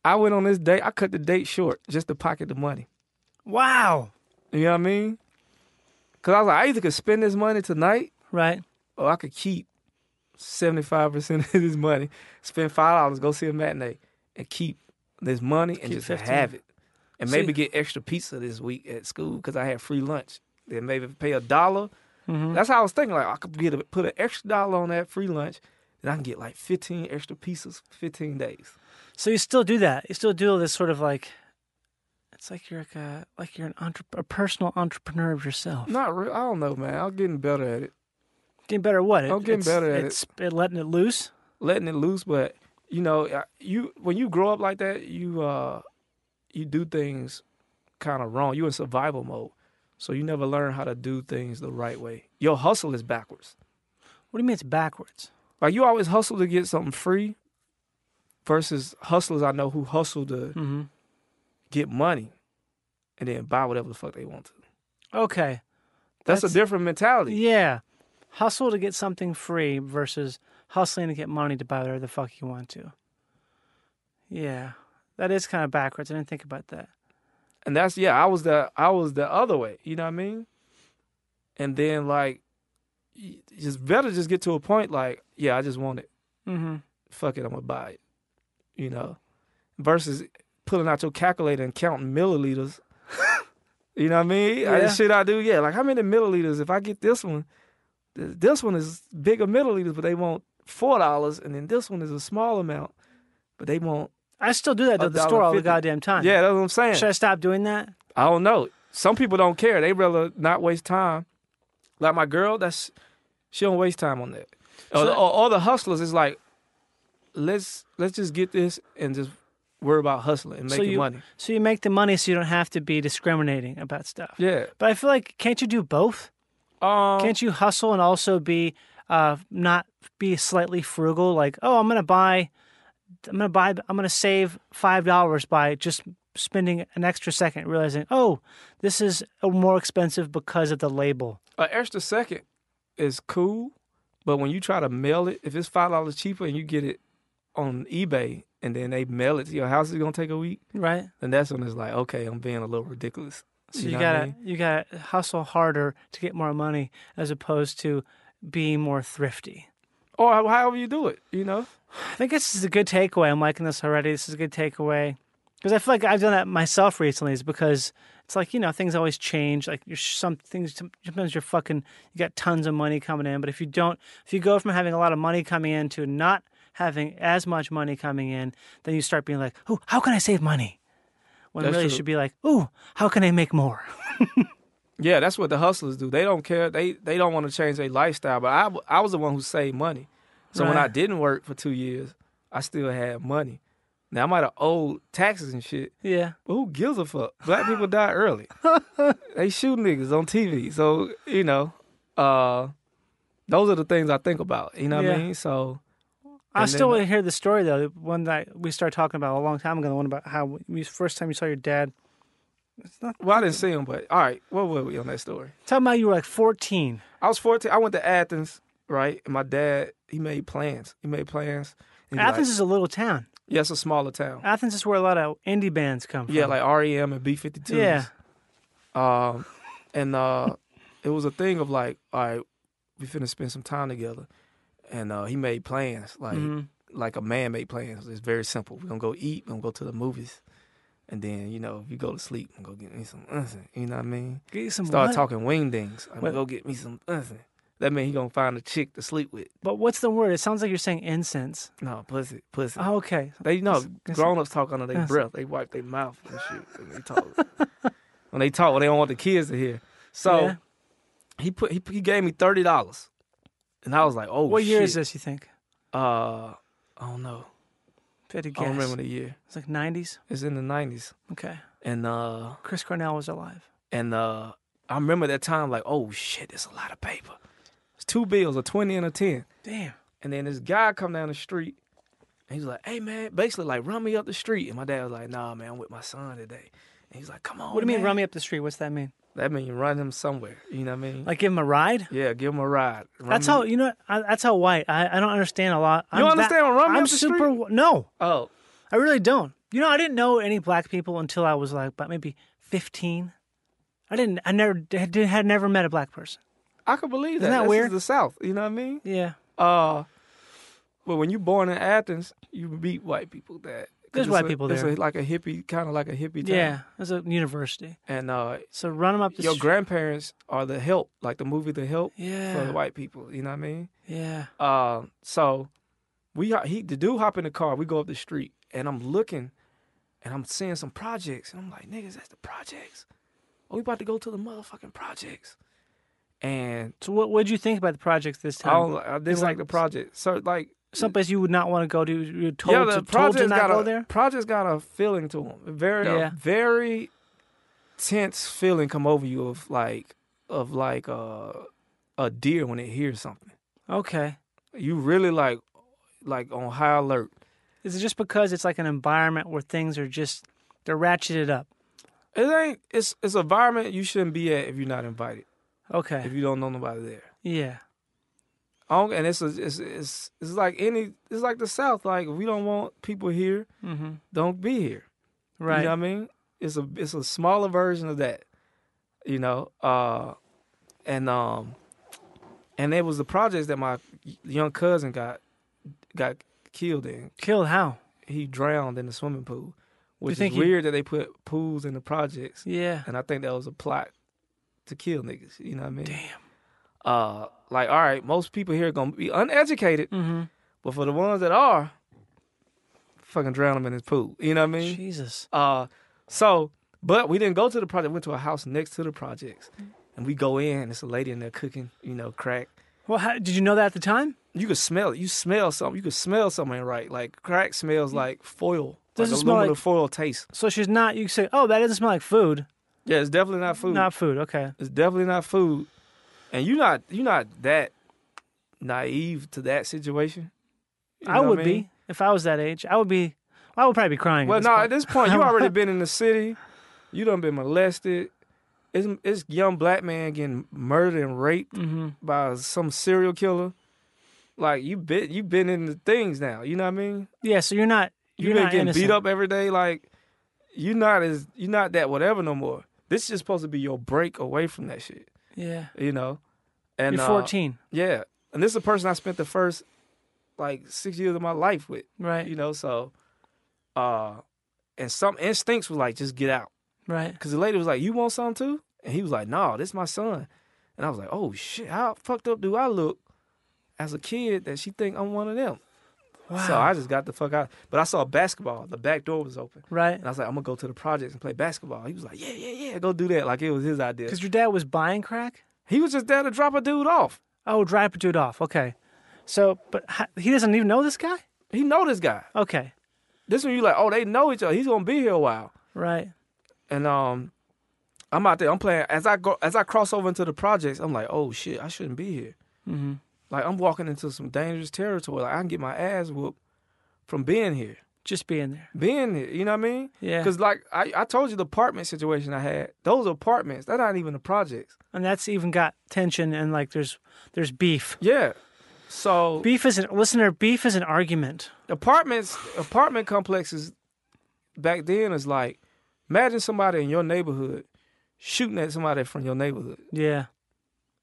[SPEAKER 1] I went on this date. I cut the date short just to pocket the money.
[SPEAKER 3] Wow.
[SPEAKER 1] You know what I mean? Cause I was like, I either could spend this money tonight,
[SPEAKER 3] Right.
[SPEAKER 1] or Oh, I could keep seventy five percent of this money, spend five dollars, go see a matinee, and keep this money and just
[SPEAKER 3] 15.
[SPEAKER 1] have it, and maybe
[SPEAKER 3] See-
[SPEAKER 1] get extra pizza this week at school because I had free lunch. Then maybe pay a dollar. That's how I was thinking. Like I could get a, put an extra dollar on that free lunch, then I can get like fifteen extra pizzas, for fifteen days.
[SPEAKER 3] So you still do that. You still do this sort of like It's like you're like a like you're an entre- a personal entrepreneur of yourself.
[SPEAKER 1] Not real. I don't know, man. I'm getting better at it,
[SPEAKER 3] Getting better at what?
[SPEAKER 1] I'm getting
[SPEAKER 3] it's,
[SPEAKER 1] better at it.
[SPEAKER 3] it's, it. letting it loose.
[SPEAKER 1] letting it loose. But you know, I- you when you grow up like that, you uh, you do things kind of wrong. You're in survival mode, so you never learn how to do things the right way. Your hustle is backwards.
[SPEAKER 3] What do you mean it's backwards?
[SPEAKER 1] Like you always hustle to get something free, versus hustlers I know who hustle to
[SPEAKER 3] Mm-hmm.
[SPEAKER 1] get money, and then buy whatever the fuck they want to.
[SPEAKER 3] Okay.
[SPEAKER 1] That's,
[SPEAKER 3] That's-
[SPEAKER 1] a different mentality.
[SPEAKER 3] Yeah. Hustle to get something free versus hustling to get money to buy whatever the fuck you want to. Yeah. That is kind of backwards. I didn't think about that.
[SPEAKER 1] and that's yeah i was the i was the other way you know what i mean and then like y- it's better just get to a point like yeah i just want it
[SPEAKER 3] Mm-hmm.
[SPEAKER 1] fuck it i'm gonna buy it you know versus pulling out your calculator and counting milliliters *laughs* you know what i mean yeah.
[SPEAKER 3] Yeah.
[SPEAKER 1] that shit i do yeah like how many milliliters if i get this one th- this one is bigger milliliters but they want four dollars and then this one is a small amount but they want
[SPEAKER 3] I still do that at the
[SPEAKER 1] $1.50.
[SPEAKER 3] store all the goddamn time.
[SPEAKER 1] yeah that's what i'm saying
[SPEAKER 3] Should I stop doing that?
[SPEAKER 1] I don't know. Some people don't care. They rather not waste time. Like my girl, that's she don't waste time on that. Or,
[SPEAKER 3] So-
[SPEAKER 1] or, or Oh, the hustlers is like, let's let's just get this and just worry about hustling and
[SPEAKER 3] So
[SPEAKER 1] making
[SPEAKER 3] you-
[SPEAKER 1] money.
[SPEAKER 3] So you make the money so you don't have to be discriminating about stuff.
[SPEAKER 1] Yeah.
[SPEAKER 3] But I feel like can't you do both?
[SPEAKER 1] Um.
[SPEAKER 3] Can't you hustle and also be uh not be slightly frugal like, "Oh, I'm going to buy I'm going to buy I'm going to save $5 by just spending an extra second realizing, "Oh, this is more expensive because of the label."
[SPEAKER 1] an extra second is cool, but when you try to mail it, if it's five dollars cheaper and you get it on eBay and then they mail it to your house, it's gonna take a week.
[SPEAKER 3] Right?
[SPEAKER 1] Then that's when it's like, okay, I'm being a little ridiculous.
[SPEAKER 3] So you,
[SPEAKER 1] know what I
[SPEAKER 3] gotta
[SPEAKER 1] mean?
[SPEAKER 3] you gotta hustle harder to get more money as opposed to being more thrifty.
[SPEAKER 1] or however you do it, you know.
[SPEAKER 3] I think this is a good takeaway. I'm liking this already. This is a good takeaway because I feel like I've done that myself recently. Is because it's like you know things always change. Like you're some things some- sometimes you're fucking you got tons of money coming in, but if you don't, if you go from having a lot of money coming in to not having as much money coming in, then you start being like, oh, how can I save money? When
[SPEAKER 1] That's
[SPEAKER 3] really you
[SPEAKER 1] true.
[SPEAKER 3] should be like, oh, how can I make more?
[SPEAKER 1] Yeah, that's what the hustlers do. They don't care. They they don't want to change their lifestyle. But I, w- I was the one who saved money. So when
[SPEAKER 3] Right.
[SPEAKER 1] I didn't work for two years, I still had money. Now I might have owed taxes and shit,
[SPEAKER 3] Yeah,
[SPEAKER 1] but who gives a fuck? Black people die
[SPEAKER 3] *laughs*
[SPEAKER 1] early. they shoot niggas on TV. So you know, uh, those are the things I think about. You know what
[SPEAKER 3] Yeah.
[SPEAKER 1] I mean? So
[SPEAKER 3] I
[SPEAKER 1] And
[SPEAKER 3] still
[SPEAKER 1] then-
[SPEAKER 3] want to hear the story though. the One that we started talking about a long time ago. The one about how you first time you saw your dad. It's not
[SPEAKER 1] well, I didn't see him, but all right. What were we on that story?
[SPEAKER 3] Talking about you were like 14.
[SPEAKER 1] I was fourteen. I went to Athens, right? And my dad he made plans. He made plans. He be like,
[SPEAKER 3] Athens is a little town.
[SPEAKER 1] yeah, it's a smaller town.
[SPEAKER 3] Athens is where a lot of indie bands come from.
[SPEAKER 1] Yeah, like REM and B 52s.
[SPEAKER 3] yeah,
[SPEAKER 1] Um, and uh, it was a thing of like, all right, we finna spend some time together. And uh, he made plans, like
[SPEAKER 3] Mhm.
[SPEAKER 1] like a man made plans. It's very simple. We're gonna go eat, we're gonna go to the movies. And then, you know, you go to sleep and go get me some, unsing, you know what I mean?
[SPEAKER 3] Get you some
[SPEAKER 1] Start
[SPEAKER 3] what?
[SPEAKER 1] talking wing dings. I'm
[SPEAKER 3] What?
[SPEAKER 1] gonna go get me some, unsing. That means he gonna find a chick to sleep with.
[SPEAKER 3] But what's the word? It sounds like you're saying incense.
[SPEAKER 1] No, pussy, pussy.
[SPEAKER 3] Oh, okay.
[SPEAKER 1] They you know
[SPEAKER 3] Yes, yes.
[SPEAKER 1] grown ups talk under their
[SPEAKER 3] Yes.
[SPEAKER 1] breath. They wipe their mouth and shit when they talk.
[SPEAKER 3] *laughs*
[SPEAKER 1] when they talk, they don't want the kids to hear. So
[SPEAKER 3] Yeah.
[SPEAKER 1] he put he, he gave me thirty dollars, and I was like, oh,
[SPEAKER 3] what year
[SPEAKER 1] shit.
[SPEAKER 3] is this? You think?
[SPEAKER 1] Uh, I don't know.
[SPEAKER 3] If you had to
[SPEAKER 1] I
[SPEAKER 3] guess,
[SPEAKER 1] don't remember the year.
[SPEAKER 3] it's like 90s.
[SPEAKER 1] It's in the nineties,
[SPEAKER 3] Okay.
[SPEAKER 1] and uh,
[SPEAKER 3] Chris Cornell was alive.
[SPEAKER 1] and uh, I remember that time like, oh shit, there's a lot of paper. It's two bills, a twenty and a ten.
[SPEAKER 3] Damn.
[SPEAKER 1] And then this guy come down the street and he's like, hey man, basically like run me up the street. And my dad was like, nah man, I'm with my son today. And he's like, come on.
[SPEAKER 3] What do you mean,
[SPEAKER 1] Oh, man."
[SPEAKER 3] run me up the street? What's that mean?
[SPEAKER 1] That means run him somewhere. You know what I mean?
[SPEAKER 3] Like give him a ride?
[SPEAKER 1] yeah, give him a ride. Run
[SPEAKER 3] That's
[SPEAKER 1] him-
[SPEAKER 3] how you know. I, that's how white. I, I don't understand a lot. I'm
[SPEAKER 1] don't
[SPEAKER 3] that-
[SPEAKER 1] understand what run me
[SPEAKER 3] I'm
[SPEAKER 1] up the
[SPEAKER 3] super.
[SPEAKER 1] street?
[SPEAKER 3] wh- No,
[SPEAKER 1] Oh,
[SPEAKER 3] I really don't. You know, I didn't know any black people until I was like, about maybe fifteen. I didn't. I never had, had never met a black person.
[SPEAKER 1] I can believe that.
[SPEAKER 3] Isn't that
[SPEAKER 1] This
[SPEAKER 3] weird?
[SPEAKER 1] is the South. You know what I mean?
[SPEAKER 3] Yeah,
[SPEAKER 1] Uh, but when you're born in Athens, you meet white people that. 'cause
[SPEAKER 3] There's
[SPEAKER 1] it's
[SPEAKER 3] white
[SPEAKER 1] a-
[SPEAKER 3] people
[SPEAKER 1] It's
[SPEAKER 3] there.
[SPEAKER 1] a, like a hippie, kind of like a hippie. Town.
[SPEAKER 3] yeah. It was a university.
[SPEAKER 1] And uh,
[SPEAKER 3] So run them up the
[SPEAKER 1] your
[SPEAKER 3] str-
[SPEAKER 1] grandparents are the help, like the movie The Help for
[SPEAKER 3] Yeah,
[SPEAKER 1] the white people. You know what I mean?
[SPEAKER 3] yeah.
[SPEAKER 1] Uh, Um, so we ho- he the dude hop in the car. We go up the street, and I'm looking, and I'm seeing some projects, and I'm like, niggas, that's the projects. Oh, we about to go to the motherfucking projects. And
[SPEAKER 3] So what would you think about the projects this
[SPEAKER 1] I
[SPEAKER 3] time?
[SPEAKER 1] don't, I dislike the
[SPEAKER 3] like-
[SPEAKER 1] project. So like,
[SPEAKER 3] Someplace you would not want to go to. You're told,
[SPEAKER 1] yeah, the
[SPEAKER 3] to, told to
[SPEAKER 1] project's
[SPEAKER 3] not
[SPEAKER 1] got
[SPEAKER 3] go
[SPEAKER 1] a
[SPEAKER 3] there.
[SPEAKER 1] project's got a feeling to them. Very, a
[SPEAKER 3] Yeah.
[SPEAKER 1] very tense feeling come over you of like, of like uh, a deer when it hears something.
[SPEAKER 3] Okay.
[SPEAKER 1] You really like, like on high alert.
[SPEAKER 3] Is it just because it's like an environment where things are just they're ratcheted up?
[SPEAKER 1] It ain't. It's it's an environment you shouldn't be at if you're not invited. If
[SPEAKER 3] Okay.
[SPEAKER 1] you don't know nobody there.
[SPEAKER 3] Yeah.
[SPEAKER 1] I don't, and it's, a, it's it's it's like any it's like the South. Like if we don't want people here,
[SPEAKER 3] Mm-hmm.
[SPEAKER 1] don't be here.
[SPEAKER 3] Right.
[SPEAKER 1] You know what I mean? It's a it's a smaller version of that. You know, uh, and um, and it was the projects that my young cousin got got killed in.
[SPEAKER 3] Killed how?
[SPEAKER 1] He drowned in the swimming pool, which
[SPEAKER 3] think
[SPEAKER 1] is
[SPEAKER 3] he-
[SPEAKER 1] weird that they put pools in the projects.
[SPEAKER 3] Yeah.
[SPEAKER 1] And I think that was a plot to kill niggas. You know what I mean? Damn. Uh, like all right, most people here gonna be uneducated.
[SPEAKER 3] Mm-hmm.
[SPEAKER 1] But for the ones that are, fucking drown them in his pool. You know what I mean?
[SPEAKER 3] Jesus.
[SPEAKER 1] Uh, so, but we didn't go to the project. Went to a house next to the projects, and we go in. and It's a lady in there cooking, you know, crack.
[SPEAKER 3] Well, how, did you know that at the time?
[SPEAKER 1] You could smell it. You smell something. You could smell something right. Like crack smells like foil.
[SPEAKER 3] Doesn't
[SPEAKER 1] like
[SPEAKER 3] smell
[SPEAKER 1] aluminum
[SPEAKER 3] like-
[SPEAKER 1] foil taste.
[SPEAKER 3] So she's not. You say, oh, that doesn't smell like food.
[SPEAKER 1] Yeah, it's definitely not food.
[SPEAKER 3] Not food. Okay.
[SPEAKER 1] It's definitely not food. And you're not you're not that naive to that situation. You
[SPEAKER 3] I
[SPEAKER 1] know what
[SPEAKER 3] would
[SPEAKER 1] mean?
[SPEAKER 3] be if I was that age. I would be. I would probably be crying.
[SPEAKER 1] Well,
[SPEAKER 3] at this
[SPEAKER 1] no, at
[SPEAKER 3] point.
[SPEAKER 1] this
[SPEAKER 3] *laughs*
[SPEAKER 1] point, you already been in the city. You done been molested. It's, it's young black man getting murdered and raped
[SPEAKER 3] Mm-hmm.
[SPEAKER 1] by some serial killer. Like you been you been in the things now. You know what I mean?
[SPEAKER 3] yeah. So you're not.
[SPEAKER 1] You
[SPEAKER 3] You're
[SPEAKER 1] been
[SPEAKER 3] not
[SPEAKER 1] getting
[SPEAKER 3] innocent.
[SPEAKER 1] beat up every day. Like you're not as you're not that whatever no more. This is just supposed to be your break away from that shit.
[SPEAKER 3] Yeah.
[SPEAKER 1] You know. And
[SPEAKER 3] you're
[SPEAKER 1] uh,
[SPEAKER 3] 14,
[SPEAKER 1] yeah, and this is a person I spent the first like six years of my life with.
[SPEAKER 3] right?
[SPEAKER 1] You know, so uh, and some instincts was like just get out.
[SPEAKER 3] right.
[SPEAKER 1] Cause the lady was like, "You want some too?" And he was like, "No, this my son." And I was like, "Oh shit, how fucked up do I look as a kid that she think I'm one of them?"
[SPEAKER 3] Wow.
[SPEAKER 1] So I just got the fuck out. But I saw basketball. The back door was open,
[SPEAKER 3] right.
[SPEAKER 1] and I was like, "I'm gonna go to the projects and play basketball." He was like, "Yeah, yeah, yeah, go do that." Like it was his idea.
[SPEAKER 3] Because your dad was buying crack.
[SPEAKER 1] He was just there to drop a dude off.
[SPEAKER 3] Oh, drive dude off. Okay. So, but ho- he doesn't even know this guy.
[SPEAKER 1] He know this guy.
[SPEAKER 3] Okay.
[SPEAKER 1] This one, you like, oh, they know each other. He's gonna be here a while.
[SPEAKER 3] Right.
[SPEAKER 1] and um I'm out there. I'm playing as I go as I cross over into the projects. I'm like, oh shit, I shouldn't be here. Like I'm walking into some dangerous territory. Like I can get my ass whooped from being here,
[SPEAKER 3] Just being there.
[SPEAKER 1] being here. You know what I mean?
[SPEAKER 3] Yeah.
[SPEAKER 1] Because like I, I told you, the apartment situation I had. Those apartments, they're not even the projects.
[SPEAKER 3] And that's even got tension and like there's there's beef.
[SPEAKER 1] Yeah. So
[SPEAKER 3] Beef is an listener. Beef is an argument.
[SPEAKER 1] apartments, apartment complexes back then is like, imagine somebody in your neighborhood shooting at somebody from your neighborhood.
[SPEAKER 3] Yeah.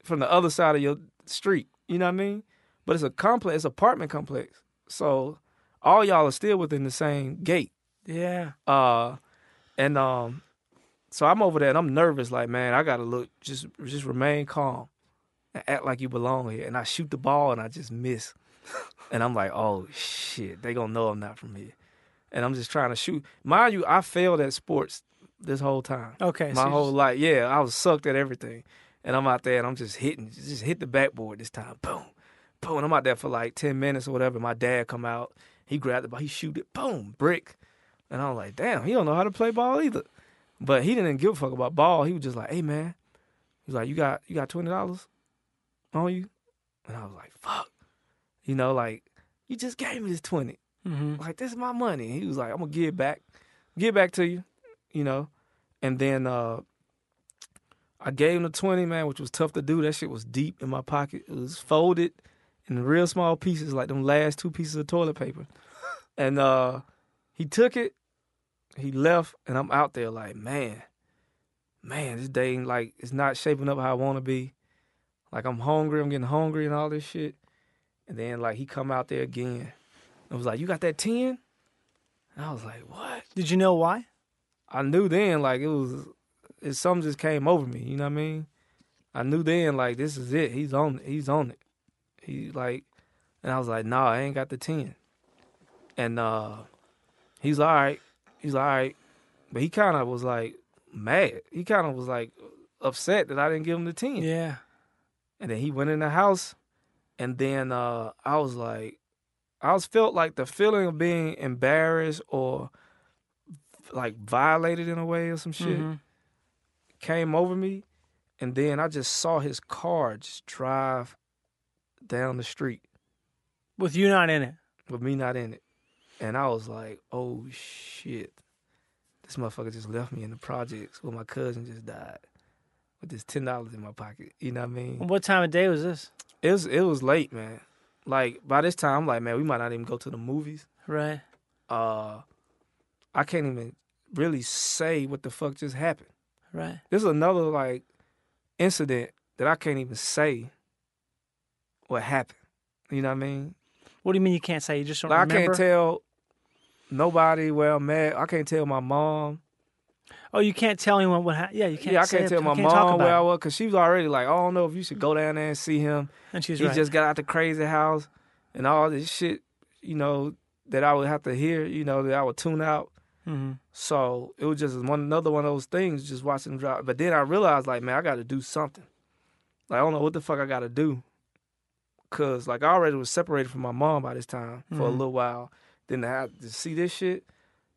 [SPEAKER 1] from the other side of your street. You know what I mean? But it's a complex, it's apartment complex. So all y'all are still within the same gate.
[SPEAKER 3] Yeah.
[SPEAKER 1] Uh and um so I'm over there and I'm nervous, like, man, I gotta look just just remain calm and act like you belong here. And I shoot the ball and I just miss. *laughs* and I'm like, oh shit, they gonna know I'm not from here. And I'm just trying to shoot. Mind you, I failed at sports this whole time.
[SPEAKER 3] Okay. so
[SPEAKER 1] My
[SPEAKER 3] you
[SPEAKER 1] whole
[SPEAKER 3] just-
[SPEAKER 1] life, yeah, I was sucked at everything, and I'm out there and I'm just hitting, just hit the backboard this time, boom, boom. I'm out there for like ten minutes or whatever. My dad come out, he grabbed the ball, he shoot it, boom, brick, and I'm like, damn, he don't know how to play ball either. But he didn't give a fuck about ball. He was just like, hey man, he's like, you got you got twenty dollars on you, and I was like, fuck, you know, like you just gave me this twenty
[SPEAKER 3] Mhm.
[SPEAKER 1] like this is my money. And he was like, I'm gonna give it back, give it back to you, you know. And then uh I gave him the twenty, man, which was tough to do. That shit was deep in my pocket. It was folded in real small pieces, like them last two pieces of toilet paper. *laughs* And uh he took it, he left, and I'm out there like, man, man, this day ain't like it's not shaping up how I wanna be. Like I'm hungry, I'm getting hungry and all this shit. And then like he come out there again. It was like, "You got that 10? And I was like, "What?"
[SPEAKER 3] Did you know why?
[SPEAKER 1] I knew then, like it was, it, something just came over me. You know what I mean? I knew then, like this is it. He's on. He's on it. He like, and I was like, "Nah, I ain't got the 10. And uh, he's all right. He's like, all right. But he kind of was like mad. He kind of was like upset that I didn't give him the 10.
[SPEAKER 3] Yeah.
[SPEAKER 1] And then he went in the house. And then uh, I was like, I was felt like the feeling of being embarrassed or like violated in a way or some shit
[SPEAKER 3] Mhm.
[SPEAKER 1] came over me. And then I just saw his car just drive down the street
[SPEAKER 3] With you not in it.
[SPEAKER 1] with me not in it. And I was like, oh shit. This motherfucker just left me in the projects where my cousin just died with this ten dollars in my pocket. You know what I mean?
[SPEAKER 3] What time of day was this?
[SPEAKER 1] It was it was late, man. Like by this time I'm like, man, we might not even go to the movies.
[SPEAKER 3] Right.
[SPEAKER 1] Uh I can't even really say what the fuck just happened.
[SPEAKER 3] Right.
[SPEAKER 1] This is another like incident that I can't even say what happened. You know what I mean?
[SPEAKER 3] What do you mean you can't say? You just don't
[SPEAKER 1] Like, I
[SPEAKER 3] remember?
[SPEAKER 1] can't tell nobody where I'm at. I can't tell my mom.
[SPEAKER 3] Oh, you can't tell anyone what happened. Yeah, you can't.
[SPEAKER 1] yeah, I
[SPEAKER 3] say
[SPEAKER 1] can't
[SPEAKER 3] it,
[SPEAKER 1] tell
[SPEAKER 3] you
[SPEAKER 1] my
[SPEAKER 3] can't talk
[SPEAKER 1] mom
[SPEAKER 3] about
[SPEAKER 1] where I
[SPEAKER 3] it.
[SPEAKER 1] was because she was already like, I don't know if you should go down there and see him.
[SPEAKER 3] And she's
[SPEAKER 1] he
[SPEAKER 3] right.
[SPEAKER 1] just got out the crazy house and all this shit, you know, that I would have to hear, you know, that I would tune out.
[SPEAKER 3] hmm
[SPEAKER 1] So it was just one another one of those things, just watching him drop. But then I realized, like, man, I got to do something. Like, I don't know what the fuck I got to do. Cause like I already was separated from my mom by this time for a
[SPEAKER 3] Mhm.
[SPEAKER 1] little while. Then to have to see this shit,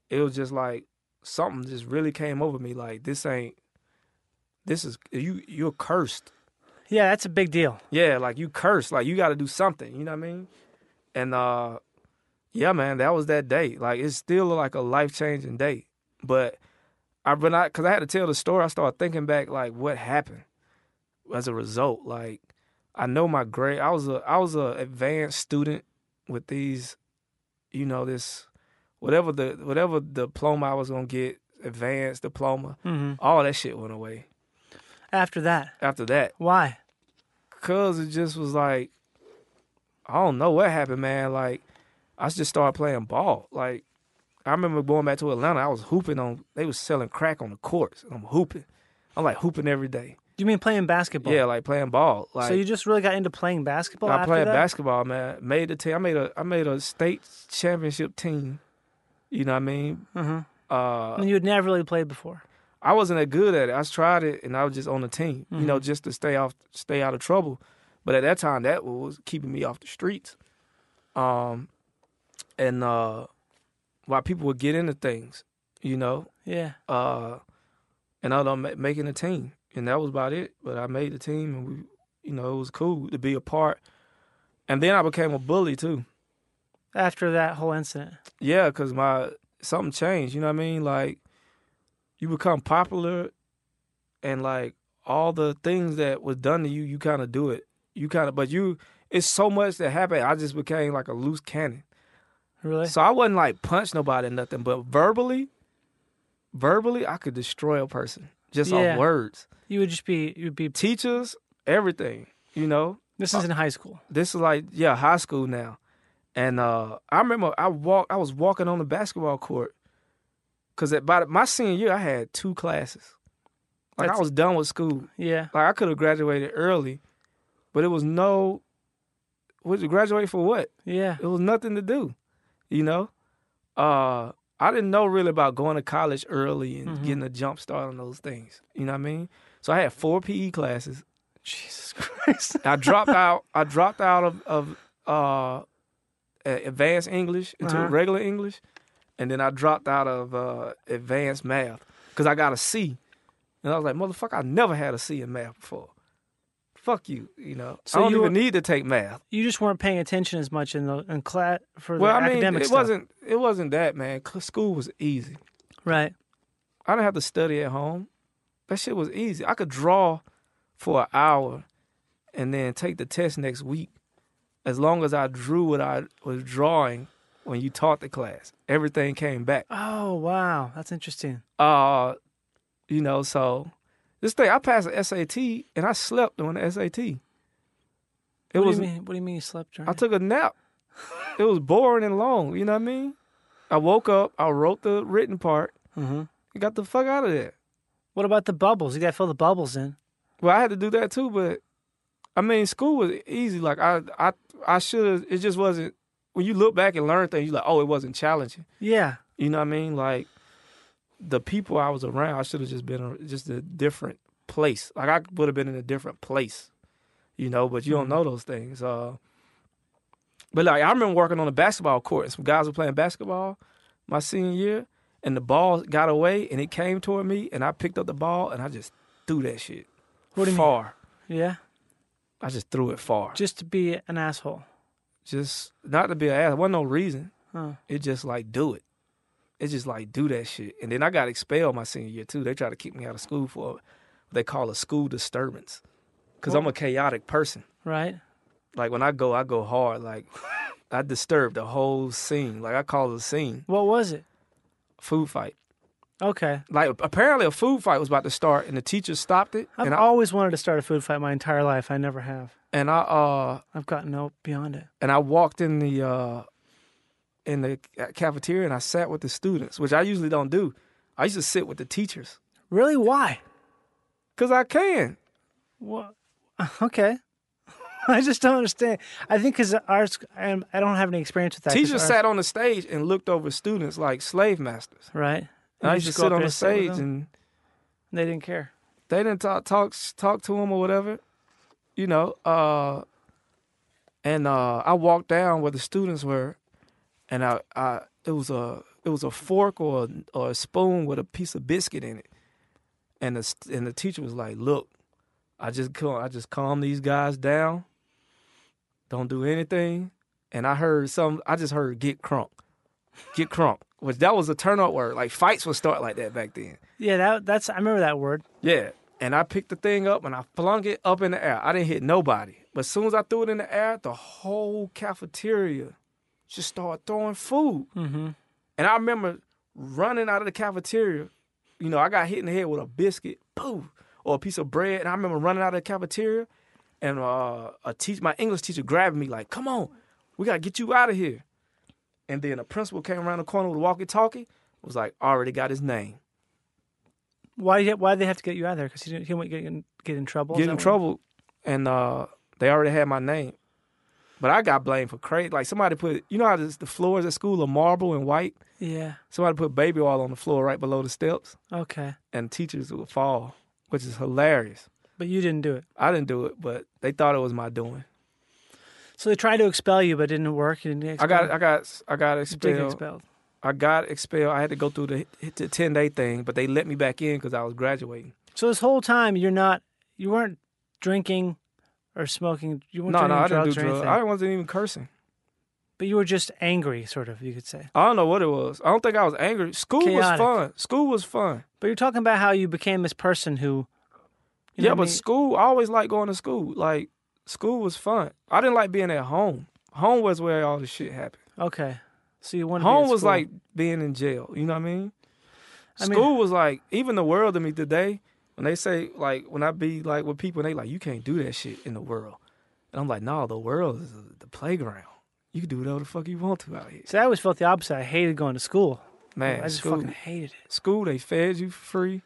[SPEAKER 1] it was just like something just really came over me. Like this ain't, this is you. You're cursed.
[SPEAKER 3] Yeah, that's a big deal.
[SPEAKER 1] Yeah, like you cursed. Like you got to do something. You know what I mean? And uh, yeah, man, that was that day. Like it's still like a life changing day. But I when I because I had to tell the story, I started thinking back like what happened as a result. Like I know my grade. I was a I was a advanced student with these, you know this whatever the whatever diploma I was gonna get, advanced diploma,
[SPEAKER 3] hmm
[SPEAKER 1] all that shit went away
[SPEAKER 3] After that,
[SPEAKER 1] after that.
[SPEAKER 3] why?
[SPEAKER 1] Cause it just was like, I don't know what happened, man. Like, I just started playing ball. Like, I remember going back to Atlanta. I was hooping on. They was selling crack on the courts. I'm hooping. I'm like hooping every day.
[SPEAKER 3] You mean playing basketball?
[SPEAKER 1] Yeah, like playing ball. Like,
[SPEAKER 3] so you just really got into playing basketball
[SPEAKER 1] I
[SPEAKER 3] after
[SPEAKER 1] played
[SPEAKER 3] that?
[SPEAKER 1] basketball, man. Made the team. I made a. I made a state championship team. You know what I mean?
[SPEAKER 3] Mhm.
[SPEAKER 1] Uh,
[SPEAKER 3] and you had never really played before.
[SPEAKER 1] I wasn't that good at it. I tried it, and I was just on the team, you know, just to stay off, stay out of trouble. But at that time, that was keeping me off the streets. Um, and uh, why people would get into things, you know,
[SPEAKER 3] Yeah.
[SPEAKER 1] uh, and I was making a team, and that was about it. But I made the team, and we, you know, it was cool to be a part. And then I became a bully too.
[SPEAKER 3] After that whole incident.
[SPEAKER 1] Yeah, cause my something changed. You know what I mean? Like you become popular, and like all the things that was done to you, you kind of do it. You kind of, but you, it's so much that happened. I just became like a loose cannon.
[SPEAKER 3] Really?
[SPEAKER 1] So I wasn't like punch nobody or nothing, but verbally, verbally, I could destroy a person just
[SPEAKER 3] Yeah.
[SPEAKER 1] off words.
[SPEAKER 3] you would just be. You'd be.
[SPEAKER 1] Teachers, everything. You know,
[SPEAKER 3] This is in high school.
[SPEAKER 1] this is like yeah high school now and uh i remember i walk i was walking on the basketball court because at by the- my senior year i had two classes like
[SPEAKER 3] That's-
[SPEAKER 1] i was done with school
[SPEAKER 3] Yeah.
[SPEAKER 1] like i could have graduated early but it was no would you graduate for what
[SPEAKER 3] Yeah. *laughs*
[SPEAKER 1] it was nothing to do you know uh i didn't know really about going to college early and
[SPEAKER 3] Mhm.
[SPEAKER 1] getting a jump start on those things you know what i mean so i had four pe classes
[SPEAKER 3] Jesus Christ.
[SPEAKER 1] I dropped out. I dropped out of of uh, a- advanced English into
[SPEAKER 3] Uh-huh.
[SPEAKER 1] regular English, and then I dropped out of uh, advanced math because I got a C, and I was like, "Motherfucker, I never had a C in math before. Fuck you, you know.
[SPEAKER 3] So
[SPEAKER 1] I don't
[SPEAKER 3] you
[SPEAKER 1] even need to take math."
[SPEAKER 3] you just weren't paying attention as much in the in class for
[SPEAKER 1] Well,
[SPEAKER 3] the
[SPEAKER 1] I mean,
[SPEAKER 3] academic
[SPEAKER 1] it
[SPEAKER 3] stuff.
[SPEAKER 1] wasn't it wasn't that man. C- School was easy.
[SPEAKER 3] right.
[SPEAKER 1] I didn't have to study at home. That shit was easy. I could draw for an hour and then take the test next week as long as I drew what I was drawing when you taught the class. Everything came back.
[SPEAKER 3] Oh wow, that's interesting.
[SPEAKER 1] Uh, you know, so this thing, I passed the SAT and I slept during the SAT. It
[SPEAKER 3] what
[SPEAKER 1] was,
[SPEAKER 3] do you mean? What do you mean you slept during?
[SPEAKER 1] I
[SPEAKER 3] it?
[SPEAKER 1] took a nap. it was boring and long, you know what I mean? I woke up, I wrote the written part,
[SPEAKER 3] Mhm.
[SPEAKER 1] and got the fuck out of there.
[SPEAKER 3] What about the bubbles? You got to fill the bubbles in.
[SPEAKER 1] Well, I had to do that too, but I mean, school was easy. Like I, I, I should. It just wasn't. When you look back and learn things, you like, oh, it wasn't challenging.
[SPEAKER 3] Yeah.
[SPEAKER 1] You know what I mean? Like the people I was around, I should have just been a- just a different place. Like I would have been in a different place, you know. But you don't
[SPEAKER 3] Mm-hmm.
[SPEAKER 1] know those things. Uh, but like I remember working on a basketball court. Some guys were playing basketball my senior year, and the ball got away and it came toward me, and I picked up the ball and I just threw that shit
[SPEAKER 3] What do you mean?
[SPEAKER 1] far.
[SPEAKER 3] Yeah,
[SPEAKER 1] I just threw it far. Just,
[SPEAKER 3] just to be an asshole.
[SPEAKER 1] not to be an ass. wasn't no reason.
[SPEAKER 3] Huh.
[SPEAKER 1] It just like do it. It's just like do that shit. And then I got expelled my senior year too. They tried to kick me out of school for what they call a school disturbance. Cause I'm a chaotic person.
[SPEAKER 3] Right?
[SPEAKER 1] Like when I go, I go hard. Like *laughs* I disturb the whole scene. Like I call it a scene.
[SPEAKER 3] What was it?
[SPEAKER 1] Food fight.
[SPEAKER 3] Okay.
[SPEAKER 1] Like apparently a food fight was about to start and the teacher stopped it.
[SPEAKER 3] I've
[SPEAKER 1] and I
[SPEAKER 3] always wanted to start a food fight my entire life. I never have.
[SPEAKER 1] and I uh
[SPEAKER 3] I've gotten no beyond it.
[SPEAKER 1] and I walked in the uh, in the cafeteria and I sat with the students, which I usually don't do. I used to sit with the teachers
[SPEAKER 3] Really? Why?
[SPEAKER 1] because I can.
[SPEAKER 3] What? *laughs* Okay. *laughs* I just don't understand. I think because ours, I I don't have any experience with that. 'cause
[SPEAKER 1] teachers
[SPEAKER 3] ours-
[SPEAKER 1] sat on the stage and looked over students like slave masters.
[SPEAKER 3] right.
[SPEAKER 1] And I
[SPEAKER 3] you
[SPEAKER 1] used to
[SPEAKER 3] just go up
[SPEAKER 1] sit on
[SPEAKER 3] there
[SPEAKER 1] the
[SPEAKER 3] and sit with
[SPEAKER 1] stage
[SPEAKER 3] them?
[SPEAKER 1] and
[SPEAKER 3] they didn't care.
[SPEAKER 1] they didn't talk talk talk to them or whatever, you know. Uh, and uh, I walked down where the students were, and I, I it was a it was a fork or a, or a spoon with a piece of biscuit in it, and the st- and the teacher was like, "Look, I just cal- I just calm these guys down. Don't do anything." And I heard some. I just heard "get crunk, get crunk," which that was a turn up word. Like fights would start like that back then.
[SPEAKER 3] Yeah, that that's I remember that word.
[SPEAKER 1] Yeah. And I picked the thing up and I flung it up in the air. I didn't hit nobody. But as soon as I threw it in the air, the whole cafeteria just started throwing food.
[SPEAKER 3] Mhm.
[SPEAKER 1] And I remember running out of the cafeteria. You know, I got hit in the head with a biscuit, boom, or a piece of bread. And I remember running out of the cafeteria and uh, a teach, my English teacher grabbed me like, come on, we got to get you out of here. And then the principal came around the corner with a walkie-talkie, was like, already got his name.
[SPEAKER 3] Why did why did they have to get you out of there? Because he didn't he wouldn't get in, get in trouble. Is
[SPEAKER 1] get
[SPEAKER 3] that
[SPEAKER 1] in
[SPEAKER 3] what-
[SPEAKER 1] trouble, and uh, they already had my name. But I got blamed for crazy. Like somebody put, you know how this, the floors at school are marble and white.
[SPEAKER 3] Yeah.
[SPEAKER 1] Somebody put baby oil on the floor right below the steps,
[SPEAKER 3] Okay.
[SPEAKER 1] and teachers would fall, which is hilarious.
[SPEAKER 3] But you didn't do it.
[SPEAKER 1] I didn't do it, but they thought it was my doing.
[SPEAKER 3] So they tried to expel you, but it didn't work. You didn't get
[SPEAKER 1] I
[SPEAKER 3] expelled.
[SPEAKER 1] got, I got, I got
[SPEAKER 3] You did get
[SPEAKER 1] expelled.
[SPEAKER 3] expelled.
[SPEAKER 1] I got expelled. I had to go through the, the ten day thing, but they let me back in because I was graduating.
[SPEAKER 3] So this whole time you're not you weren't drinking or smoking. You weren't
[SPEAKER 1] No, no,
[SPEAKER 3] doing
[SPEAKER 1] I didn't
[SPEAKER 3] drugs
[SPEAKER 1] do
[SPEAKER 3] or
[SPEAKER 1] drugs.
[SPEAKER 3] anything.
[SPEAKER 1] I wasn't even cursing.
[SPEAKER 3] But you were just angry, sort of. You could say.
[SPEAKER 1] I don't know what it was. I don't think I was angry. School
[SPEAKER 3] Chaotic.
[SPEAKER 1] was fun. School was fun.
[SPEAKER 3] But you're talking about how you became this person who.
[SPEAKER 1] yeah,
[SPEAKER 3] you know what I
[SPEAKER 1] but
[SPEAKER 3] mean?
[SPEAKER 1] school, I always liked going to school. Like, school was fun. I didn't like being at home. Home was where all the shit happened.
[SPEAKER 3] okay. So you wanted.
[SPEAKER 1] Home was like being in jail. You know what I mean?
[SPEAKER 3] I mean-
[SPEAKER 1] school was like, even the world to me today, when they say, like, when I be like with people and they like, you can't do that shit in the world. And I'm like, no, the world is the playground. You can do whatever the fuck you want to out here.
[SPEAKER 3] So I always felt the opposite. I hated going to school.
[SPEAKER 1] Man,
[SPEAKER 3] I just
[SPEAKER 1] school,
[SPEAKER 3] fucking hated it.
[SPEAKER 1] school, they fed you for free.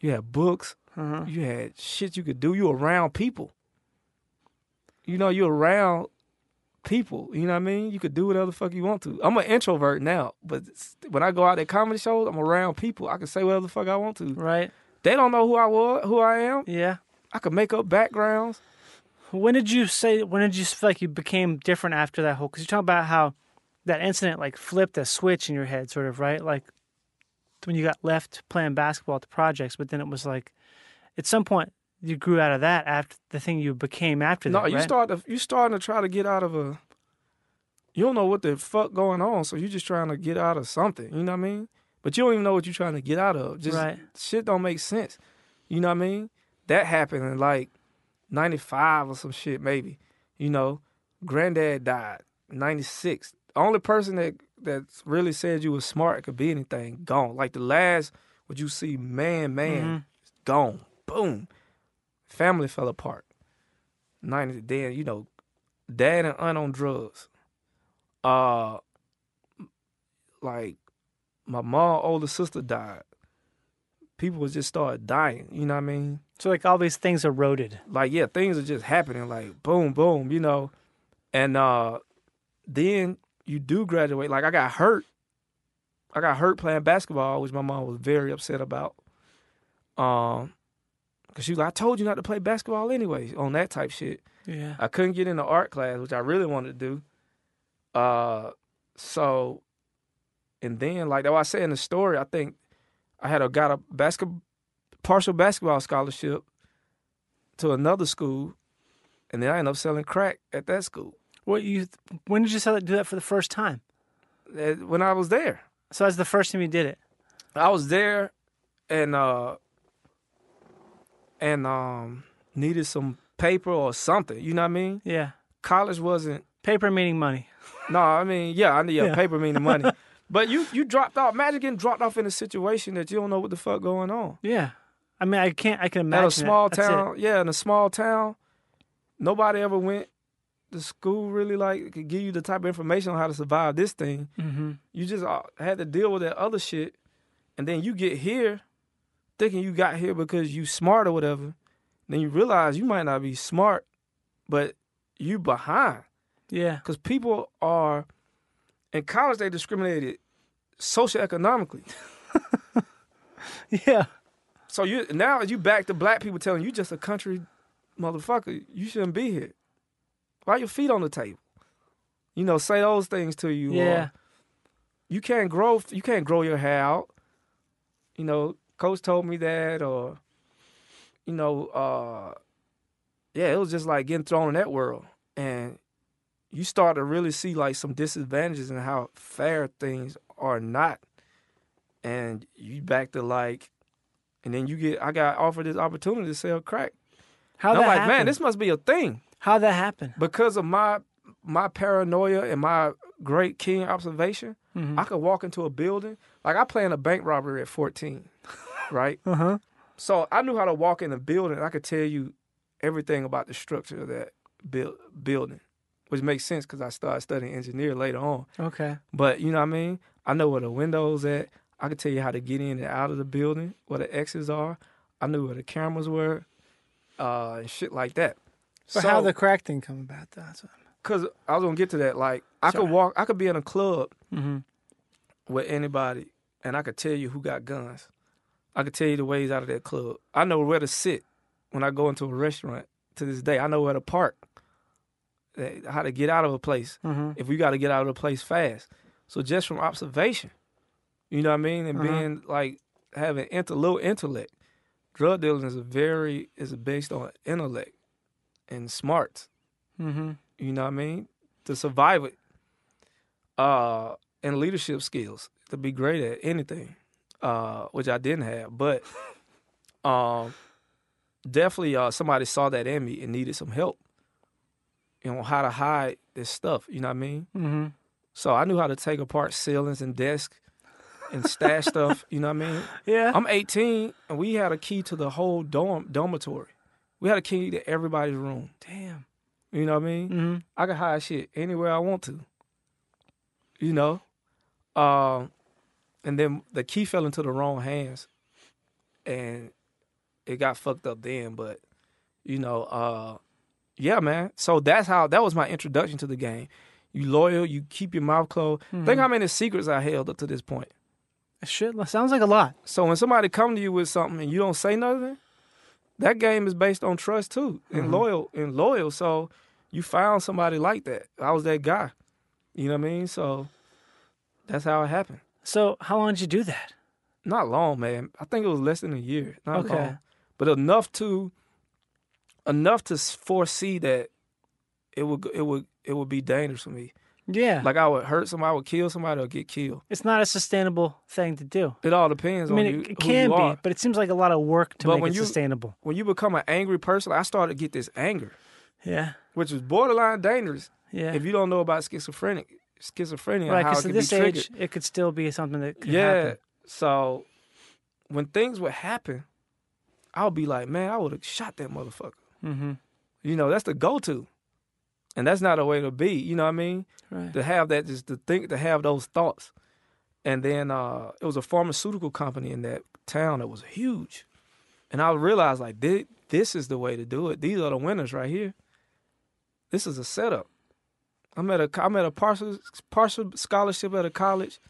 [SPEAKER 1] You had books. You had shit you could do. You around people. You know, you around people. You know what I mean? You could do whatever the fuck you want to. I'm an introvert now, but it's- when I go out at comedy shows, I'm around people. I can say whatever the fuck I want to.
[SPEAKER 3] Right?
[SPEAKER 1] They don't know who I was, who I am.
[SPEAKER 3] Yeah.
[SPEAKER 1] I can make up backgrounds.
[SPEAKER 3] When did you say? When did you feel like you became different after that whole? Because you talk about how that incident like flipped a switch in your head, sort of, right? Like when you got left playing basketball at the projects, but then it was like, at some point you grew out of that after the thing you became after
[SPEAKER 1] No,
[SPEAKER 3] that.
[SPEAKER 1] you
[SPEAKER 3] right?
[SPEAKER 1] start to, you starting to try to get out of a. You don't know what the fuck going on, so you're just trying to get out of something. You know what I mean? But you don't even know what you're trying to get out of. Just
[SPEAKER 3] Right.
[SPEAKER 1] shit don't make sense. You know what I mean? That happened in like '95 or some shit, maybe. You know, granddad died '96. The only person that that really said you was smart could be anything gone. Like the last, would you see man, man, gone. Boom. Family fell apart. 90 then you know dad and aunt on drugs uh like my mom older sister died people was just started dying you know what i mean
[SPEAKER 3] So like all these things eroded.
[SPEAKER 1] like yeah things are just happening like boom boom you know and uh then you do graduate like i got hurt I got hurt playing basketball, which my mom was very upset about. Um, cause she was like, I told you not to play basketball anyway, on that type shit.
[SPEAKER 3] Yeah.
[SPEAKER 1] I couldn't get into art class, which I really wanted to do. Uh, so, and then like that, I said in the story, I think I had a got a basket partial basketball scholarship to another school, and then I ended up selling crack at that school
[SPEAKER 3] What you? When did you sell it? Do that for the first time?
[SPEAKER 1] Uh, when I was there.
[SPEAKER 3] So that's the first time you did it.
[SPEAKER 1] I was there and uh and um needed some paper or something, you know what I mean?
[SPEAKER 3] Yeah.
[SPEAKER 1] College wasn't
[SPEAKER 3] Paper meaning money.
[SPEAKER 1] no, I mean, yeah, I need a
[SPEAKER 3] Yeah.
[SPEAKER 1] paper meaning
[SPEAKER 3] *laughs*
[SPEAKER 1] money. but you you dropped off imagine getting dropped off in a situation that you don't know what the fuck going on.
[SPEAKER 3] Yeah. I mean, I can't. I can imagine
[SPEAKER 1] At
[SPEAKER 3] it.
[SPEAKER 1] a small
[SPEAKER 3] That's it.
[SPEAKER 1] town, yeah, in a small town, nobody ever went to school really like could give you the type of information on how to survive this thing.
[SPEAKER 3] Mhm.
[SPEAKER 1] You just uh, had to deal with that other shit, and then you get here, thinking you got here because you smart or whatever. Then you realize you might not be smart, but you behind
[SPEAKER 3] Yeah.
[SPEAKER 1] because people are in college they discriminated socioeconomically.
[SPEAKER 3] *laughs* Yeah.
[SPEAKER 1] So you now you back to black people telling you just a country motherfucker. You shouldn't be here. Why your feet on the table? You know, say those things to you. or-
[SPEAKER 3] Yeah.
[SPEAKER 1] you can't grow you can't grow your hair out. You know, coach told me that or you know, uh yeah, it was just like getting thrown in that world. And you start to really see like some disadvantages and how fair things are not. And you back to like and then you get I got offered this opportunity to sell crack.
[SPEAKER 3] How
[SPEAKER 1] And
[SPEAKER 3] that
[SPEAKER 1] I'm like,
[SPEAKER 3] happen?
[SPEAKER 1] man, this must be a thing
[SPEAKER 3] How that happen?
[SPEAKER 1] because of my my paranoia and my great keen observation,
[SPEAKER 3] Mm-hmm.
[SPEAKER 1] I could walk into a building. Like I planned a bank robbery at 14, *laughs* right?
[SPEAKER 3] Uh huh.
[SPEAKER 1] So I knew how to walk in a building. and I could tell you everything about the structure of that buil- building, which makes sense because I started studying engineer later on.
[SPEAKER 3] Okay.
[SPEAKER 1] But you know what I mean? I know where the windows at. I could tell you how to get in and out of the building, where the exits are. I knew where the cameras were, uh, and shit like that.
[SPEAKER 3] But how the crack thing come about? though? That's what
[SPEAKER 1] Cause I was gonna get to that. Like I could
[SPEAKER 3] Sorry.
[SPEAKER 1] walk, I could be in a club
[SPEAKER 3] Mhm.
[SPEAKER 1] with anybody, and I could tell you who got guns. I could tell you the ways out of that club. I know where to sit when I go into a restaurant. To this day, I know where to park, eh, how to get out of a place. If we got to get out of a place fast, so just from observation, you know what I mean, and being like having inter- little intellect. Drug dealing is a very is based on intellect and smarts.
[SPEAKER 3] Mm-hmm.
[SPEAKER 1] You know what I mean? To survive it. Uh and leadership skills to be great at anything. Uh which I didn't have. But um definitely uh somebody saw that in me and needed some help. You know, how to hide this stuff, you know what I mean?
[SPEAKER 3] Mm-hmm.
[SPEAKER 1] So I knew how to take apart ceilings and desks and stash stuff, you know what I mean?
[SPEAKER 3] Yeah.
[SPEAKER 1] I'm 18 and we had a key to the whole dorm dormitory. We had a key to everybody's room.
[SPEAKER 3] Damn.
[SPEAKER 1] You know what I mean?
[SPEAKER 3] Mm-hmm.
[SPEAKER 1] I can hide shit anywhere I want to. You know? Um and then the key fell into the wrong hands and it got fucked up then, but you know, uh yeah, man. So that's how that was my introduction to the game. You loyal, you keep your mouth closed. Think how many secrets I held up to this point.
[SPEAKER 3] Shit. Sounds like a lot.
[SPEAKER 1] So when somebody come to you with something and you don't say nothing, that game is based on trust too and
[SPEAKER 3] Mm-hmm.
[SPEAKER 1] loyal and loyal. So you found somebody like that. I was that guy. You know what I mean? So that's how it happened.
[SPEAKER 3] So how long did you do that?
[SPEAKER 1] Not long, man. I think it was less than a year. Not
[SPEAKER 3] Okay.
[SPEAKER 1] long, but enough to enough to s- foresee that it would it would it would be dangerous for me.
[SPEAKER 3] Yeah.
[SPEAKER 1] Like I would hurt somebody, I would kill somebody, or get killed.
[SPEAKER 3] it's not a sustainable thing to do.
[SPEAKER 1] It all depends
[SPEAKER 3] I mean,
[SPEAKER 1] on you,
[SPEAKER 3] it, it
[SPEAKER 1] who you
[SPEAKER 3] can
[SPEAKER 1] are.
[SPEAKER 3] be, but it seems like a lot of work to
[SPEAKER 1] But
[SPEAKER 3] make
[SPEAKER 1] when
[SPEAKER 3] it
[SPEAKER 1] you-
[SPEAKER 3] sustainable.
[SPEAKER 1] When you become an angry person, I started to get this anger.
[SPEAKER 3] Yeah.
[SPEAKER 1] which is borderline dangerous
[SPEAKER 3] Yeah.
[SPEAKER 1] if you don't know about schizophrenic schizophrenia and
[SPEAKER 3] right.
[SPEAKER 1] how it
[SPEAKER 3] Because
[SPEAKER 1] can
[SPEAKER 3] at this
[SPEAKER 1] be triggered.
[SPEAKER 3] age, it could still be something that could
[SPEAKER 1] yeah.
[SPEAKER 3] happen.
[SPEAKER 1] So when things would happen, I'll be like, man, I would have shot that motherfucker.
[SPEAKER 3] Mm-hmm.
[SPEAKER 1] You know, that's the go-to, and that's not a way to be. You know what I mean?
[SPEAKER 3] Right.
[SPEAKER 1] To have that, just to think, to have those thoughts, and then uh, it was a pharmaceutical company in that town that was huge, and I realized like this, this is the way to do it. These are the winners right here. This is a setup. I'm at a I'm at a partial partial scholarship at a college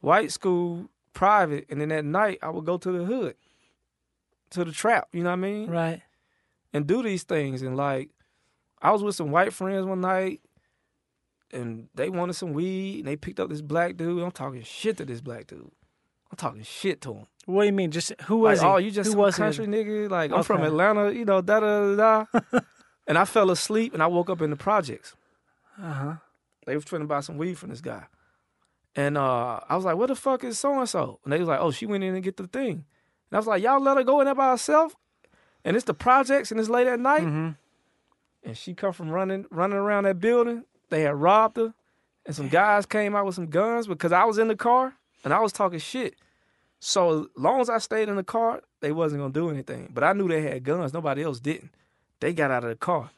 [SPEAKER 1] white school private, and then at night I would go to the hood, to the trap. You know what I mean?
[SPEAKER 3] Right.
[SPEAKER 1] and do these things. And like, I was with some white friends one night, and they wanted some weed, and they picked up this black dude. I'm talking shit to this black dude. I'm talking shit to him.
[SPEAKER 3] What do you mean? Just who
[SPEAKER 1] Like,
[SPEAKER 3] was he?
[SPEAKER 1] oh, you just
[SPEAKER 3] who
[SPEAKER 1] some
[SPEAKER 3] was he?
[SPEAKER 1] country nigga? Like, I'm from
[SPEAKER 3] Okay.
[SPEAKER 1] Atlanta, you know, da da da *laughs* da. and I fell asleep, and I woke up in the projects.
[SPEAKER 3] Uh-huh.
[SPEAKER 1] They was trying to buy some weed from this guy. And uh, I was like, where the fuck is so and so? And they was like, oh, she went in and get the thing. And I was like, y'all let her go in there by herself? And it's the projects and it's late at night. And she come from running running around that building. They had robbed her. And some guys came out with some guns because I was in the car and I was talking shit. So as long as I stayed in the car, they wasn't gonna do anything. But I knew they had guns. Nobody else didn't. They got out of the car.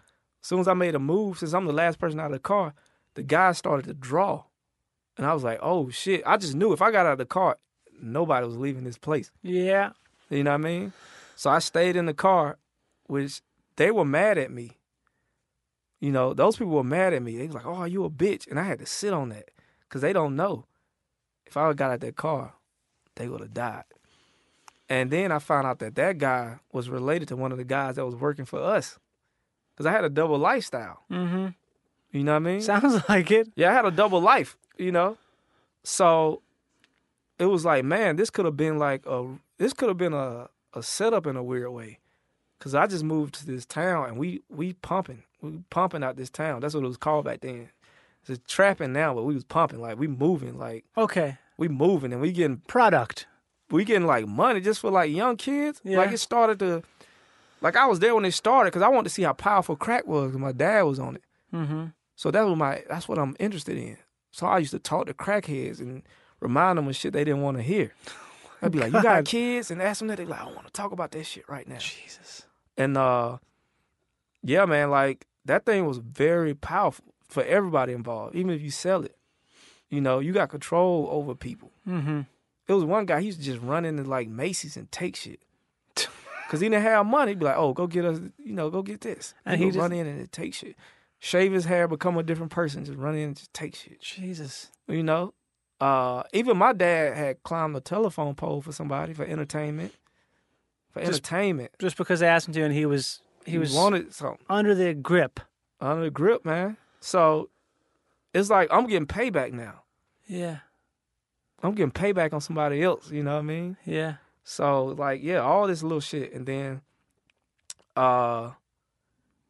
[SPEAKER 1] As soon as I made a move, since I'm the last person out of the car, the guy started to draw. And I was like, oh shit. I just knew if I got out of the car, nobody was leaving this place.
[SPEAKER 3] Yeah.
[SPEAKER 1] You know what I mean? So I stayed in the car, which they were mad at me. You know, those people were mad at me. They was like, oh, you a bitch. And I had to sit on that because they don't know. If I got out that car, they would have died. And then I found out that that guy was related to one of the guys that was working for us because I had a double lifestyle.
[SPEAKER 3] Mm-hmm.
[SPEAKER 1] You know what I mean?
[SPEAKER 3] Sounds *laughs* like it.
[SPEAKER 1] Yeah, I had a double life, you know. So it was like, man, this could have been like a this could have been a a setup in a weird way. Cause I just moved to this town and we we pumping. We pumping out this town. That's what it was called back then. It's a trapping now, but we was pumping. Like we moving, like
[SPEAKER 3] Okay.
[SPEAKER 1] we moving and we getting
[SPEAKER 3] Product.
[SPEAKER 1] we getting like money just for like young kids.
[SPEAKER 3] Yeah.
[SPEAKER 1] Like it started to like I was there when it started because I wanted to see how powerful crack was. 'cause My dad was on it.
[SPEAKER 3] Mm-hmm.
[SPEAKER 1] So that's what my that's what I'm interested in. So I used to talk to crackheads and remind them of shit they didn't want to hear. I'd be like, "You got kids?" and ask them that. They like, "I don't want to talk about that shit right now."
[SPEAKER 3] Jesus.
[SPEAKER 1] And uh, yeah, man, like that thing was very powerful for everybody involved. Even if you sell it, you know, you got control over people.
[SPEAKER 3] Mm-hmm.
[SPEAKER 1] It was one guy he used to just run into like Macy's and take shit. *laughs* Cause he didn't have money, he'd be like, "Oh, go get us, you know, go get this."
[SPEAKER 3] And
[SPEAKER 1] And
[SPEAKER 3] he
[SPEAKER 1] he would
[SPEAKER 3] just-
[SPEAKER 1] run in and take shit, shave his hair, become a different person, just run in and just take shit
[SPEAKER 3] Jesus.
[SPEAKER 1] you know. Uh, even my dad had climbed a telephone pole for somebody for entertainment. For
[SPEAKER 3] Just-
[SPEAKER 1] entertainment,
[SPEAKER 3] Just because I asked him to, and he was he, was
[SPEAKER 1] wanted something
[SPEAKER 3] under the grip.
[SPEAKER 1] under the grip, man. So it's like I'm getting payback now.
[SPEAKER 3] Yeah.
[SPEAKER 1] I'm getting payback on somebody else. You know what I mean?
[SPEAKER 3] Yeah.
[SPEAKER 1] So like, yeah, all this little shit, and then, uh,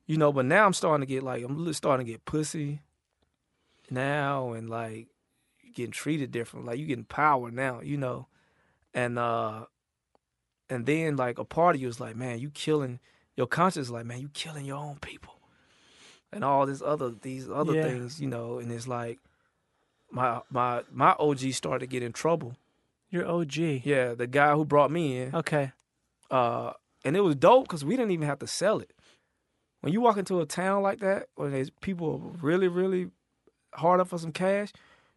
[SPEAKER 1] you know, but now I'm starting to get like I'm li- starting to get pussy now, and like getting treated different. Like you getting power now, you know, and uh, and then like a part of you is like, man, you killing your conscience. is Like, man, you killing your own people, and all this other these other
[SPEAKER 3] Yeah.
[SPEAKER 1] things, you know, and it's like. My my my OG started to get in trouble.
[SPEAKER 3] You're OG.
[SPEAKER 1] Yeah, the guy who brought me in,
[SPEAKER 3] Okay.
[SPEAKER 1] uh, and it was dope because we didn't even have to sell it. When you walk into a town like that, where there's people are really, really hard up for some cash,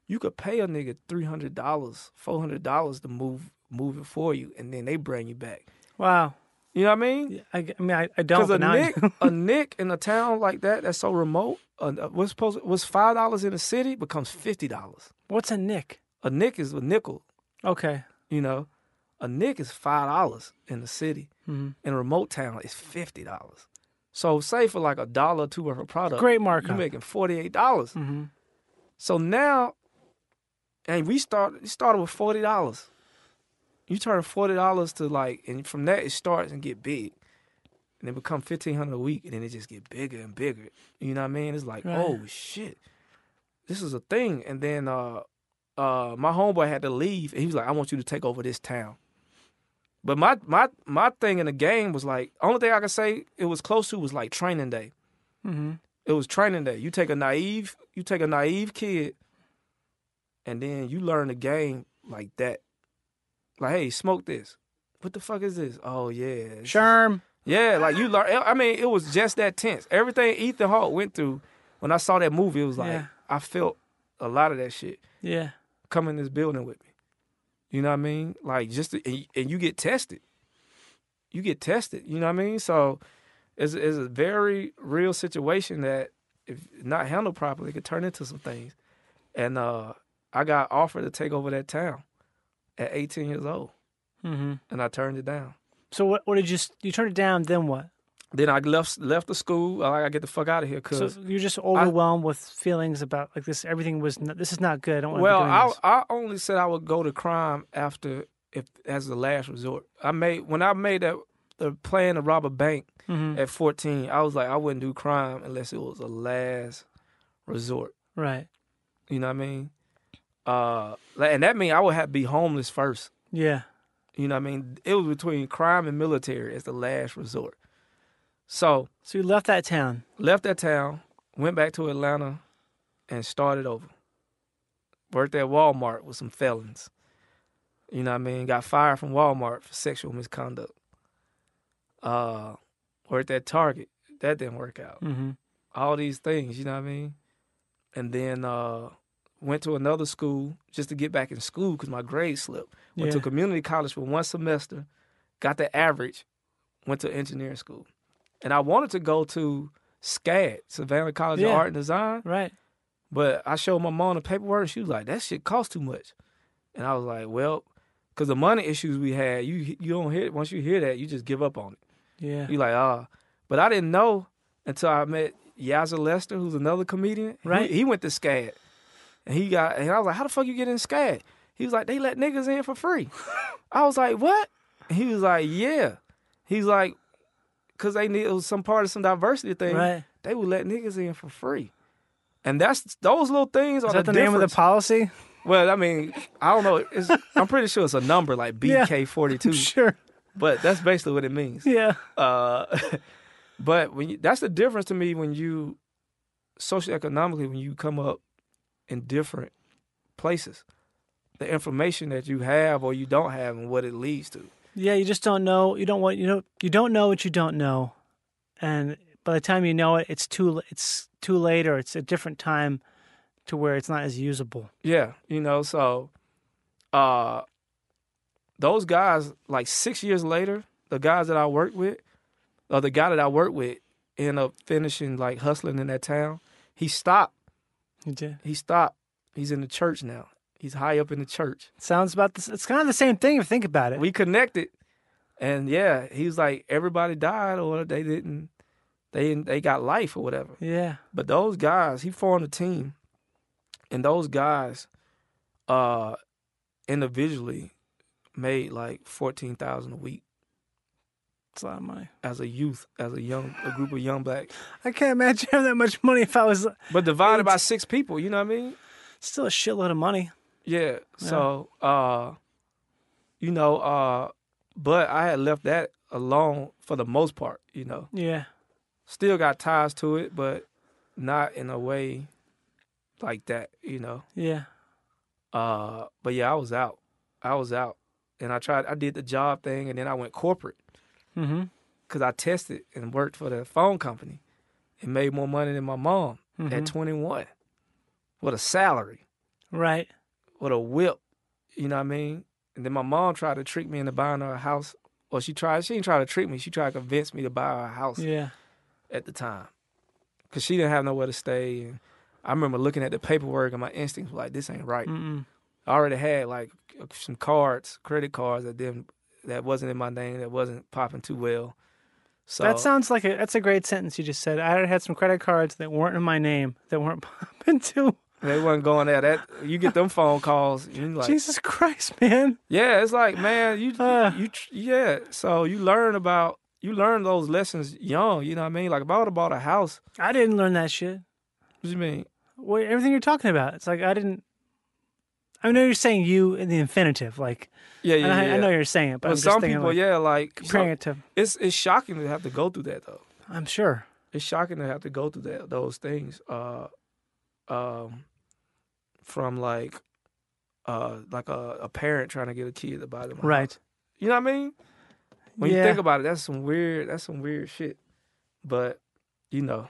[SPEAKER 1] you could pay a nigga three hundred dollars, four hundred dollars to move move it for you, and then they bring you back.
[SPEAKER 3] Wow.
[SPEAKER 1] You know what I mean?
[SPEAKER 3] Yeah, I, I mean, I, I
[SPEAKER 1] Because
[SPEAKER 3] don't. But
[SPEAKER 1] a
[SPEAKER 3] now I
[SPEAKER 1] nick,
[SPEAKER 3] do.
[SPEAKER 1] a nick in a town like that that's so remote, uh, uh, what's supposed what's five dollars in the city becomes fifty dollars.
[SPEAKER 3] *laughs* What's a nick?
[SPEAKER 1] A nick is a nickel.
[SPEAKER 3] Okay.
[SPEAKER 1] You know, a nick is five dollars in the city.
[SPEAKER 3] Mhm.
[SPEAKER 1] In a remote town, it's fifty dollars. So say for like a dollar or two worth of product,
[SPEAKER 3] Great
[SPEAKER 1] you're
[SPEAKER 3] markup.
[SPEAKER 1] making forty eight dollars.
[SPEAKER 3] mm-hmm.
[SPEAKER 1] So now, and we start it started with forty dollars. You turn forty dollars to like, and from that it starts and get big, and it become fifteen hundred a week, and then it just get bigger and bigger. You know what I mean? It's like,
[SPEAKER 3] Right.
[SPEAKER 1] oh shit, this is a thing. And then uh, uh, my homeboy had to leave, and he was like, I want you to take over this town. But my my my thing in the game was like, only thing I could say it was close to was like Training Day
[SPEAKER 3] Mm-hmm.
[SPEAKER 1] it was training day. You take a naive, you take a naive kid, and then you learn the game like that. Like, hey, smoke this. What the fuck is this? Oh yeah,
[SPEAKER 3] Sherm.
[SPEAKER 1] yeah. Like you learn. I mean, it was just that tense. Everything Ethan Hawke went through when I saw that movie, it was like
[SPEAKER 3] Yeah.
[SPEAKER 1] I felt a lot of that shit
[SPEAKER 3] Yeah.
[SPEAKER 1] come in this building with me. You know what I mean? Like just to, and, and you get tested. You get tested. You know what I mean? So it's it's a very real situation that if not handled properly, it could turn into some things. And uh I got offered to take over that town at 18 years old,
[SPEAKER 3] Mm-hmm.
[SPEAKER 1] and I turned it down.
[SPEAKER 3] So what? What did you? s- You turned it down. Then what?
[SPEAKER 1] Then I left left the school. I like, I get the fuck out of here
[SPEAKER 3] So
[SPEAKER 1] because
[SPEAKER 3] you're just overwhelmed with feelings about like this. Everything was. Not, this is not good. I don't want
[SPEAKER 1] well,
[SPEAKER 3] to be doing
[SPEAKER 1] I
[SPEAKER 3] this.
[SPEAKER 1] I only said I would go to crime after if as the last resort. I made when I made that the plan to rob a bank
[SPEAKER 3] Mhm.
[SPEAKER 1] at 14. I was like I wouldn't do crime unless it was a last resort.
[SPEAKER 3] Right.
[SPEAKER 1] You know what I mean? Uh, like, and that mean I would have to be homeless first.
[SPEAKER 3] Yeah.
[SPEAKER 1] You know what I mean? It was between crime and military as the last resort. So
[SPEAKER 3] So you left that town.
[SPEAKER 1] left that town, went back to Atlanta, and started over. Worked at Walmart with some felons. You know what I mean? Got fired from Walmart for sexual misconduct. Uh, worked at Target. That didn't work out
[SPEAKER 3] Mm-hmm.
[SPEAKER 1] all these things, you know what I mean? And then uh, went to another school just to get back in school because my grades slipped. Went to
[SPEAKER 3] Yeah.
[SPEAKER 1] community college for one semester, got the average, went to engineering school. And I wanted to go to SCAD, Savannah College
[SPEAKER 3] Yeah.
[SPEAKER 1] of Art and Design,
[SPEAKER 3] Right.
[SPEAKER 1] but I showed my mom the paperwork and she was like, that shit costs too much. And I was like, well, because the money issues we had, you you don't hear once you hear that, you just give up on it.
[SPEAKER 3] Yeah.
[SPEAKER 1] You like, ah. But I didn't know until I met Yazza Lester, who's another comedian. He-
[SPEAKER 3] Right.
[SPEAKER 1] He, went to SCAD. And he got and I was like, How the fuck you get in SCAD? He was like, They let niggas in for
[SPEAKER 3] *laughs*
[SPEAKER 1] free. I was like, What? And he was like, Yeah. He's like, cause they need it was some part of some diversity thing.
[SPEAKER 3] Right.
[SPEAKER 1] They would let niggas in for free. And that's those little things are
[SPEAKER 3] Is that the,
[SPEAKER 1] the,
[SPEAKER 3] name of the
[SPEAKER 1] difference. *laughs*
[SPEAKER 3] policy? *laughs*
[SPEAKER 1] Well, I mean, I don't know. It's, I'm pretty sure it's a number like
[SPEAKER 3] *laughs* Yeah.
[SPEAKER 1] BK42,
[SPEAKER 3] Sure.
[SPEAKER 1] but that's basically what it means.
[SPEAKER 3] Yeah.
[SPEAKER 1] Uh, *laughs* but when you, that's the difference to me when you socioeconomically when you come up in different places, the information that you have or you don't have and what it leads to.
[SPEAKER 3] Yeah. You just don't know. You don't want. You know. You don't know what you don't know, and by the time you know it, it's too. l- It's too late, or it's a different time, to where it's not as usable.
[SPEAKER 1] Yeah, you know, so uh those guys like 6 years later, the guys that I worked with, or the guy that I worked with end up finishing like hustling in that town. He stopped.
[SPEAKER 3] You did.
[SPEAKER 1] He stopped. He's in the church now. He's high up in the church.
[SPEAKER 3] Sounds about this. It's kind of the same thing if you think about it.
[SPEAKER 1] we connected and yeah he was like everybody died or they didn't they didn't, they got life or whatever
[SPEAKER 3] yeah.
[SPEAKER 1] but those guys he formed a team and those guys uh individually made like 14,000 a week
[SPEAKER 3] It's a lot of money.
[SPEAKER 1] as a youth as a young a group of young black
[SPEAKER 3] I can't imagine *laughs* having that much money if I was
[SPEAKER 1] but divided by six people you know what i mean
[SPEAKER 3] still a shitload of money.
[SPEAKER 1] Yeah. So uh you know, uh but I had left that alone for the most part, you know.
[SPEAKER 3] Yeah.
[SPEAKER 1] Still got ties to it, but not in a way like that, you know.
[SPEAKER 3] Yeah.
[SPEAKER 1] Uh but yeah, I was out. I was out. And I tried I did the job thing and then I went corporate
[SPEAKER 3] Mm-hmm.
[SPEAKER 1] cuz I tested and worked for the phone company and made more money than my mom at 21 with a salary.
[SPEAKER 3] Right.
[SPEAKER 1] with a whip. You know what I mean? And then my mom tried to trick me into buying her a house. Well, she tried. She didn't try to trick me. She tried to convince me to buy her a house
[SPEAKER 3] Yeah.
[SPEAKER 1] at the time, cause she didn't have nowhere to stay. And I remember looking at the paperwork, and my instincts were like, "This ain't right."
[SPEAKER 3] Mm-mm.
[SPEAKER 1] I already had like some cards, credit cards that didn't, that wasn't in my name, that wasn't popping too well. So
[SPEAKER 3] That sounds like a that's a great sentence you just said. I already had some credit cards that weren't in my name that weren't *laughs* popping too.
[SPEAKER 1] they wasn't going there. That you get them phone calls, and you like,
[SPEAKER 3] Jesus Christ, man.
[SPEAKER 1] Yeah, it's like man, you
[SPEAKER 3] *sighs* Uh.
[SPEAKER 1] you tr- yeah. So you learn about you learn those lessons young. You know what I mean? Like if I would have bought a house,
[SPEAKER 3] I didn't learn that shit.
[SPEAKER 1] what you mean?
[SPEAKER 3] Wait, everything you're talking about, it's like I didn't. I know you're saying you in the infinitive, like
[SPEAKER 1] Yeah, yeah,
[SPEAKER 3] and I,
[SPEAKER 1] yeah.
[SPEAKER 3] I know you're saying it, but
[SPEAKER 1] But
[SPEAKER 3] I'm just
[SPEAKER 1] some
[SPEAKER 3] thinking,
[SPEAKER 1] people,
[SPEAKER 3] like,
[SPEAKER 1] yeah, like
[SPEAKER 3] comparing
[SPEAKER 1] some-
[SPEAKER 3] it to.
[SPEAKER 1] it's it's shocking to have to go through that though.
[SPEAKER 3] I'm sure.
[SPEAKER 1] It's shocking to have to go through that those things. Uh, um, from like, uh, like a, a parent trying to get a kid to buy them. a house.
[SPEAKER 3] Right.
[SPEAKER 1] You know what I mean? When
[SPEAKER 3] Yeah.
[SPEAKER 1] you think about it, that's some weird that's some weird shit. But, you know,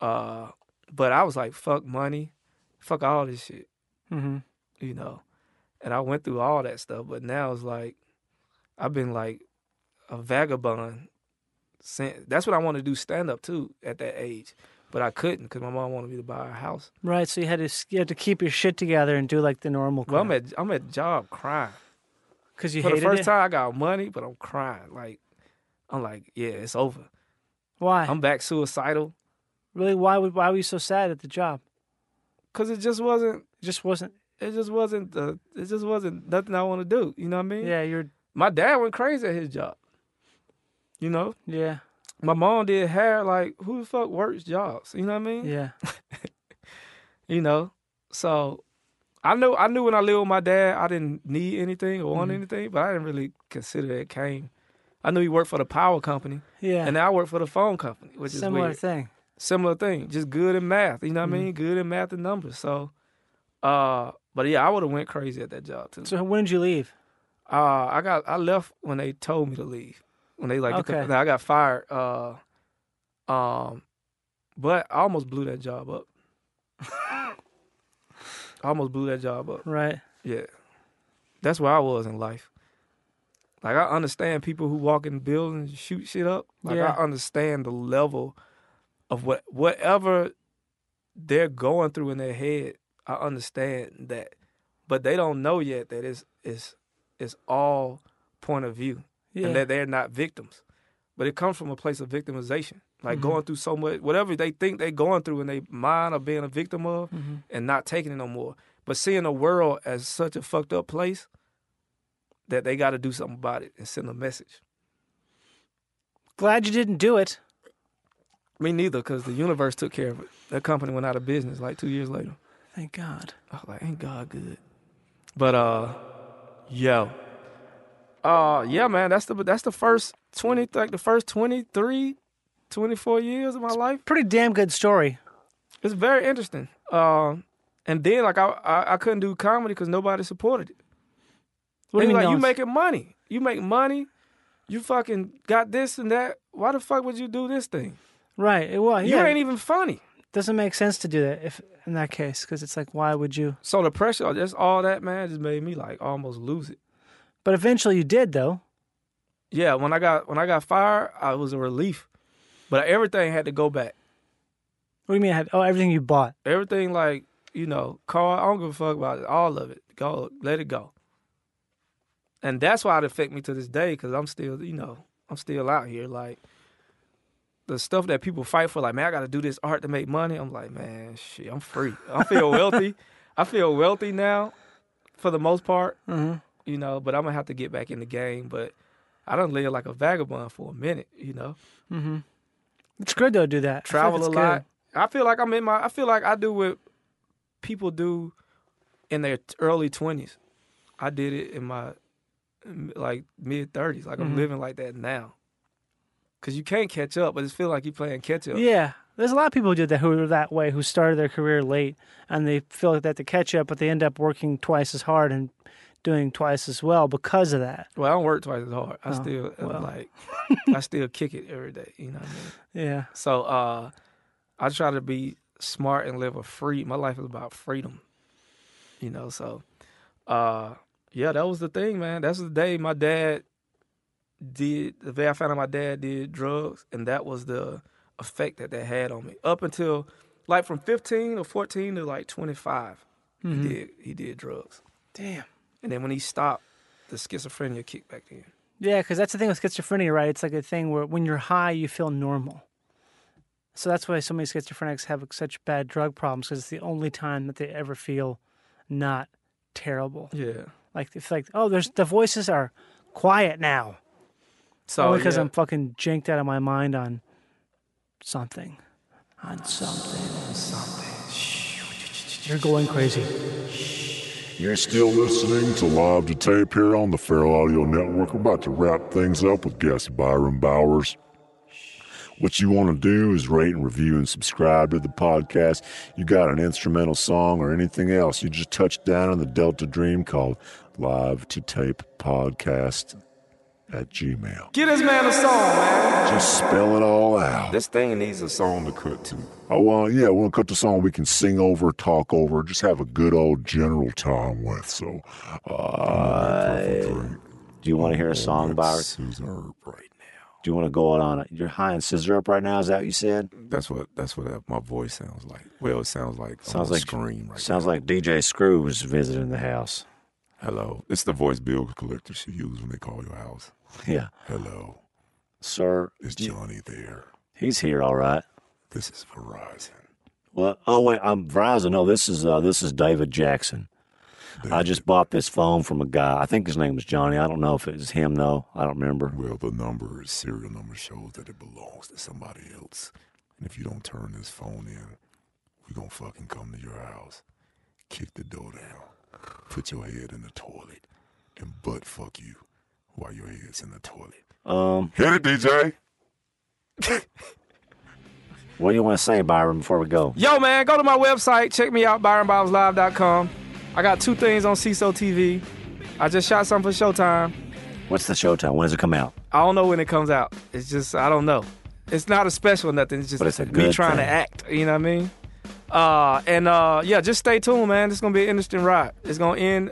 [SPEAKER 1] uh but I was like, fuck money, fuck all this shit,
[SPEAKER 3] Mm-hmm.
[SPEAKER 1] you know. And I went through all that stuff, but now it's like I've been like a vagabond since that's what I want to do stand up too at that age. but I couldn't because my mom wanted me to buy a house.
[SPEAKER 3] Right. So you had to you had to keep your shit together and do like the normal.
[SPEAKER 1] Well, I'm at I'm at job crying
[SPEAKER 3] because you
[SPEAKER 1] for the
[SPEAKER 3] hated
[SPEAKER 1] first
[SPEAKER 3] it.
[SPEAKER 1] time. I got money, but I'm crying like I'm like yeah, it's over.
[SPEAKER 3] Why?
[SPEAKER 1] I'm back suicidal
[SPEAKER 3] really? Why? would- Why were you so sad at the job?
[SPEAKER 1] because it just wasn't
[SPEAKER 3] It just wasn't.
[SPEAKER 1] it just wasn't the it just wasn't nothing I want to do. You know what I mean?
[SPEAKER 3] Yeah. You're.
[SPEAKER 1] My dad went crazy at his job. You know,
[SPEAKER 3] Yeah.
[SPEAKER 1] my mom did hair like who the fuck works jobs? You know what I mean?
[SPEAKER 3] Yeah.
[SPEAKER 1] You know, so I knew I knew when I lived with my dad, I didn't need anything or
[SPEAKER 3] Mm-hmm.
[SPEAKER 1] want anything, but I didn't really consider that came. I knew he worked for the power company,
[SPEAKER 3] Yeah.
[SPEAKER 1] and now I work for the phone company, which is
[SPEAKER 3] Similar mm-hmm.
[SPEAKER 1] weird.
[SPEAKER 3] thing.
[SPEAKER 1] similar thing, just good in math. You know what I mean? Good in math and numbers. So, uh, but yeah, I would have went crazy at that job too.
[SPEAKER 3] So when did you leave?
[SPEAKER 1] Uh, I got I left when they told me to leave. When they like, get the-
[SPEAKER 3] Okay.
[SPEAKER 1] I got fired. Uh, um, but I almost blew that job up. *laughs* I almost blew that job up.
[SPEAKER 3] Right.
[SPEAKER 1] Yeah, that's where I was in life. Like I understand people who walk in buildings and shoot shit up. Like
[SPEAKER 3] Yeah.
[SPEAKER 1] I understand the level of what whatever they're going through in their head. I understand that, but they don't know yet that it's it's it's all point of view
[SPEAKER 3] Yeah.
[SPEAKER 1] and that they're not victims. But it comes from a place of victimization, like going through so much, whatever they think they're going through in their mind of being a victim of and not taking it no more. But seeing the world as such a fucked up place that they got to do something about it and send a message.
[SPEAKER 3] Glad you didn't do it.
[SPEAKER 1] Me neither, because the universe took care of it. That company went out of business like two years later.
[SPEAKER 3] Thank God.
[SPEAKER 1] I was like, ain't God good? But uh, yo, uh, yeah, man, that's the that's the first twenty, like the first 23, 24 years of my life.
[SPEAKER 3] Pretty damn good story.
[SPEAKER 1] It's very interesting. Um, and then like I I, I couldn't do comedy because nobody supported it.
[SPEAKER 3] What do you
[SPEAKER 1] It's
[SPEAKER 3] mean?
[SPEAKER 1] like
[SPEAKER 3] no
[SPEAKER 1] you
[SPEAKER 3] one's-
[SPEAKER 1] making money, you make money, you fucking got this and that. Why the fuck would you do this thing?
[SPEAKER 3] right. It was.
[SPEAKER 1] You
[SPEAKER 3] yeah.
[SPEAKER 1] ain't even funny.
[SPEAKER 3] doesn't make sense to do that if in that case because it's like why would you?
[SPEAKER 1] So the pressure, just all that, man, just made me like almost lose it.
[SPEAKER 3] But eventually you did though.
[SPEAKER 1] Yeah, when I got when I got fired, I was a relief, but everything had to go back.
[SPEAKER 3] What do you mean? I had, oh, everything you bought.
[SPEAKER 1] Everything like you know, car. I don't give a fuck about it. All of it. Go, let it go. And that's why it affect me to this day because I'm still, you know, I'm still out here. Like the stuff that people fight for, like man, I got to do this art to make money. I'm like, man, shit, I'm free. I feel wealthy. I feel wealthy now, for the most part. You know, but I'm gonna have to get back in the game. But I don't live like a vagabond for a minute. You know.
[SPEAKER 3] It's good though. to Do that. I feel like
[SPEAKER 1] travel a
[SPEAKER 3] it's
[SPEAKER 1] lot. I feel like I'm in my. I feel like I do what people do in their t- early twenties. I did it in my m- like mid thirties. Like I'm living like that now. Cause you can't catch up, but it's feel like you playing catch up.
[SPEAKER 3] good. Yeah. There's a lot of people who did that who are that way who started their career late and they feel like they have to catch up, but they end up working twice as hard and doing twice as well because of that.
[SPEAKER 1] Well, I don't work twice as hard. I still am like, I still kick it every day. You know what I mean?
[SPEAKER 3] Yeah.
[SPEAKER 1] So uh, I try to be smart and live a free. My life is about freedom, you know. So uh, yeah, that was the thing, man. That's the day my dad did. The day I found out my dad did drugs, and that was the effect that that had on me. Up until like from fifteen or fourteen to like twenty
[SPEAKER 3] Mm-hmm.
[SPEAKER 1] he did he did drugs,
[SPEAKER 3] Damn.
[SPEAKER 1] and then when he stopped, the schizophrenia kicked back in.
[SPEAKER 3] Yeah, because that's the thing with schizophrenia, right? It's like a thing where when you're high, you feel normal. So that's why so many schizophrenics have such bad drug problems because it's the only time that they ever feel not terrible.
[SPEAKER 1] Yeah.
[SPEAKER 3] Like it's like, oh, there's the voices are quiet now,
[SPEAKER 1] So
[SPEAKER 3] only because
[SPEAKER 1] Oh, yeah.
[SPEAKER 3] I'm fucking jinked out of my mind on something, on something, something. You're going crazy.
[SPEAKER 2] You're still listening to Live to Tape here on the Feral Audio Network. We're about to wrap things up with guest Byron Bowers. What you want to do is rate and review and subscribe to the podcast. You got an instrumental song or anything else, you just touch down on the Delta Dream called Live to Tape Podcast at Gmail.
[SPEAKER 1] Get this man a song, man.
[SPEAKER 2] Just spell it all out.
[SPEAKER 1] This thing needs a song to cook to.
[SPEAKER 2] Oh, well, yeah, we'll cut the song. We can sing over, talk over, just have a good old general time with. So, uh,
[SPEAKER 5] Do you want to hear a song, Bowers?
[SPEAKER 2] Susan right now.
[SPEAKER 4] Do you want to go out on it? You're high on scissor up right now. Is that what you said?
[SPEAKER 5] That's what that's what that, my voice sounds like. Well, it sounds like
[SPEAKER 4] Sounds
[SPEAKER 5] I'm
[SPEAKER 4] like-
[SPEAKER 5] scream right.
[SPEAKER 4] Sounds like DJ Screw was visiting the house. *laughs*
[SPEAKER 5] now. Hello, it's the voice bill collector she uses when they call your house.
[SPEAKER 4] Yeah,
[SPEAKER 5] Hello,
[SPEAKER 4] sir.
[SPEAKER 5] is Johnny there?
[SPEAKER 4] He's here, all right.
[SPEAKER 5] This is Verizon.
[SPEAKER 4] Well, oh wait, I'm Verizon. No, this is uh, this is David Jackson. I just bought this phone from a guy. I think his name was Johnny. I don't know if it was him though. I don't remember.
[SPEAKER 5] Well, the number, serial number, shows that it belongs to somebody else. And if you don't turn this phone in, we gonna fucking come to your house, kick the door down, put your head in the toilet, and butt fuck you while your head's in the toilet.
[SPEAKER 4] Um,
[SPEAKER 5] Hit it, DJ.
[SPEAKER 4] what do you want to say, Byron, before we go?
[SPEAKER 1] Yo, man, go to my website. Check me out, ByronBobsLive.com. I got two things on CISO TV. I just shot something for Showtime.
[SPEAKER 4] What's the showtime? When does it come out?
[SPEAKER 1] I don't know when it comes out. It's just I don't know. It's not a special nothing. It's just
[SPEAKER 4] But it's a
[SPEAKER 1] me
[SPEAKER 4] good
[SPEAKER 1] trying to
[SPEAKER 4] thing.
[SPEAKER 1] act. You know what I mean? Uh, and uh, yeah, just stay tuned, man. It's gonna be an interesting ride. It's gonna end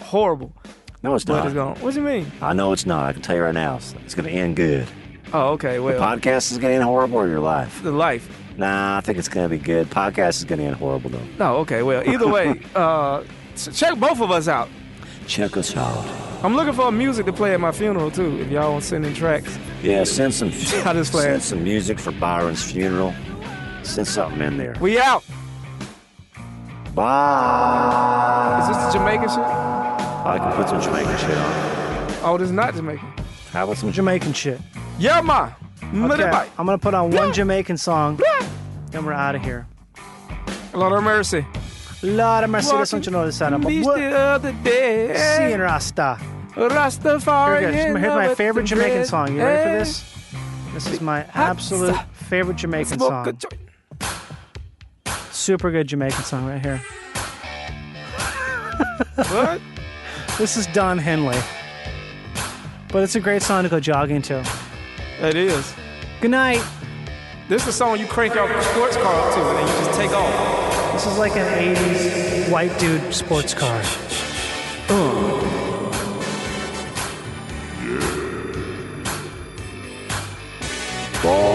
[SPEAKER 1] horrible,
[SPEAKER 4] No, it's
[SPEAKER 1] but
[SPEAKER 4] not.
[SPEAKER 1] it's gonna. What do you mean?
[SPEAKER 4] I know it's not. I can tell you right now. It's, it's going to end good.
[SPEAKER 1] Oh, okay. Well,
[SPEAKER 4] Podcast is going to end horrible or your life?
[SPEAKER 1] the life.
[SPEAKER 4] Nah, I think it's going to be good. Podcast is going to end horrible though.
[SPEAKER 1] No, okay. Well, either
[SPEAKER 4] *laughs*
[SPEAKER 1] way, uh, s- check both of us out.
[SPEAKER 4] Check us out.
[SPEAKER 1] I'm looking for music to play at my funeral too. If y'all want to send in tracks,
[SPEAKER 4] Yeah, send some
[SPEAKER 1] I just play
[SPEAKER 4] send
[SPEAKER 1] it.
[SPEAKER 4] some music for Byron's funeral. Send something in there.
[SPEAKER 1] We out.
[SPEAKER 4] Bye.
[SPEAKER 1] Is this the Jamaican shit?
[SPEAKER 4] I can put some Jamaican shit on.
[SPEAKER 1] Oh, this is not Jamaican.
[SPEAKER 4] How about some Jamaican?
[SPEAKER 3] Jamaican shit.
[SPEAKER 1] Yeah, ma.
[SPEAKER 3] Okay,
[SPEAKER 1] Okay.
[SPEAKER 3] I'm gonna put on one Jamaican song, then we're out of here.
[SPEAKER 1] Lord have mercy.
[SPEAKER 3] Lord of mercy, this one you know this song.
[SPEAKER 1] Beach the
[SPEAKER 3] Seeing
[SPEAKER 1] other day.
[SPEAKER 3] Rasta.
[SPEAKER 1] Rastafari.
[SPEAKER 3] Here we go. Here's my- here's my
[SPEAKER 1] another
[SPEAKER 3] favorite Jamaican
[SPEAKER 1] bread.
[SPEAKER 3] song. You ready
[SPEAKER 1] Hey,
[SPEAKER 3] for this? This is my absolute favorite Jamaican
[SPEAKER 1] smoke a
[SPEAKER 3] song.
[SPEAKER 1] joint.
[SPEAKER 3] Super good Jamaican song right here.
[SPEAKER 1] What?
[SPEAKER 3] This is Don Henley. But it's a great song to go jogging to.
[SPEAKER 1] It is.
[SPEAKER 3] Good night.
[SPEAKER 1] This is a song you crank out your sports car to and then you just take off.
[SPEAKER 3] This is like an 80s white dude sports car.
[SPEAKER 2] Bye.